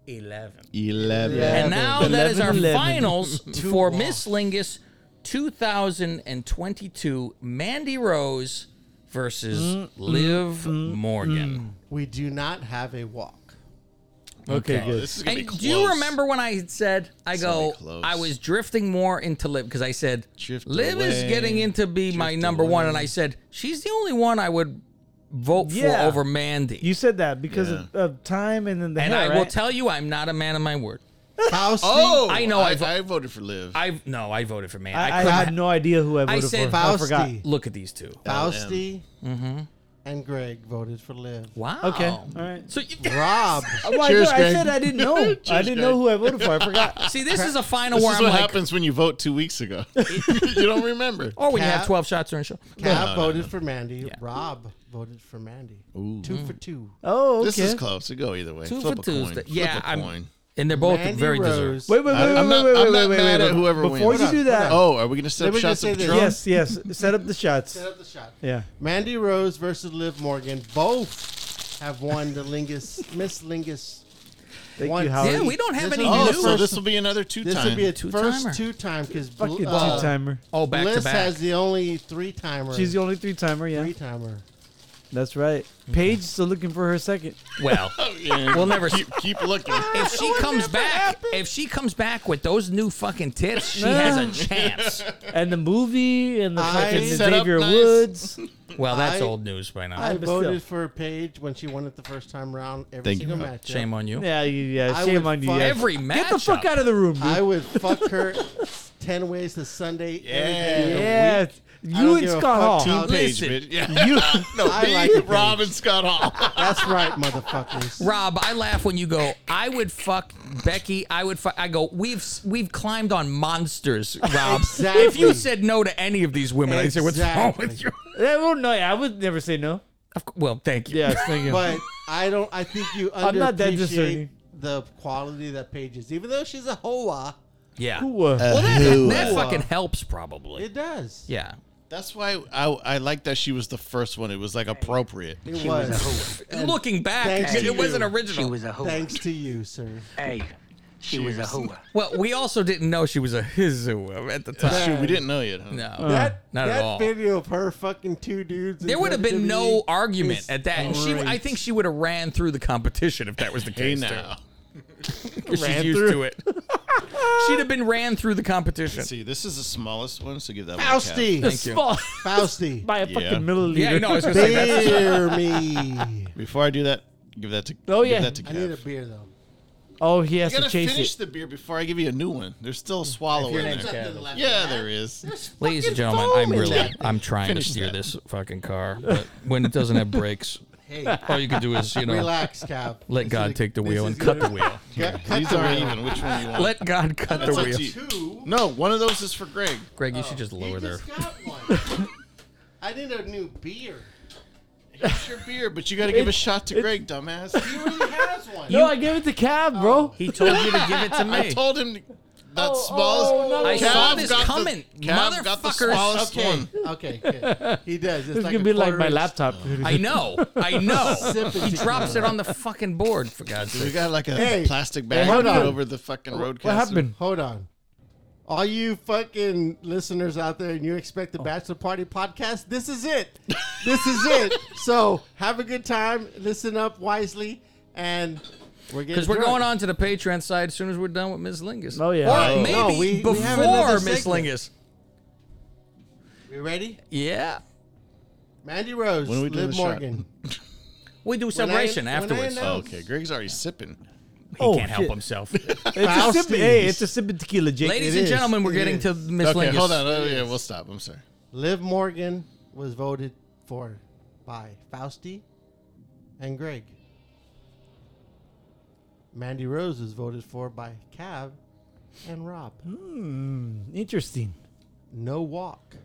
C: 11.
M: 11.
C: And now that is our
F: 11.
C: finals
F: Two more.
C: for Miss Lingus 2022 Mandy Rose versus
N: Mm,
C: Liv
N: mm,
C: Morgan.
N: We do not have a walk.
C: Okay, good. and do you remember when I said I
N: It's gonna
C: go?
N: be close.
C: I was drifting more into Liv because I said Liv is
N: away,
C: getting into be my number one, and I said she's the only one I would vote
F: Yeah.
C: for over Mandy.
F: You said that because of, of time and then the
C: and
F: hair,
C: I
F: right?
C: will tell you, I'm not a man of my word.
M: Oh,
C: I know.
M: I,
C: I,
M: I,
C: vo-
M: voted for Liv.
C: I no, I voted for Mandy.
F: I, I,
C: couldn't
F: had
C: ha-
F: no idea who I
C: I
F: voted
C: said
F: for. I forgot.
C: Look at these two.
N: Fausti
F: Mm-hmm.
C: Mhm.
N: and Greg voted for Liv.
C: Wow.
F: Okay. All right.
C: So
N: Rob.
F: Oh, I, know, I said I didn't know. I didn't know who I voted for. I forgot.
C: See, this is a final
M: This
C: where
M: is
C: I'm
M: what
C: like,
M: happens when you vote two weeks ago. you don't remember.
C: or when you
N: Cap-
C: "Oh, have 12 shots during a show.
N: Cap
M: No, no,
N: voted
M: no.
N: for Mandy. Rob voted for Mandy.
M: Ooh.
N: Two for two.
F: Oh,
M: This is close. It go either way.
C: Two
M: Flip
C: for
M: a coin.
C: Tuesday.
M: Flip
C: Yeah,
M: a
C: I'm-
M: coin.
C: and they're both very deserved.
F: Wait, wait, wait, wait,
M: I'm not,
F: wait, wait,
M: I'm not
F: wait, wait,
M: mad
F: wait.
M: at whoever
F: Before
M: wins.
F: you do that,
M: Oh, are we going to set
N: Let
M: up
N: me
M: shots
N: just say
M: of
N: this.
M: Patron?
F: Yes, yes. Set up the shots.
N: Set up the shots.
F: Yeah.
N: Mandy Rose versus Liv Morgan both have won the Lingus Miss Lingus.
F: Thank
N: once.
F: you, Howard. Yeah,
C: we don't have any
M: Oh,
C: new-
M: so this will be another two
N: This will
M: time.
N: be a
C: Two-timer.
N: first two time because
F: Fucking two-timer.
C: Oh, back to
N: Bliss
C: back.
N: uh, has the only three timer.
F: She's the only three timer. Yeah.
N: three timer.
F: That's right. Paige still looking for her second.
C: Well,
M: Oh, Yeah.
C: we'll never
M: keep, keep looking.
C: If she comes back, if she comes back with those new fucking tits, she has a chance.
F: and the movie and the
N: I-
F: fucking
N: Set up
F: Xavier
N: nice.
F: Woods.
C: Well, that's
N: I-
C: old news by now.
N: I
F: but still.
N: voted for Paige when she won it the first time round. Every
C: Thank
N: single
C: you.
N: match.
C: Shame on you.
F: Yeah, you- yeah.
N: I
F: Shame
N: would
F: on you.
N: fuck-
F: yeah.
C: Every
F: Get the fuck
C: matchup.
F: out of the room, dude.
N: I would fuck her ten ways to Sunday. Yeah,
F: Yeah. You and Scott Hall.
M: Team Page,
C: Listen.
M: bitch. Yeah.
F: You-
M: no,
N: I
M: me,
N: like the
M: Rob, and Scott Hall.
N: That's right, motherfuckers.
C: Rob, I laugh when you go. I would fuck Becky. I would fuck. I go. We've we've climbed on monsters, Rob.
N: Exactly.
C: If you said no to any of these women, I'd say, "What's wrong
N: Exactly.
C: with you?"
F: Yeah, well, no, yeah, I would never say no.
C: Of cou- well, thank you.
F: Yes, thank you.
N: But I don't. I think you
F: I'm not that
N: underappreciate
F: discerning.
N: the quality that Paige is, even though she's a hoa.
C: Yeah.
F: Whoa.
C: Well, that, that
N: Whoa.
C: fucking helps probably.
N: It does.
C: Yeah.
M: That's why I, I like that she was the first one. It was like appropriate.
N: It was. And
C: Looking back,
N: Thanks
C: it
N: to
C: wasn't
N: you.
C: original.
N: Thanks to you, sir.
O: Hey, she was a hooah.
C: Well, we also didn't know she was a hizoo at the
M: That's true.
C: time.
M: We didn't know yet. Huh?
C: No,
N: that
C: not
N: that
C: at all.
N: video of her fucking two dudes. in
C: There would have been no
N: WWE
C: argument
N: is
C: at that. And she, I
N: great.
C: think she would have ran through the competition if that was the
M: Hey
C: case. too.
M: now.
C: 'Cause
F: Ran
C: she's used
F: through.
C: to it. She'd have been ran through the competition.
M: See, this is the smallest one, so give that
N: Fausti.
M: one.
C: Thank you.
F: Small
N: Fausti.
F: by a
M: Yeah.
F: fucking milliliter.
C: Yeah, no, I was gonna say that's
N: Beer me.
M: A Before I do that, give that to.
F: Oh,
M: give
F: yeah.
M: that to
N: I need a
M: Kev.
N: beer though.
F: oh, he
M: You
F: has to
M: gotta
F: chase
M: finish
F: it.
M: the beer before I give you a new one. There's still a swallow
C: your
M: in
C: name's
M: there.
C: Kev.
M: Yeah, there is.
C: Ladies
N: fucking
C: and gentlemen,
N: foam
C: I'm
N: in
C: really
N: that.
C: I'm trying
M: Finish
C: to steer
M: that.
C: this fucking car, but when it doesn't have brakes, all you can do is you know
N: Relax, Cap.
C: let God take the wheel and cut the wheel.
M: These are even. Which one you want?
C: Let God cut the
M: That's up
C: wheel.
M: to you.
N: Two.
M: No, one of those is for Greg.
C: Greg, you should just lower
N: Oh. You
C: there.
N: just got one. I need a new beer.
M: It's your beer, but you got to give a shot to Greg, dumbass.
N: He already has one.
F: No, I gave it to Cab, bro.
C: He told you to give it to
M: I
C: me.
M: told him to- that
F: Oh,
M: smallest.
F: oh, no.
C: I
M: Cav
C: saw this
M: got the-
C: coming,
M: Cav got the
C: motherfuckers.
M: smallest
N: okay.
M: one.
N: Okay. Good. He does. It's
F: This is
N: like
F: gonna
N: a
F: be like Oh.
N: quarter
F: my
N: inch.
F: laptop.
C: I know, I know.
N: Sip it
C: He
N: to
C: drops it on the fucking board for God's
M: We
C: sake.
M: got like a
N: Hey,
M: plastic bag
N: hold
M: put
N: on.
M: over the fucking roadcaster.
F: What happened?
N: Hold on. All you fucking listeners out there, and you expect the Bachelor Party podcast, this is it. This is it. So have a good time. Listen up wisely, and we're getting
C: Because we're
N: drunk.
C: going on to the Patreon side as soon as we're done with Ms. Lingus.
F: Oh, yeah.
C: Or
F: Oh.
C: maybe
N: No, we- we have another
C: before Miss
N: segment.
C: Lingus.
N: You ready?
C: Yeah.
N: Mandy Rose,
M: When are we doing
N: Liv
M: the shot?
N: Morgan.
C: We do
N: I-
C: celebration
N: when I
C: afterwards.
N: announce-
M: Oh, okay, Greg's already sipping.
C: He
F: Oh,
C: can't help
F: shit.
C: himself.
F: It's a sip,
N: Fausti's.
F: hey, it's a sip of tequila, Jake.
C: Ladies
N: It
C: and
N: is.
C: gentlemen, we're
N: It
C: getting
N: is.
C: to Miss
M: okay,
C: Lingus.
M: hold on. Oh, yeah, we'll stop. I'm sorry.
N: Liv Morgan was voted for by Fausti and Greg. Mandy Rose was voted for by Cav and Rob.
F: Hmm. Interesting.
N: No walk.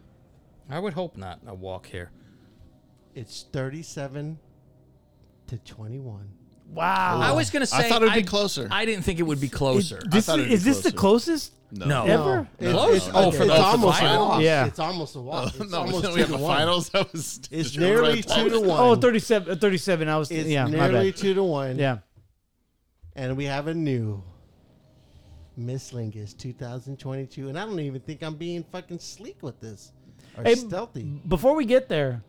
C: I would hope not. A walk here.
N: It's 37 to 21.
F: Wow.
N: Oh.
C: I was gonna say
F: I thought it'd be
M: closer.
C: I didn't think it would be closer.
F: Is this, the- is this the closest?
C: No. No.
F: Ever?
C: No. No. Close? Oh, for
N: it's
C: the-
N: almost
C: for the
N: a
C: finals?
N: walk.
F: Yeah.
N: It's almost a walk. It's
M: no,
N: almost
M: then
N: two
M: we have
N: to
M: the
N: one.
M: finals. That was
N: It's
M: just
N: nearly
M: right
N: two to
M: past.
N: one.
F: Oh, 37, uh, 37. I was
N: It's
F: yeah, my
N: nearly
F: bad.
N: two to one.
F: Yeah.
N: And we have a new Miss Lingus 2022, and I don't even think I'm being fucking sleek with this or
F: Hey,
N: stealthy.
F: Before we get there,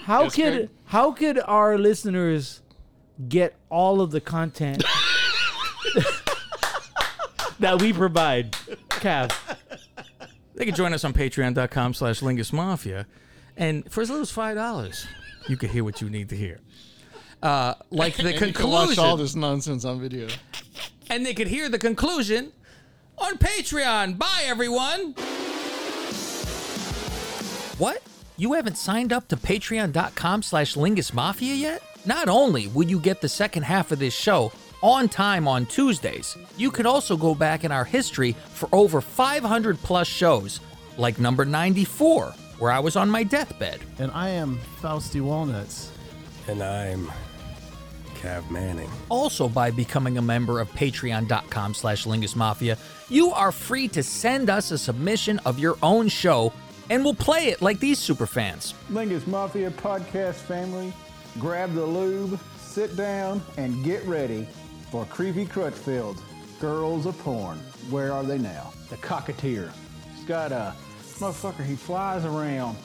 F: how
N: Yes,
F: could
N: Greg?
F: how could our listeners get all of the content that we provide? Cav.
C: They can join us on patreon.com slash Lingus Mafia. And for as little as $5, you can hear what you need to hear. Uh, like the
M: And
C: conclusion.
M: You can watch all this nonsense on video.
C: And they could hear the conclusion on Patreon. Bye, everyone. What? You haven't signed up to patreon.com slash Lingus Mafia yet? Not only will you get the second half of this show on time on Tuesdays, you can also go back in our history for over 500 plus shows, like number 94, where I was on my deathbed.
P: And I am Fausty Walnuts.
C: And I'm Cav Manning. Also, by becoming a member of patreon.com slash Lingus Mafia, you are free to send us a submission of your own show, and we'll play it like these superfans.
P: Lingus Mafia podcast family, grab the lube, sit down, and get ready for Creepy Crutchfield. Girls of porn. Where are they now? The cocketeer. He's got a motherfucker, he flies around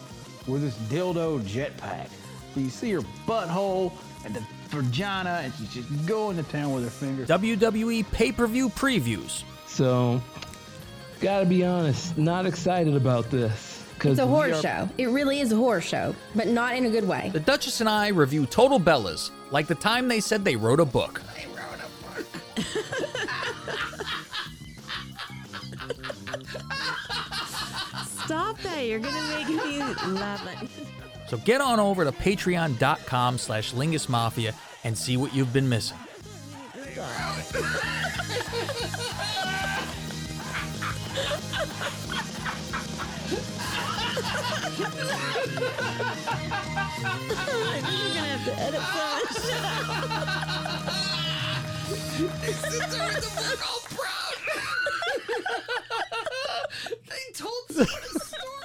P: with this dildo jetpack. So you see her butthole and the vagina, and she's just going to town with her fingers.
C: WWE E pay-per-view previews.
Q: So, gotta be honest, not excited about this. 'cause
R: It's a
Q: we
R: horror
Q: are-
R: show. It really is a horror show, but not in a good way.
C: The Duchess and I review Total Bellas, like the time they said they wrote a book.
S: Stop that. You're going to make me laugh.
C: So get on over to patreon.com slash Lingus Mafia and see what you've been missing.
S: I'm just gonna have to edit that.
C: they told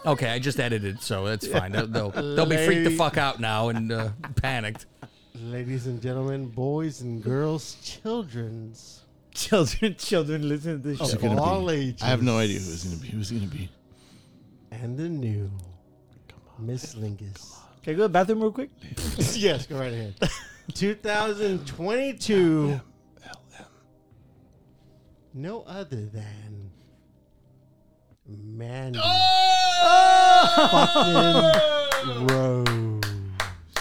C: Okay, I just edited, so that's fine. They'll, they'll, they'll be freaked the
N: Lady.
C: fuck out now and uh, panicked.
N: Ladies and gentlemen, boys and girls, children's.
F: Children, children, listen to this
N: Of
M: Who's it gonna
N: all
M: be?
N: ages.
M: I have no idea who it's going to be. Who's going to be?
N: And the new Miss Lingus.
F: Can I go to the bathroom real quick?
N: yes, go right ahead. 2022. No other than Mandy.
C: Ah!
N: Fucking Rose.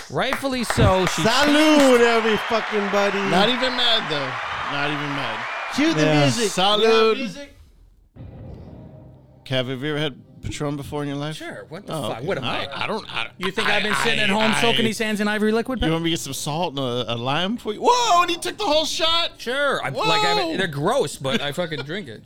C: Rightfully so. She
N: Salute, every fucking buddy.
M: Not even mad though. Not even mad.
N: Cue the Yeah. music. You got
M: Salud.
N: music?
M: Kev, have you ever had Patron before in your life?
C: Sure. What the
M: Oh,
C: fuck?
M: okay.
C: What am
M: I-
C: I?
M: I don't. I,
C: you think I, have been sitting at home soaking these hands in ivory liquid?
M: You want me to get some salt and a, a lime for you? Whoa! And he took the whole shot.
C: Sure. I'm, like I, they're gross, but I fucking drink it.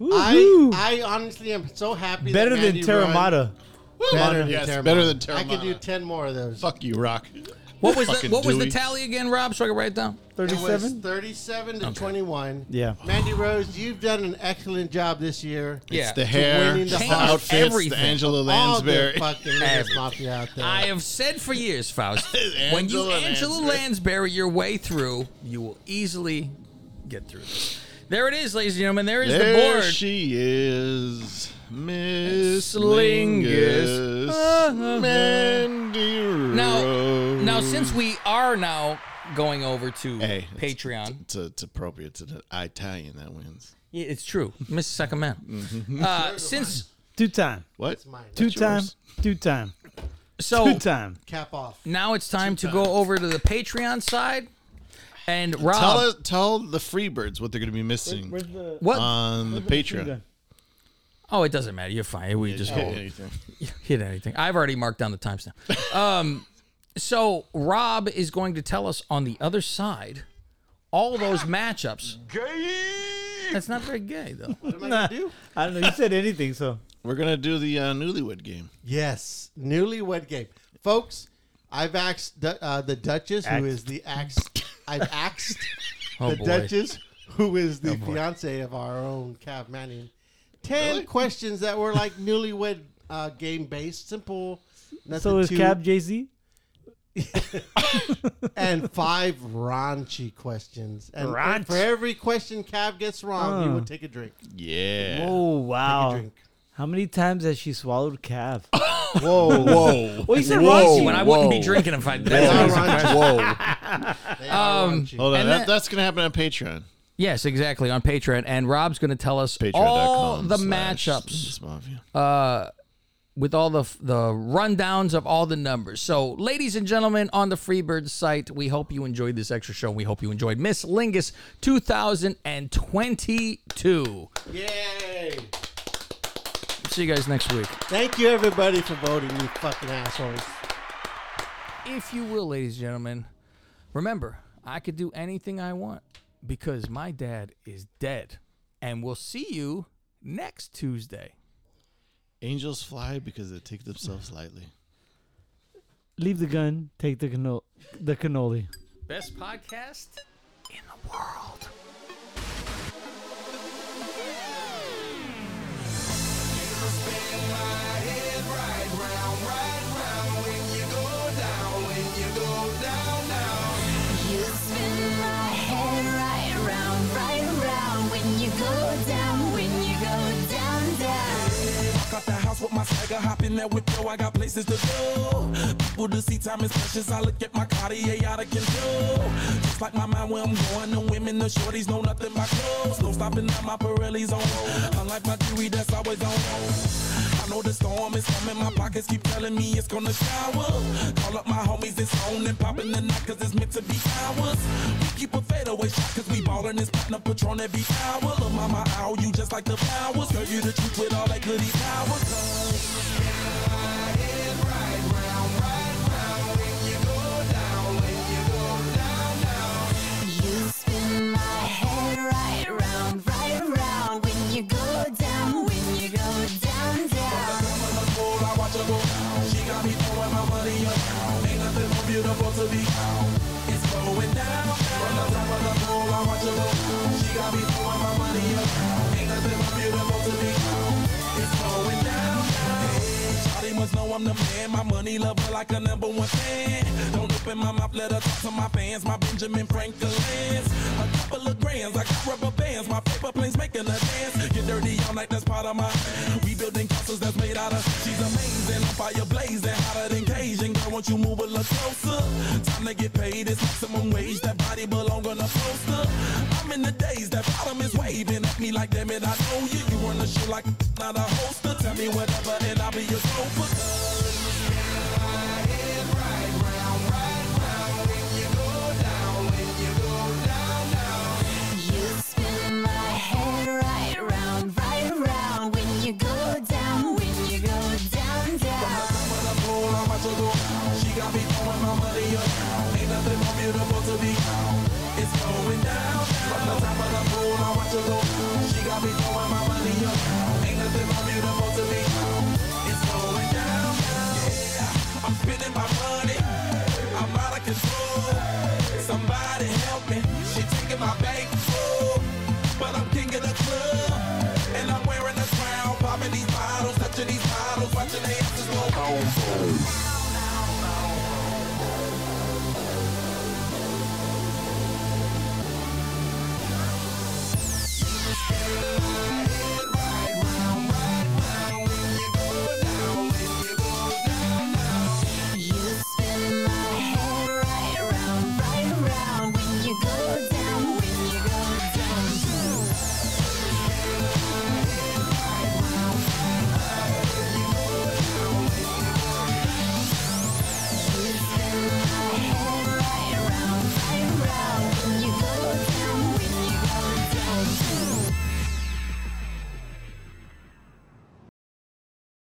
N: I, I honestly am so happy.
F: Better
N: that
F: than
N: Mandy
F: Terramata.
N: Run,
F: Woo!
N: better,
F: Yes,
N: than Terramata.
F: better than
N: I could do
F: Terramata.
N: ten more of those.
M: Fuck you, Rock.
C: What was the,
N: Fucking
C: what was the
N: Dewey.
C: tally again, Rob? So I can write it down.
N: It was 37 to 21.
F: Yeah.
N: Mandy Rose, you've done an excellent job this year.
C: It's Yeah.
M: the hair,
N: winning
M: it's the
N: heart.
M: outfits, the Everything. Angela Lansbury.
N: All the fucking
C: Everything.
N: Lingus mafia out there.
C: I have said for years, Faust, when you
N: Angela
C: Angela
N: Lansbury.
C: Lansbury your way through, you will easily get through this. There it is, ladies and gentlemen. There is the
M: there
C: board.
M: she is, Miss
C: Lingus. Uh-huh.
M: Lingus, Mandy Rose.
C: Now, now, since we are now going over to
M: Hey,
C: Patreon,
M: it's, it's appropriate to the Italian that wins.
C: Yeah, it's true. Miss Sacramento.
M: Mm-hmm.
C: Uh, since
F: Two time.
M: What?
F: Two
C: That's
F: time.
C: yours.
F: Two time.
C: So-
N: Oh.
F: two time.
N: Cap off.
C: now it's time to go over to the Patreon side, and Rob,
M: Tell us, tell the Freebirds what they're going to be missing
F: Where's the-
M: Uh,
C: What?
M: on the
C: where's the Oh. machine
M: Patreon.
C: gun? Oh, it doesn't matter. You're fine. We just
M: hit
C: hold-
M: anything.
C: hit anything. I've already marked down the times now. Um, so Rob is going to tell us on the other side all those matchups. That's not very gay though.
F: Nah, I don't know. You said anything, so
M: we're gonna do the uh, newlywed game.
N: Yes, newlywed game, folks. I've axed the, uh, the Duchess,
M: Axed.
N: who is the axe. I've axed
C: Oh,
N: the
C: boy.
N: Duchess, who is the
C: Oh, boy.
N: fiance of our own Cav Manning. Ten questions that were like newlywed uh, game based, simple. nothing
F: so is
N: too-
F: Cab Jay Z.
N: and five raunchy questions. And
F: Raunch?
N: for every question Cav gets wrong, you
F: Huh.
N: will take a drink.
M: Yeah.
F: Uh. Oh wow.
N: drink.
F: How many times has she swallowed Cab?
N: Whoa,
C: whoa.
F: Well, you said
C: Whoa,
F: Rossi.
C: When I wouldn't be whoa. drinking if I- They that's are what I was- raunchy. Whoa. They are Um,
N: oh.
C: raunchy.
M: Hold on,
C: and
M: that,
C: that-
M: that's gonna happen on Patreon.
C: Yes, exactly on Patreon, and Rob's going to tell us all the matchups uh, with all the f- the rundowns of all the numbers. So, ladies and gentlemen, on the Freebird site, we hope you enjoyed this extra show. We hope you enjoyed Miss Lingus 2022.
N: Yay!
C: See you guys next week.
N: Thank you everybody for voting, you fucking assholes.
C: If you will, ladies and gentlemen, remember I could do anything I want because my dad is dead, and we'll see you next Tuesday.
M: Angels fly because they take themselves lightly.
F: Leave the gun. Take the cannoli. The cannoli.
C: Best podcast in the world.
A: You spin my head right round, right round when you go down, when you go down, down.
K: Got the house with my swagger, hop in there with yo. I got places to go. People to see, time is precious. I look at my Cartier out of control. Just like my mind where I'm going. The women, the shorties know nothing but clothes. No stopping at my Pirelli's on. Unlike my jewelry that's always on. I know the storm is coming, my pockets keep telling me it's gonna shower. Call up my homies, it's on and popping the night, cause it's meant to be ours. We keep a fadeaway shot, cause we ballin' this platinum patron every hour. Lil' mama, ow, you just like the flowers. Girl, you the truth with all that goody power.
A: You spin my head right round, right round when you go down, when you go down, down.
K: Shawty must know I'm the man. My money lover like a number one fan. Don't open my mouth, let her talk to my fans. My Benjamin Franklin's. A couple of grands, I got rubber bands. My paper planes making a dance. Get dirty all night, that's part of my. We building castles that's made out of. She's amazing, on fire blazing, hotter than Cajun. Girl, won't you move a little closer? Time to get paid, it's maximum wage. That body belong on a poster. I'm in the days, that bottom is waving at me like, damn it, I know you. You run the show like not a holster. Tell me whatever, and I'll be your sofa.
A: You spin my head right round, right round when you go down, when you go down, down.
K: I'm spending my money. I'm out of control.